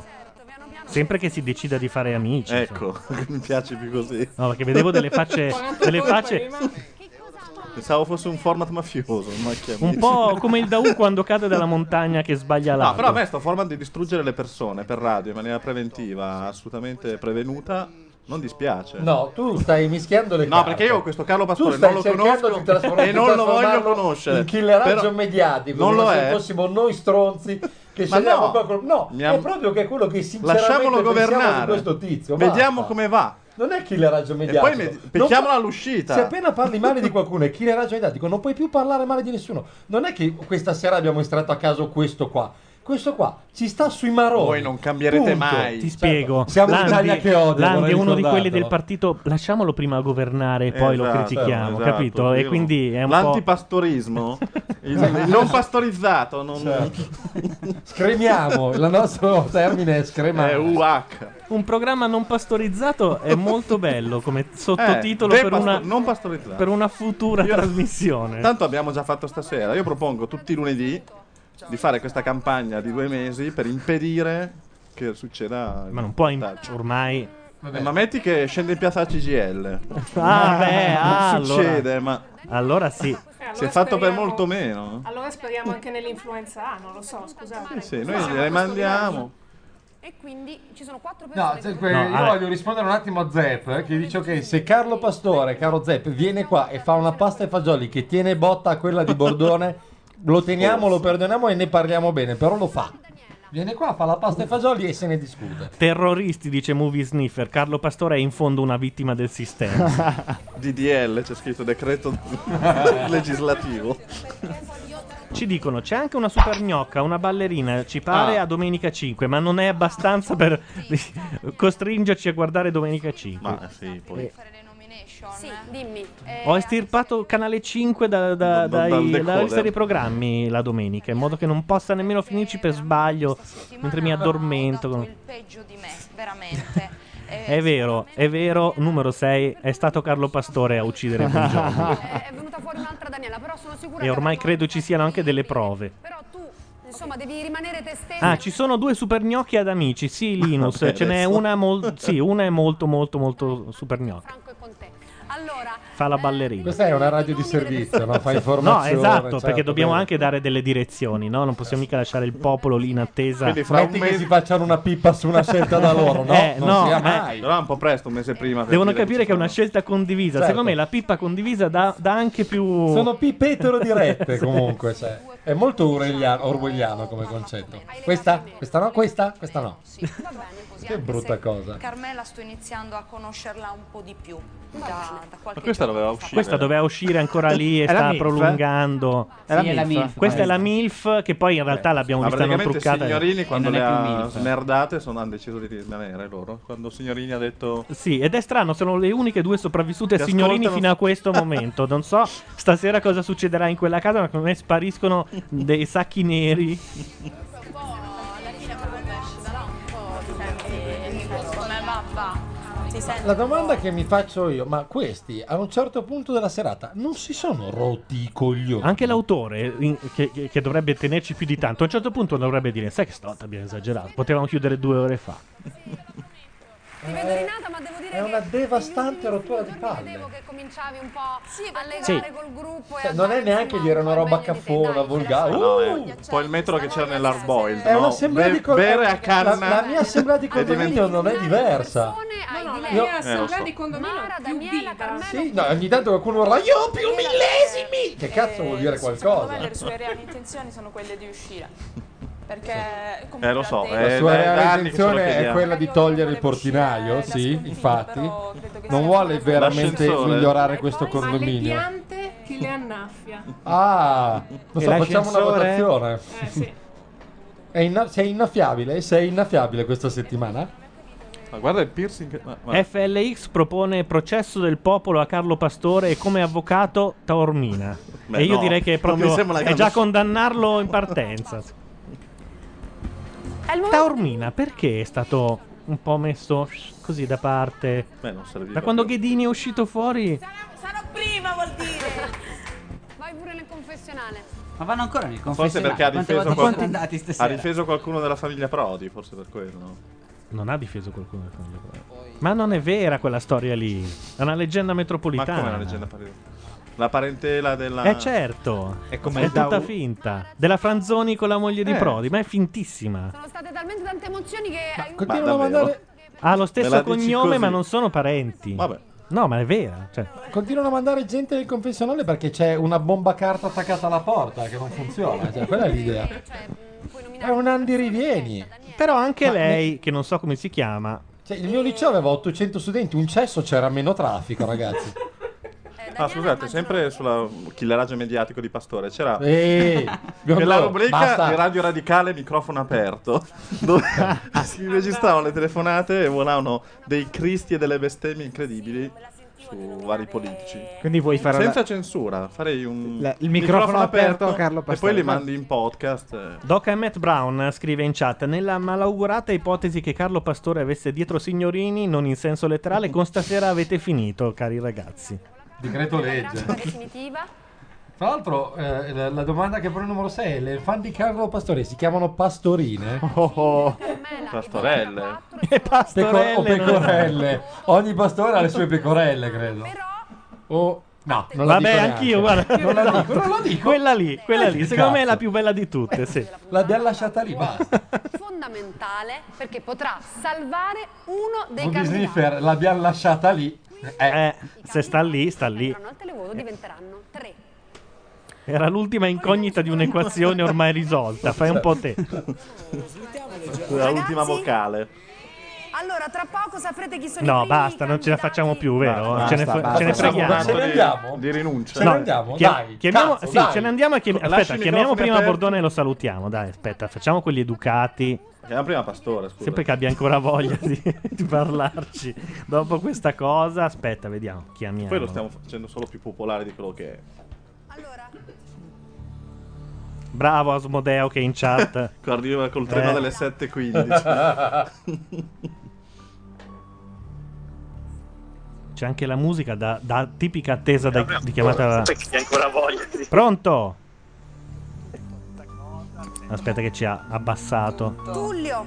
Speaker 1: Sempre che si decida di fare amici.
Speaker 14: Ecco, mi piace più così.
Speaker 1: No, perché vedevo delle facce. delle facce
Speaker 14: Pensavo fosse un format mafioso, ma chi è
Speaker 1: un po' come il Daù quando cade dalla montagna che sbaglia
Speaker 14: No,
Speaker 1: l'altro.
Speaker 14: però a me sto format di distruggere le persone per radio in maniera preventiva, assolutamente prevenuta, non dispiace.
Speaker 8: No, tu stai mischiando le
Speaker 14: No,
Speaker 8: carte.
Speaker 14: perché io questo Carlo Pastore
Speaker 8: Tu stai
Speaker 14: non lo
Speaker 8: cercando
Speaker 14: conosco
Speaker 8: di trasformar-
Speaker 14: e non lo voglio
Speaker 8: trasformarlo
Speaker 14: conoscere.
Speaker 8: In killeraggio
Speaker 14: Però-
Speaker 8: mediatico.
Speaker 14: Non lo
Speaker 8: come se
Speaker 14: è.
Speaker 8: fossimo noi stronzi che
Speaker 14: Ma
Speaker 8: scegliamo
Speaker 14: no.
Speaker 8: qualcuno. No,
Speaker 14: Mi
Speaker 8: è
Speaker 14: am-
Speaker 8: proprio che è quello che sinceramente
Speaker 14: Lasciamolo
Speaker 8: pensiamo
Speaker 14: governare.
Speaker 8: di questo tizio.
Speaker 14: Vediamo
Speaker 8: basta.
Speaker 14: come va.
Speaker 8: Non è killeraggio
Speaker 14: E
Speaker 8: mediatico.
Speaker 14: poi me-
Speaker 8: Non
Speaker 14: becchiamola
Speaker 8: fa-
Speaker 14: all'uscita.
Speaker 8: Se appena parli male di qualcuno è killeraggio mediatico, non puoi più parlare male di nessuno. Non è che questa sera abbiamo estratto a caso questo qua. Questo qua ci sta sui maroni.
Speaker 14: Voi non cambierete
Speaker 8: Punto.
Speaker 14: mai.
Speaker 1: Ti spiego.
Speaker 8: Certo. Siamo
Speaker 1: Landi-
Speaker 8: l'Italia che odia.
Speaker 1: Landi
Speaker 8: vorrei
Speaker 1: è uno di quelli del
Speaker 8: ricordarvelo.
Speaker 1: partito. Lasciamolo prima governare e poi lo
Speaker 14: Esatto,
Speaker 1: critichiamo,
Speaker 14: esatto,
Speaker 1: capito? E
Speaker 14: io-
Speaker 1: quindi è un po'.
Speaker 14: L'antipastorismo, il, il non pastorizzato, non...
Speaker 8: Certo. Scremiamo, il nostro termine è scremare.
Speaker 14: È UH.
Speaker 1: Un programma non pastorizzato è molto bello come sottotitolo
Speaker 14: Eh,
Speaker 1: per,
Speaker 14: depasto-
Speaker 1: una,
Speaker 14: non pastorizzato.
Speaker 1: per una futura
Speaker 14: Io-
Speaker 1: trasmissione.
Speaker 14: Tanto abbiamo già fatto stasera. Io propongo tutti i lunedì di fare questa campagna di due mesi per impedire che succeda.
Speaker 1: Ma non puoi im- ormai.
Speaker 14: Eh, ma metti che scende in piazza CGL.
Speaker 1: Ah, beh, ah,
Speaker 14: Non succede,
Speaker 1: allora.
Speaker 14: ma.
Speaker 1: Allora sì.
Speaker 11: Eh, allora
Speaker 14: si è fatto per
Speaker 11: speriamo-
Speaker 14: molto meno.
Speaker 11: Allora speriamo anche nell'influenza A, non lo so, scusate.
Speaker 14: Eh sì,
Speaker 11: Siamo a
Speaker 14: noi
Speaker 11: questo
Speaker 14: le mandiamo.
Speaker 5: E quindi ci sono quattro persone
Speaker 8: No,
Speaker 5: che
Speaker 8: cioè,
Speaker 5: sono
Speaker 8: que-
Speaker 1: No,
Speaker 8: io
Speaker 1: Ale-
Speaker 8: voglio rispondere un attimo a Zepp eh, che dice ok, se Carlo Pastore, caro Zepp, viene qua e fa una pasta ai fagioli che tiene botta a quella di Bordone, lo teniamo, lo perdoniamo e ne parliamo bene, però lo fa. Viene qua, fa la pasta ai fagioli e se ne discute.
Speaker 1: Terroristi, dice Movie Sniffer. Carlo Pastore è in fondo una vittima del sistema.
Speaker 14: DDL c'è scritto decreto legislativo.
Speaker 1: Ci dicono c'è anche una super gnocca, una ballerina, ci pare
Speaker 14: Ah.
Speaker 1: a domenica 5, ma non è abbastanza per costringerci a guardare domenica 5.
Speaker 14: Ma sì, poi.
Speaker 1: Eh,
Speaker 5: Sì, dimmi. Eh,
Speaker 1: Ho estirpato canale 5 da- da-
Speaker 14: Dal-
Speaker 1: dai-
Speaker 14: dal decoder.
Speaker 1: dalla lista dei programmi la domenica, in modo che non possa nemmeno finirci per sbaglio mentre mi addormento. con-
Speaker 35: peggio di me, veramente.
Speaker 11: Eh,
Speaker 14: Eh.
Speaker 1: È vero, è vero, numero 6 è stato Carlo Pastore a uccidere Buongiorno.
Speaker 5: eh, è venuta fuori un'altra Daniela, però sono sicura
Speaker 1: Ah. e
Speaker 5: che
Speaker 1: ormai credo ci siano anche delle prove.
Speaker 5: insomma devi rimanere te stessa.
Speaker 1: Ah, ci sono due super gnocchi ad amici. Sì,
Speaker 8: Ah,
Speaker 1: Linus,
Speaker 14: Vabbè,
Speaker 1: ce n'è
Speaker 14: adesso.
Speaker 1: una mol- sì, una è molto molto molto super gnocca. Fa la ballerina.
Speaker 8: Questa è una radio di servizio, no? Fa informazione.
Speaker 1: No, esatto,
Speaker 8: certo,
Speaker 1: perché dobbiamo
Speaker 8: bene.
Speaker 1: anche dare delle direzioni, no? Non possiamo mica lasciare il popolo lì in attesa.
Speaker 14: Quindi fra un
Speaker 8: Esatto. Metti che
Speaker 14: mese-
Speaker 8: si facciano una pippa su una scelta da loro, no?
Speaker 1: Eh,
Speaker 8: non
Speaker 1: no,
Speaker 8: sia
Speaker 1: ma-
Speaker 8: mai.
Speaker 14: Allora un po' presto, un mese prima. per
Speaker 1: Devono
Speaker 14: dire
Speaker 1: capire che è una scelta condivisa.
Speaker 14: Certo.
Speaker 1: Secondo me la pippa condivisa dà, dà anche più.
Speaker 8: Sono pippe dirette
Speaker 1: Sì.
Speaker 8: comunque, cioè. È molto orwelliano, orwelliano come concetto. Questa? Questa no? Questa? Questa no.
Speaker 7: Così,
Speaker 8: Che
Speaker 7: anche
Speaker 8: brutta
Speaker 7: se
Speaker 8: cosa.
Speaker 7: Carmela sto iniziando a conoscerla un po' di più. Da, da
Speaker 14: Ma
Speaker 7: qualche
Speaker 14: questa doveva uscire.
Speaker 1: Questa doveva uscire ancora lì e
Speaker 14: È la
Speaker 1: sta
Speaker 14: MILF, eh?
Speaker 1: prolungando.
Speaker 14: Sì, è la MILF,
Speaker 1: Questa è
Speaker 14: questa.
Speaker 1: la MILF che poi in realtà l'abbiamo
Speaker 14: Eh, Ma
Speaker 1: vista non
Speaker 14: praticamente
Speaker 1: truccata.
Speaker 14: signorini quando le ha
Speaker 1: MILF.
Speaker 14: snerdate sono, hanno deciso di rimanere loro. Quando signorini ha detto...
Speaker 1: Sì, ed è strano, sono le uniche due sopravvissute
Speaker 14: Ti
Speaker 1: signorini
Speaker 14: ascoltano-
Speaker 1: fino a questo momento. Non so stasera cosa succederà in quella casa, ma come spariscono dei sacchi neri.
Speaker 7: Come va, va. Ti senti?
Speaker 8: La domanda che mi faccio io, ma questi a un certo punto della serata non si sono rotti i coglioni?
Speaker 1: Anche l'autore, in- che, che- che dovrebbe tenerci più di tanto, a un certo punto dovrebbe dire: Sai che stavolta abbiamo esagerato, potevamo chiudere due ore fa.
Speaker 5: Ti vedo rinata, ma devo dire
Speaker 9: Eh,
Speaker 8: È una devastante rottura di palle.
Speaker 5: che cominciavi un po' a legare
Speaker 14: Sì.
Speaker 5: col gruppo.
Speaker 8: Cioè, non è neanche dire una roba caffona, volgare.
Speaker 14: Ah, no, è un po' il metro che c'era nell'Arboil.
Speaker 8: È
Speaker 14: no?
Speaker 8: un'assemblea Eh, di
Speaker 14: Be-
Speaker 8: col-
Speaker 14: Bere
Speaker 8: è-
Speaker 14: a canna.
Speaker 8: La, la mia assemblea di
Speaker 14: è divent-
Speaker 8: condominio non è diversa.
Speaker 16: No, no, la
Speaker 8: Io-
Speaker 16: mia assemblea
Speaker 8: Eh, lo so.
Speaker 16: di condominio Mara, Daniela,
Speaker 8: Sì, no, ogni tanto qualcuno urla io più millesimi! Che cazzo vuol dire
Speaker 11: eh, Secondo me
Speaker 8: qualcosa?
Speaker 11: le sue reali intenzioni sono quelle di uscire. Perché
Speaker 14: Eh, lo so,
Speaker 8: La
Speaker 14: eh,
Speaker 8: sua
Speaker 14: da- da anni che
Speaker 8: reale
Speaker 14: ce lo
Speaker 8: intenzione è
Speaker 14: chiediamo.
Speaker 8: quella di togliere il portinaio, sì, infatti. Non vuole veramente
Speaker 14: L'ascensore.
Speaker 8: migliorare questo
Speaker 16: ha le
Speaker 8: condominio.
Speaker 16: piante chi le annaffia.
Speaker 8: Ah, non
Speaker 16: E
Speaker 8: so, facciamo una
Speaker 16: l'ascensore?
Speaker 8: votazione.
Speaker 16: Eh, sì.
Speaker 8: È inna- sei innaffiabile? Sei innaffiabile questa settimana?
Speaker 14: Ma guarda il piercing. che- ma- ma-
Speaker 1: FLX propone processo del popolo a Carlo Pastore e come avvocato Taormina.
Speaker 14: Beh,
Speaker 1: e io
Speaker 14: no,
Speaker 1: direi che è
Speaker 14: non
Speaker 1: proprio
Speaker 14: mi sembra una
Speaker 1: è
Speaker 14: cosa-
Speaker 1: già condannarlo in partenza. Taormina perché è stato un po' messo così da parte?
Speaker 14: Beh, non serviva
Speaker 1: da quando Ghedini è uscito fuori?
Speaker 5: Sarò prima, vuol dire. Vai pure nel confessionale.
Speaker 36: Ma vanno ancora nel
Speaker 14: Forse
Speaker 36: confessionale.
Speaker 14: perché ha
Speaker 36: Quante
Speaker 14: difeso,
Speaker 36: volte
Speaker 14: qualcuno,
Speaker 36: sono andati
Speaker 14: ha
Speaker 36: stasera?
Speaker 14: difeso qualcuno della famiglia Prodi, forse per quello.
Speaker 1: Non ha difeso qualcuno. del Fondo Europeo. Ma non è vera quella storia lì. È una leggenda
Speaker 14: Ma
Speaker 1: metropolitana.
Speaker 14: come la leggenda pare- La parentela della...
Speaker 1: Eh certo, è,
Speaker 14: come il
Speaker 1: tutta
Speaker 14: Dau-
Speaker 1: finta. Della Franzoni con la moglie di
Speaker 14: Eh.
Speaker 1: Prodi, ma è fintissima.
Speaker 5: Sono state talmente tante emozioni che hai un
Speaker 1: Continuano a mandare- Ha lo
Speaker 8: Me la dici
Speaker 1: stesso cognome,
Speaker 8: così?
Speaker 1: ma non sono parenti. Vabbè. No, ma è vera. Cioè,
Speaker 8: Continuano a mandare gente nel confessionale perché c'è una bomba carta attaccata alla porta che non funziona. Cioè, quella è l'idea. È un Andy Rivieni.
Speaker 1: Però anche lei, che non so come si chiama.
Speaker 8: Cioè, il mio liceo aveva 800 studenti, un cesso c'era meno traffico, ragazzi.
Speaker 14: Ah, scusate, sempre sulla killeraggio mediatico di Pastore c'era
Speaker 8: Ehi,
Speaker 14: nella
Speaker 8: Gondolo,
Speaker 14: rubrica
Speaker 8: basta.
Speaker 14: di Radio Radicale microfono aperto dove si registravano le telefonate e volavano dei cristi e delle bestemmie incredibili su vari politici.
Speaker 26: Quindi vuoi fare
Speaker 14: senza
Speaker 26: la-
Speaker 14: censura, farei un
Speaker 26: La- il microfono aperto a Carlo
Speaker 14: e poi
Speaker 26: Pastore.
Speaker 14: li mandi in podcast. eh.
Speaker 1: Doc Emmett Brown scrive in chat: Nella malaugurata ipotesi che Carlo Pastore avesse dietro signorini, non in senso letterale, con stasera avete finito, cari ragazzi.
Speaker 8: Decreto legge.
Speaker 5: definitiva.
Speaker 8: Tra l'altro, eh, la, la domanda che pone il numero 6 è: le fan di Carlo Pastore si chiamano pastorine?
Speaker 14: Pastorelle.
Speaker 1: E pastorelle.
Speaker 8: oh, o
Speaker 1: non-
Speaker 8: pecorelle. Ogni pastore ha le sue pecorelle, credo. O no, non la
Speaker 1: Vabbè,
Speaker 8: dico neanche.
Speaker 1: anch'io, guarda.
Speaker 8: Non la dico, non la dico.
Speaker 1: Quella lì, quella lì.
Speaker 8: Che
Speaker 1: Secondo me è la
Speaker 8: cazzo.
Speaker 1: più bella di tutte, sì.
Speaker 8: L'abbiamo lasciata lì, basta.
Speaker 5: fondamentale perché potrà salvare uno dei
Speaker 8: Ruby
Speaker 5: candidati.
Speaker 8: Sniffer l'abbiamo lasciata lì.
Speaker 1: Eh, se sta lì, sta lì.
Speaker 5: Entrano al televoto diventeranno tre.
Speaker 1: Era l'ultima incognita di un'equazione ormai risolta. Fai un po' te.
Speaker 14: La ultima vocale.
Speaker 5: Allora, tra poco saprete chi sono i
Speaker 1: No,
Speaker 5: primi
Speaker 1: basta, non ce la facciamo più, vero?
Speaker 14: Basta,
Speaker 1: ce ne,
Speaker 14: basta,
Speaker 1: ce ne
Speaker 14: basta.
Speaker 1: freghiamo.
Speaker 14: Facciamo un atto di, di rinuncia.
Speaker 1: No, chia- chiamiamo, sì, ce ne andiamo e chiam-
Speaker 14: Lasci
Speaker 1: aspetta,
Speaker 14: i
Speaker 1: chiamiamo
Speaker 14: microfoni
Speaker 1: prima
Speaker 14: aperti.
Speaker 1: Bordone e lo salutiamo. Dai, aspetta, facciamo quelli educati.
Speaker 14: Chiamiamo prima Pastore, scusa.
Speaker 1: Sempre che abbia ancora voglia di, di parlarci dopo questa cosa. Aspetta, vediamo. Chiamiamo.
Speaker 14: Poi lo stiamo facendo solo più popolare di quello che è.
Speaker 1: Bravo Asmodeo che è in chat.
Speaker 14: Arriva col treno
Speaker 1: Eh.
Speaker 14: delle 7.15.
Speaker 1: C'è anche la musica da, da tipica attesa da- di chiamata.
Speaker 37: Chi ha ancora voglia di-
Speaker 1: Pronto? Aspetta, che ci ha abbassato.
Speaker 5: Tullio,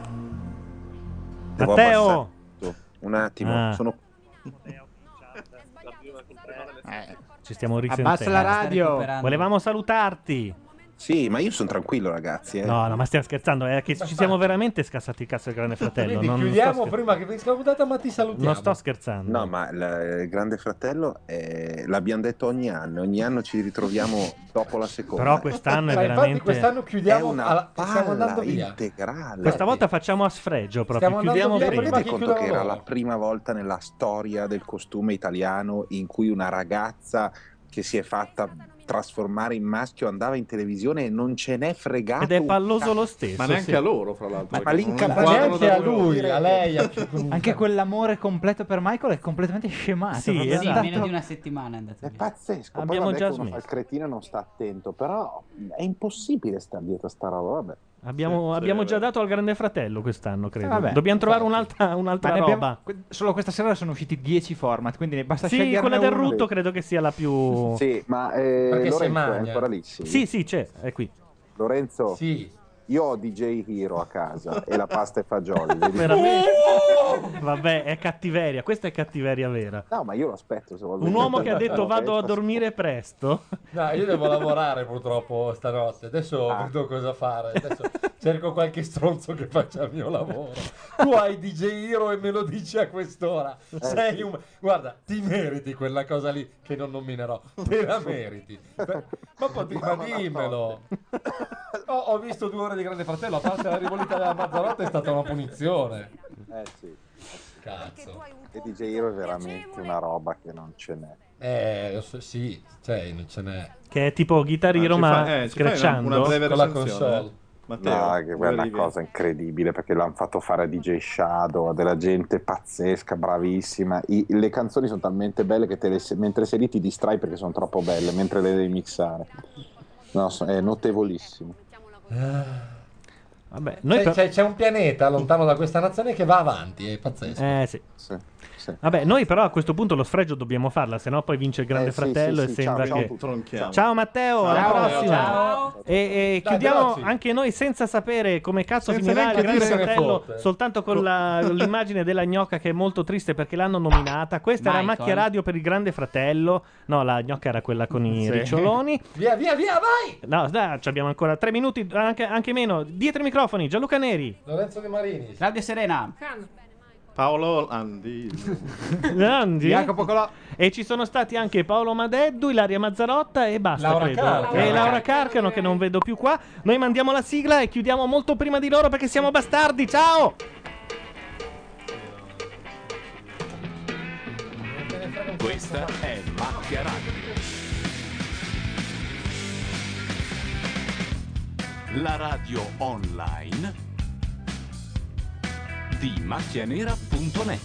Speaker 12: Devo
Speaker 1: Matteo!
Speaker 12: abbassare. Un attimo,
Speaker 1: Ah.
Speaker 12: sono
Speaker 1: Ci stiamo
Speaker 37: Abbassa
Speaker 1: risentendo.
Speaker 37: la radio.
Speaker 1: Volevamo salutarti.
Speaker 12: Sì, ma io sono tranquillo, ragazzi. eh.
Speaker 1: No, no, ma stiamo scherzando. È che ci siamo veramente scassati il cazzo del Grande Fratello.
Speaker 12: Quindi
Speaker 1: non- non sto
Speaker 12: chiudiamo
Speaker 1: scherzando.
Speaker 38: Prima che finisca la puntata, ma ti salutiamo.
Speaker 1: Non sto scherzando.
Speaker 12: No, ma il il Grande Fratello è- l'abbiamo detto ogni anno, ogni anno ci ritroviamo dopo la seconda.
Speaker 1: Però quest'anno è Ma infatti veramente- questi'anno
Speaker 12: È
Speaker 1: chiudiamo
Speaker 12: una
Speaker 1: alla-
Speaker 12: palla
Speaker 1: stiamo andando via.
Speaker 12: integrale.
Speaker 1: Questa volta facciamo a sfregio proprio.
Speaker 12: Stiamo
Speaker 1: Chiudiamo
Speaker 12: andando
Speaker 1: prima.
Speaker 12: via, Rendete conto che era la prima volta nella storia del costume italiano in cui una ragazza che si è fatta trasformare in maschio andava in televisione e non ce n'è fregato
Speaker 1: Ed è
Speaker 12: un
Speaker 1: palloso
Speaker 12: cazzo.
Speaker 1: lo stesso,
Speaker 11: Ma neanche a loro, fra l'altro.
Speaker 12: Ma, ma
Speaker 11: perché non
Speaker 12: l'incapace-
Speaker 11: inquadrano da due ore.
Speaker 26: Anche quell'amore completo per Michael è completamente scemato.
Speaker 12: Sì,
Speaker 26: proprio.
Speaker 12: esatto.
Speaker 25: meno di una settimana è
Speaker 8: Eh.
Speaker 25: andato
Speaker 12: È pazzesco. Poi
Speaker 26: Abbiamo
Speaker 12: Ecco, vabbè,
Speaker 26: già
Speaker 12: che uno fa il cretino e non sta attento, però è impossibile stare dietro a sta roba. Vabbè.
Speaker 1: Abbiamo, abbiamo già dato al Grande Fratello quest'anno, credo.
Speaker 26: Eh, vabbè.
Speaker 1: Dobbiamo trovare un'altra, un'altra
Speaker 26: Ma ne
Speaker 1: roba.
Speaker 26: abbiamo- que- Solo questa sera sono usciti 10 format, quindi ne basta
Speaker 1: Sì,
Speaker 26: sceglierne
Speaker 1: quella del
Speaker 26: uno.
Speaker 1: rutto credo che sia la più.
Speaker 12: Sì, ma eh,
Speaker 26: Perché
Speaker 12: Lorenzo
Speaker 26: sei
Speaker 12: è
Speaker 26: magna.
Speaker 12: ancora lì. Sì,
Speaker 1: Sì, sì, c'è, è qui.
Speaker 12: Lorenzo,
Speaker 1: Sì.
Speaker 12: io ho DJ Hero a casa e la pasta e fagioli. vedi?
Speaker 1: Veramente? Vabbè, è cattiveria. Questa è cattiveria vera.
Speaker 12: No, ma io lo aspetto. se vuoi
Speaker 1: Un uomo che ha detto
Speaker 12: No,
Speaker 1: vado a
Speaker 12: penso-
Speaker 1: dormire presto.
Speaker 8: No, io devo lavorare purtroppo stanotte. Adesso vedo cosa fare. Adesso cerco qualche stronzo che faccia il mio lavoro. Tu hai DJ Hero e me lo dici a quest'ora.
Speaker 14: Eh,
Speaker 8: Sei un... Guarda, ti meriti quella cosa lì che non nominerò. Te la meriti. Per- Ma, poi di- ma dimmelo. Ho, ho visto due ore di Grande Fratello. A parte la rivolita della Mazzarotta è stata una punizione.
Speaker 12: Eh sì.
Speaker 8: Cazzo.
Speaker 12: E DJ Hero è veramente una roba che non ce n'è.
Speaker 8: Eh, lo so- sì, cioè, non ce n'è.
Speaker 1: Che è tipo chitarrino,
Speaker 8: Ah, ci
Speaker 1: ma
Speaker 8: fa- eh, ci fai una-
Speaker 1: scratchando.
Speaker 8: una breve Con la recensione, console.
Speaker 12: No, che è una cosa incredibile perché l'hanno fatto fare a DJ Shadow, a della gente pazzesca, bravissima. I- le canzoni sono talmente belle che te le se- mentre sei lì ti distrai perché sono troppo belle, mentre le devi mixare. No, so- è notevolissimo.
Speaker 1: Ah. Vabbè,
Speaker 12: noi
Speaker 8: c'è,
Speaker 12: per-
Speaker 8: c'è- c'è un pianeta lontano da questa nazione che va avanti, è pazzesco.
Speaker 1: Eh sì.
Speaker 12: sì.
Speaker 1: Vabbè, noi però a questo punto lo sfregio dobbiamo farla, sennò poi vince il Grande
Speaker 11: Eh, sì,
Speaker 1: Fratello
Speaker 11: sì,
Speaker 1: e
Speaker 11: sì,
Speaker 1: sembra
Speaker 11: ciao, ciao a
Speaker 1: che...
Speaker 11: tutti. Tronchiamo.
Speaker 1: Ciao Matteo,
Speaker 11: Ciao,
Speaker 1: alla
Speaker 11: Matteo,
Speaker 1: prossima.
Speaker 11: ciao.
Speaker 1: E, e
Speaker 11: Dai,
Speaker 1: chiudiamo
Speaker 11: grazie.
Speaker 1: anche noi senza sapere come cazzo
Speaker 11: Senza
Speaker 1: finirà il
Speaker 11: neanche
Speaker 1: Grande
Speaker 11: dire se ne
Speaker 1: Fratello,
Speaker 11: fotte.
Speaker 1: soltanto con la- l'immagine della gnocca che è molto triste perché l'hanno nominata. Questa era
Speaker 26: Michael.
Speaker 1: Macchia Radio per il Grande Fratello. No, la gnocca era quella con i
Speaker 26: Sì.
Speaker 1: riccioloni.
Speaker 8: Via, via, via, vai!
Speaker 1: No, dai, ci abbiamo ancora tre minuti, anche, anche meno. Dietro i microfoni, Gianluca Neri.
Speaker 8: Lorenzo De Marini.
Speaker 25: Claudio Serena.
Speaker 11: Paolo Andi.
Speaker 1: Grandi.
Speaker 11: Jacopo
Speaker 1: E ci sono stati anche Paolo Madeddu, Ilaria Mazzarotta e basta,
Speaker 11: Laura
Speaker 1: credo.
Speaker 11: Carcano.
Speaker 1: E
Speaker 11: Laura
Speaker 1: Laura Carcano che non vedo più qua. Noi mandiamo la sigla e chiudiamo molto prima di loro perché siamo bastardi. Ciao!
Speaker 39: Questa è Macchia Radio. La radio online di macchianera.net.